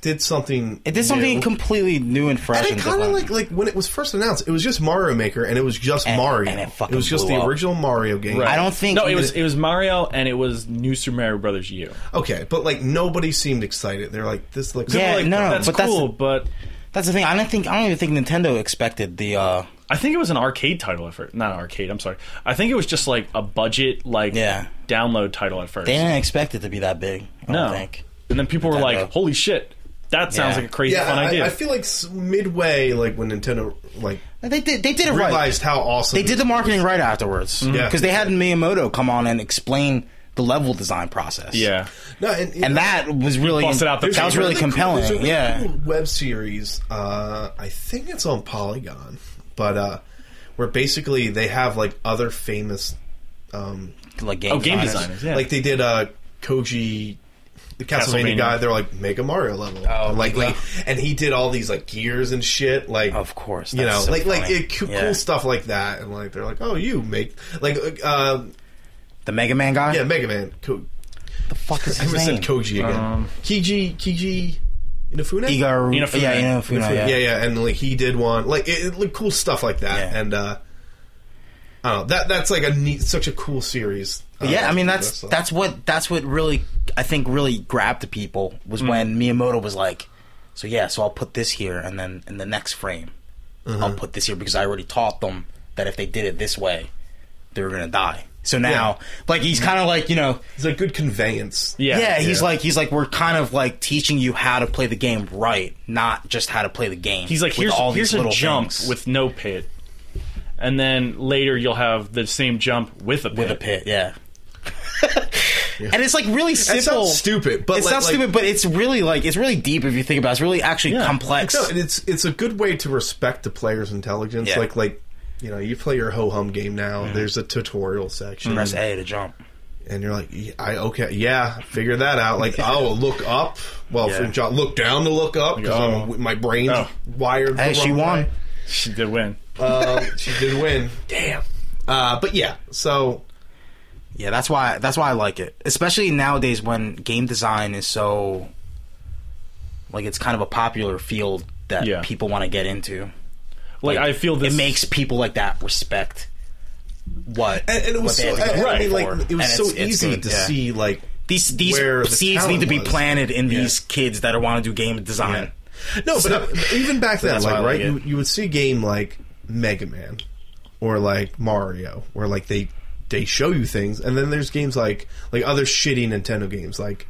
Speaker 2: did something.
Speaker 1: It did something
Speaker 2: new.
Speaker 1: completely new and fresh.
Speaker 2: And it kind of
Speaker 1: different.
Speaker 2: like like when it was first announced, it was just Mario Maker, and it was just
Speaker 1: And-
Speaker 2: Mario.
Speaker 1: and it fucking
Speaker 2: was just
Speaker 1: blew
Speaker 2: the
Speaker 1: up.
Speaker 2: original Mario game.
Speaker 1: I don't think
Speaker 3: No, it
Speaker 1: even-
Speaker 3: was it was Mario, and it was New Super Mario Brothers U.
Speaker 2: Okay, but like nobody seemed excited. They're like this looks
Speaker 1: Yeah,
Speaker 3: like,
Speaker 1: no, no,
Speaker 3: that's
Speaker 1: but that's-
Speaker 3: cool, but
Speaker 1: That's the thing. I don't think. I don't even think Nintendo expected the. uh
Speaker 3: I think it was an arcade title at first. Not an arcade, I'm sorry. I think it was just like a budget like
Speaker 1: Yeah.
Speaker 3: download title at first.
Speaker 1: They didn't expect it to be that big. I
Speaker 3: no.
Speaker 1: don't think.
Speaker 3: And then people were
Speaker 1: Nintendo.
Speaker 3: like, "Holy shit. That sounds
Speaker 1: Yeah.
Speaker 3: like a crazy
Speaker 2: yeah.
Speaker 3: fun
Speaker 2: I,
Speaker 3: idea."
Speaker 2: I feel like s- midway, like when Nintendo like
Speaker 1: They did. They did it right.
Speaker 2: realized how awesome
Speaker 1: They did the marketing right afterwards.
Speaker 3: Mm-hmm.
Speaker 2: Yeah.
Speaker 1: Because they had Miyamoto come on and explain the level design process.
Speaker 3: yeah.
Speaker 2: No, and,
Speaker 1: And that was really
Speaker 3: busted out the
Speaker 1: that was
Speaker 3: paper.
Speaker 1: really
Speaker 2: There's a
Speaker 1: compelling.
Speaker 2: there's a
Speaker 1: yeah.
Speaker 2: cool web series. Uh, I think it's on Polygon, but uh, where basically they have like other famous, um,
Speaker 1: Like game
Speaker 3: Oh, game
Speaker 1: designers.
Speaker 3: designers. Yeah.
Speaker 2: like they did uh, Koji, the Castlevania,
Speaker 3: Castlevania.
Speaker 2: guy. They're like make a Mario level,
Speaker 1: Oh,
Speaker 2: like,
Speaker 1: yeah.
Speaker 2: like, and he did all these like gears and shit, like
Speaker 1: Of course,
Speaker 2: you
Speaker 1: that's
Speaker 2: know,
Speaker 1: so
Speaker 2: like like
Speaker 1: funny.
Speaker 2: it, cool,
Speaker 1: Yeah.
Speaker 2: cool stuff like that, and like they're like, oh, you make like uh,
Speaker 1: The Mega Man guy.
Speaker 2: yeah, Mega Man. Ko-
Speaker 1: The fuck is
Speaker 2: I
Speaker 1: his
Speaker 2: almost
Speaker 1: name?
Speaker 2: said Koji again.
Speaker 3: Um,
Speaker 2: Kiji Kiji Inafune.
Speaker 1: Igaru.
Speaker 3: Inafune.
Speaker 1: Yeah, Inafune.
Speaker 2: yeah.
Speaker 1: yeah.
Speaker 2: yeah, and like he did one, like it, it, like cool stuff like that,
Speaker 1: Yeah.
Speaker 2: and uh, I don't know that that's like a neat, such a cool series. Uh,
Speaker 1: yeah, I mean that's
Speaker 2: so-
Speaker 1: that's what that's what really I think really grabbed the people
Speaker 3: Mm.
Speaker 1: was when Miyamoto was like, so yeah, so I'll put this here, and then in the next frame,
Speaker 3: Uh-huh.
Speaker 1: I'll put this here because I already taught them that if they did it this way, they were gonna die. So now, like he's kind of like you know,
Speaker 2: it's a good conveyance.
Speaker 3: Mm-hmm. Yeah.
Speaker 1: yeah, he's
Speaker 2: Yeah.
Speaker 1: like he's like we're kind of like teaching you how to play the game right, not just how to play the game.
Speaker 3: He's like,
Speaker 1: with
Speaker 3: "Here's
Speaker 1: all
Speaker 3: here's
Speaker 1: these
Speaker 3: a
Speaker 1: little
Speaker 3: jump
Speaker 1: things.
Speaker 3: with no pit." And then later you'll have the same jump with a pit.
Speaker 1: with a pit, yeah. And it's like really simple.
Speaker 2: It sounds stupid, but
Speaker 1: It's
Speaker 2: like,
Speaker 1: not
Speaker 2: like-
Speaker 1: stupid, but it's really like it's really deep if you think about. it. It's really actually
Speaker 3: Yeah.
Speaker 1: complex.
Speaker 2: No, and it's it's a good way to respect the player's intelligence.
Speaker 1: Yeah.
Speaker 2: Like like you know, you play your ho hum game now.
Speaker 3: Mm-hmm.
Speaker 2: There's a tutorial section,
Speaker 1: Press A to jump.
Speaker 2: and you're like, yeah, I okay, yeah, figure that out. Like, oh, look up. Well,
Speaker 1: Yeah.
Speaker 2: for John, look down to look up. 'cause I'm-
Speaker 3: Oh.
Speaker 2: my brain's
Speaker 3: Oh.
Speaker 2: wired. the
Speaker 1: Hey, she
Speaker 2: wrong way.
Speaker 1: won.
Speaker 3: She did win.
Speaker 2: Um, she did win. Damn. Uh, but yeah, so
Speaker 1: Yeah, that's why that's why I like it, especially nowadays when game design is so like it's kind of a popular field that
Speaker 3: Yeah.
Speaker 1: people want to get into.
Speaker 3: Like, I feel this
Speaker 1: it makes people like that respect what
Speaker 2: And, and it was
Speaker 1: what
Speaker 2: so,
Speaker 1: they had to
Speaker 2: I-
Speaker 1: go
Speaker 2: I mean, like,
Speaker 1: for.
Speaker 2: it
Speaker 1: And
Speaker 2: was
Speaker 1: it's-
Speaker 2: so
Speaker 1: it's
Speaker 2: easy
Speaker 1: good,
Speaker 2: to
Speaker 1: yeah.
Speaker 2: see, like,
Speaker 1: These these
Speaker 2: where the
Speaker 1: seeds need to be
Speaker 2: talent was.
Speaker 1: planted in
Speaker 2: Yeah.
Speaker 1: these kids that are want to do game design.
Speaker 2: No, but
Speaker 1: So-
Speaker 2: uh, even back then,
Speaker 1: That's why I
Speaker 2: like,
Speaker 1: like
Speaker 2: right,
Speaker 1: it.
Speaker 2: you, you would see a game like Mega Man or like Mario, where like they they show you things, and then there's games like like other shitty Nintendo games like.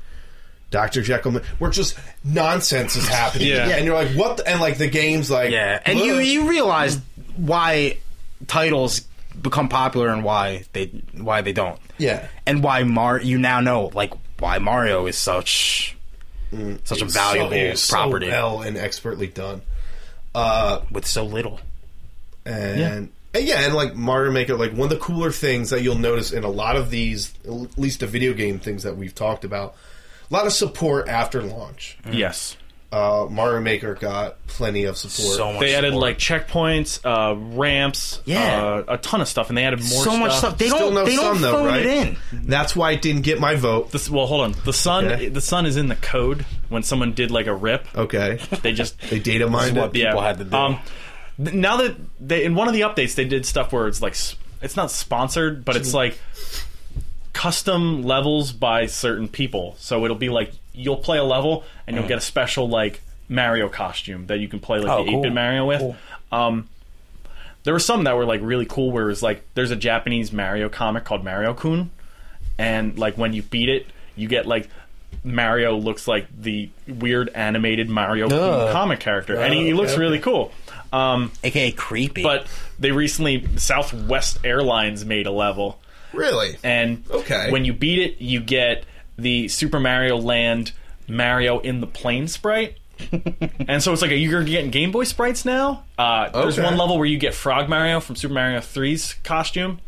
Speaker 2: Dr. Jekyll, where just nonsense is happening,
Speaker 3: Yeah.
Speaker 2: and you're like, "What?" The, and like the game's like,
Speaker 1: Yeah, and you
Speaker 2: "Ugh."
Speaker 1: you realize why titles become popular and why they why they don't.
Speaker 2: yeah,
Speaker 1: and why Mar you now know like why Mario is such such a valuable
Speaker 2: Mm, So- it was so
Speaker 1: property
Speaker 2: well and expertly done. Uh,
Speaker 1: with so little.
Speaker 2: and yeah. and yeah, and like Mario Maker, like one of the cooler things that you'll notice in a lot of these, at least the video game things that we've talked about, a lot of support after launch.
Speaker 1: Mm.
Speaker 3: yes.
Speaker 2: Uh, Mario Maker got plenty of support.
Speaker 1: So much
Speaker 3: They added
Speaker 1: support.
Speaker 3: like checkpoints, uh, ramps,
Speaker 1: Yeah.
Speaker 3: uh, a ton of stuff, and they added more.
Speaker 1: so much stuff. They don't they don't phone it in.
Speaker 2: That's why it didn't get my vote.
Speaker 3: This, well, hold on. The sun,
Speaker 2: Okay.
Speaker 3: the sun is in the code. When someone did like a rip,
Speaker 1: Oh.
Speaker 2: Okay,
Speaker 3: they just
Speaker 2: they data mined
Speaker 1: This is what
Speaker 2: it.
Speaker 1: people
Speaker 3: yeah.
Speaker 1: had to do.
Speaker 3: Um, th- now that they in one of the updates, they did stuff where it's like s- it's not sponsored, but it's like custom levels by certain people. So it'll be like you'll play a level and you'll get a special like Mario costume that you can play like
Speaker 1: Mm. Oh,
Speaker 3: the
Speaker 1: cool.
Speaker 3: 8 bit Mario with.
Speaker 1: Cool.
Speaker 3: Um, there were some that were like really cool where it was like there's a Japanese Mario comic called Mario Kun and like when you beat it, you get like Mario looks like the weird animated Mario Kun
Speaker 1: Ugh.
Speaker 3: comic character, and he, he
Speaker 2: okay,
Speaker 3: looks
Speaker 2: Ah. okay.
Speaker 3: really cool. Um,
Speaker 1: AKA creepy.
Speaker 3: but they recently Southwest Airlines made a level,
Speaker 2: Really?
Speaker 3: and
Speaker 2: Okay.
Speaker 3: when you beat it, you get the Super Mario Land Mario in the plane sprite. and so it's like you're getting Game Boy sprites now. Uh, There's
Speaker 2: Okay.
Speaker 3: one level where you get Frog Mario from Super Mario 3's costume,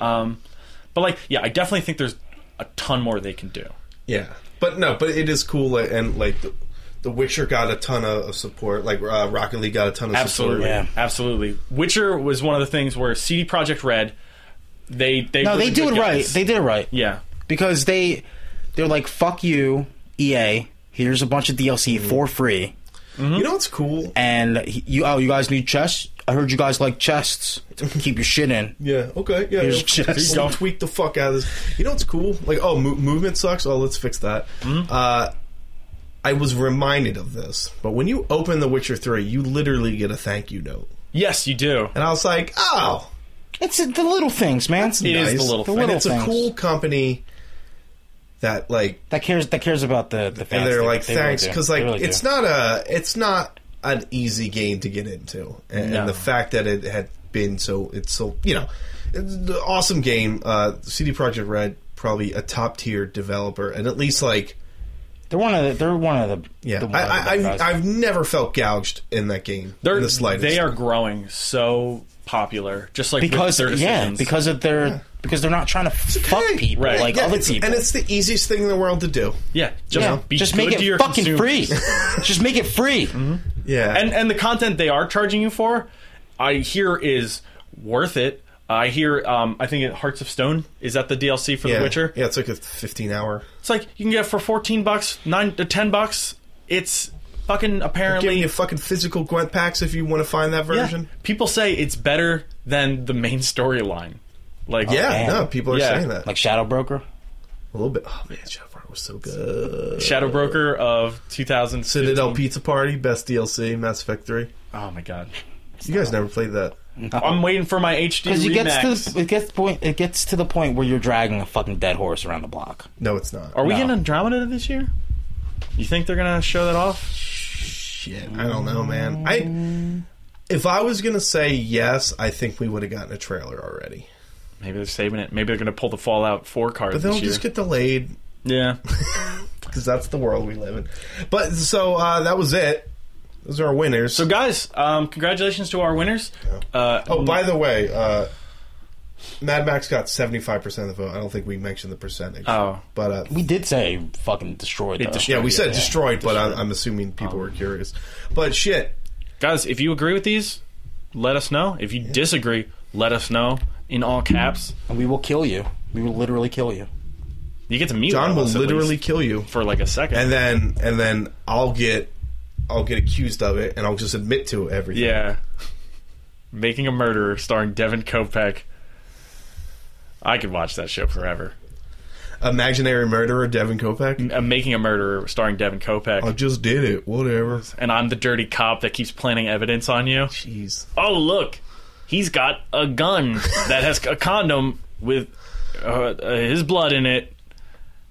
Speaker 3: um, but like yeah, I definitely think there's a ton more they can do.
Speaker 2: Yeah, but no, but it is cool, like, and like the, the Witcher got a ton of, of support. Like uh, Rocket League got a ton of
Speaker 3: Absolutely,
Speaker 2: support.
Speaker 1: Yeah.
Speaker 3: absolutely. Witcher was one of the things where CD Project Red, they they
Speaker 1: no,
Speaker 3: were
Speaker 1: they
Speaker 3: the
Speaker 1: do
Speaker 3: good
Speaker 1: it right.
Speaker 3: guys.
Speaker 1: They did it right.
Speaker 3: yeah,
Speaker 1: Because they they're like, fuck you, EA. Here's a bunch of DLC
Speaker 2: Mm.
Speaker 1: for free. Mm-hmm.
Speaker 2: You know what's cool?
Speaker 1: And he- you oh you guys need chests? I heard you guys like chests to keep your shit in.
Speaker 2: Yeah. Okay. Yeah.
Speaker 1: Here's
Speaker 2: yeah.
Speaker 1: chest.
Speaker 2: We'll tweak the fuck out of this. You know what's cool? Like, oh, mo- movement sucks. Oh, let's fix that.
Speaker 3: Hmm?
Speaker 2: Uh, I was reminded of this, but when you open The Witcher Three, you literally get a thank you note,
Speaker 3: yes, you do.
Speaker 2: and I was like, oh,
Speaker 1: It's the little things, man.
Speaker 3: It is the little
Speaker 1: The
Speaker 2: and
Speaker 3: thing.
Speaker 1: little
Speaker 2: it's a
Speaker 1: things.
Speaker 2: cool company that like
Speaker 1: that cares that cares about the the fans.
Speaker 2: and they're
Speaker 1: They-
Speaker 2: like
Speaker 1: they really
Speaker 2: thanks
Speaker 1: do.
Speaker 2: because
Speaker 1: They
Speaker 2: like
Speaker 1: really do.
Speaker 2: it's not a it's not an easy game to get into and,
Speaker 3: No.
Speaker 2: and the fact that it had been so it's so you know it's an awesome game uh cd project red probably a top tier developer and at least like
Speaker 1: They're one of the. They're one of the.
Speaker 2: yeah
Speaker 1: the
Speaker 2: I, I,
Speaker 1: the-
Speaker 2: I've, I've never felt gouged in that game
Speaker 3: They're
Speaker 2: in the slightest
Speaker 3: they are growing so popular, just like
Speaker 1: because
Speaker 3: with their
Speaker 1: yeah
Speaker 3: decisions.
Speaker 1: because of their because they're not trying to fuck people
Speaker 3: Right.
Speaker 1: like
Speaker 2: Yeah,
Speaker 1: other
Speaker 2: it's-
Speaker 1: people.
Speaker 2: and it's the easiest thing in the world to do
Speaker 3: yeah, just
Speaker 1: yeah,
Speaker 3: be
Speaker 1: just
Speaker 3: good
Speaker 1: make
Speaker 3: to your
Speaker 1: it fucking
Speaker 3: consumers.
Speaker 1: free. just make it free.
Speaker 2: Mm-hmm. yeah
Speaker 3: and and the content they are charging you for, I hear is worth it. I hear, um, I think Hearts of Stone is that the DLC for
Speaker 2: yeah.
Speaker 3: The Witcher.
Speaker 2: yeah it's like a 15 hour
Speaker 3: It's like you can get it for fourteen bucks, nine to ten bucks. It's fucking
Speaker 2: give
Speaker 3: apparently
Speaker 2: me a fucking physical gwent packs if you want to find that
Speaker 3: Yeah.
Speaker 2: version
Speaker 3: People say it's better than the main storyline. Like
Speaker 2: yeah,
Speaker 1: man.
Speaker 2: no people are
Speaker 3: Yeah.
Speaker 2: saying that
Speaker 1: Like Shadow Broker.
Speaker 2: a little bit oh man shadow Heart was so good
Speaker 3: Shadow Broker of 2000.
Speaker 2: Citadel Pizza Party, best DLC, Mass Effect 3.
Speaker 3: Oh my god.
Speaker 2: You guys never played that.
Speaker 3: I'm waiting for my HD
Speaker 1: Because it gets
Speaker 3: remax.
Speaker 1: to the, it gets point it gets to the point where you're dragging a fucking dead horse around the block.
Speaker 2: No, it's not.
Speaker 3: Are we
Speaker 1: No.
Speaker 3: getting Andromeda this year? You think they're gonna show that off?
Speaker 2: Shit, I don't know, man. I
Speaker 3: Mm.
Speaker 2: if I was gonna say yes, I think we would have gotten a trailer already.
Speaker 3: Maybe they're saving it. Maybe they're gonna pull the Fallout 4 card
Speaker 2: But
Speaker 3: this
Speaker 2: they'll
Speaker 3: year.
Speaker 2: just get delayed
Speaker 3: yeah.
Speaker 2: because that's the world we live in. But so uh, that was it. Those are our winners.
Speaker 3: So guys, um, congratulations to our winners. Uh,
Speaker 2: oh, by the way, uh, Mad Max got seventy five percent of the vote. I don't think we mentioned the percentage.
Speaker 3: Oh.
Speaker 2: but uh,
Speaker 1: We did say fucking destroyed.
Speaker 3: It
Speaker 1: though.
Speaker 3: destroyed.
Speaker 2: yeah, we said
Speaker 1: Yeah.
Speaker 2: destroyed, but I'm, I'm assuming people were curious. But shit,
Speaker 3: guys, if you agree with these, let us know. If you disagree, let us know in all caps.
Speaker 1: And we will kill you. We will literally kill you.
Speaker 3: You get to meet one
Speaker 2: John
Speaker 3: of
Speaker 2: will
Speaker 3: us at
Speaker 2: literally
Speaker 3: least
Speaker 2: kill you.
Speaker 3: for like a second.
Speaker 2: and then and then I'll get I'll get accused of it, and I'll just admit to everything.
Speaker 3: yeah, making a murderer starring Devin Kopeck. I could watch that show forever.
Speaker 2: Imaginary murderer Devin Kopeck.
Speaker 3: Uh, making a murderer starring Devin Kopeck,
Speaker 2: I just did it. Whatever.
Speaker 3: and I'm the dirty cop that keeps planting evidence on you.
Speaker 2: Jeez.
Speaker 3: Oh look, he's got a gun that has a condom with uh, uh, his blood in it.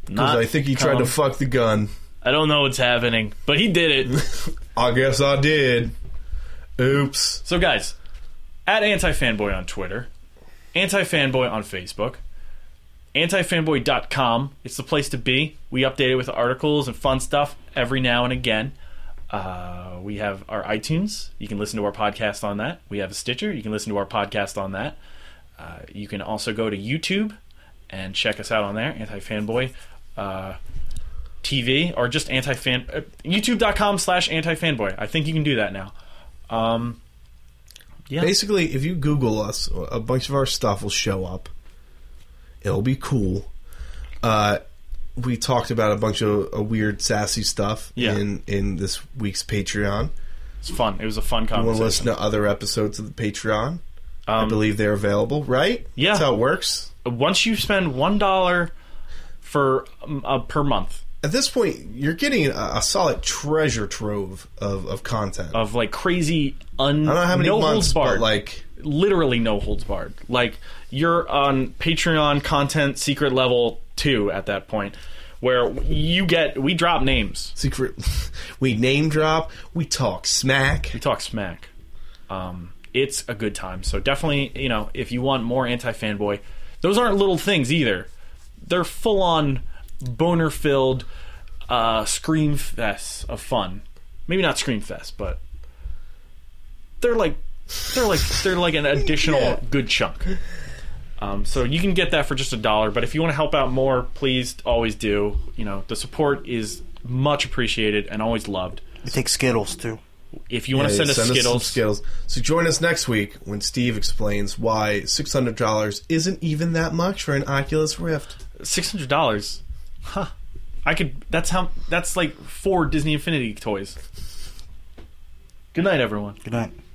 Speaker 2: Because
Speaker 3: Not
Speaker 2: I think he tried to
Speaker 3: cum.
Speaker 2: fuck the gun.
Speaker 3: I don't know what's happening, but he did it.
Speaker 2: I guess I did. Oops.
Speaker 3: So, guys, at AntiFanboy on Twitter, AntiFanboy on Facebook, AntiFanboy.com. It's the place to be. We update it with articles and fun stuff every now and again. Uh, we have our iTunes. You can listen to our podcast on that. We have a Stitcher. You can listen to our podcast on that. Uh, you can also go to YouTube and check us out on there, AntiFanboy. Uh, TV or just anti-fan uh, youtube.com slash anti-fanboy I think you can do that now um, Yeah.
Speaker 2: Basically, if you Google us, a bunch of our stuff will show up. It'll be cool. Uh, we talked about a bunch of uh, weird, sassy stuff
Speaker 3: Yeah.
Speaker 2: in in this week's Patreon.
Speaker 3: It's fun. It was a
Speaker 2: You
Speaker 3: fun
Speaker 2: want to
Speaker 3: conversation.
Speaker 2: listen to other episodes of the Patreon? I
Speaker 3: Um,
Speaker 2: believe they're available, right?
Speaker 3: Yeah.
Speaker 2: That's how it works.
Speaker 3: Once you spend one dollar for um, uh, per month
Speaker 2: At this point, you're getting a, a solid treasure trove of, of content.
Speaker 3: of like crazy, un
Speaker 2: I don't know how many
Speaker 3: Um, no holds
Speaker 2: months,
Speaker 3: barred,
Speaker 2: but like
Speaker 3: literally no holds barred. Like you're on Patreon content secret level two at that point, where you get we drop names,
Speaker 2: secret. we name drop. We talk smack.
Speaker 3: we talk smack. Um, it's a good time. So definitely, you know, if you want more anti fanboy, those aren't little things either. They're full on boner filled uh, scream fests of fun. Maybe not scream fest, but they're like they're like they're like an additional
Speaker 2: Yeah.
Speaker 3: good chunk. Um, so you can get that for just a dollar. But if you want to help out more, please always do. You know, the support is much appreciated and always loved.
Speaker 1: We take Skittles too.
Speaker 3: If you want to
Speaker 2: Yeah,
Speaker 3: send us
Speaker 2: some
Speaker 3: Skittles,
Speaker 2: Skittles. So join us next week when Steve explains why six hundred dollars isn't even that much for an Oculus Rift.
Speaker 3: six hundred dollars. Huh. I could. That's how. That's like four Disney Infinity toys. Good night, everyone.
Speaker 1: Good night.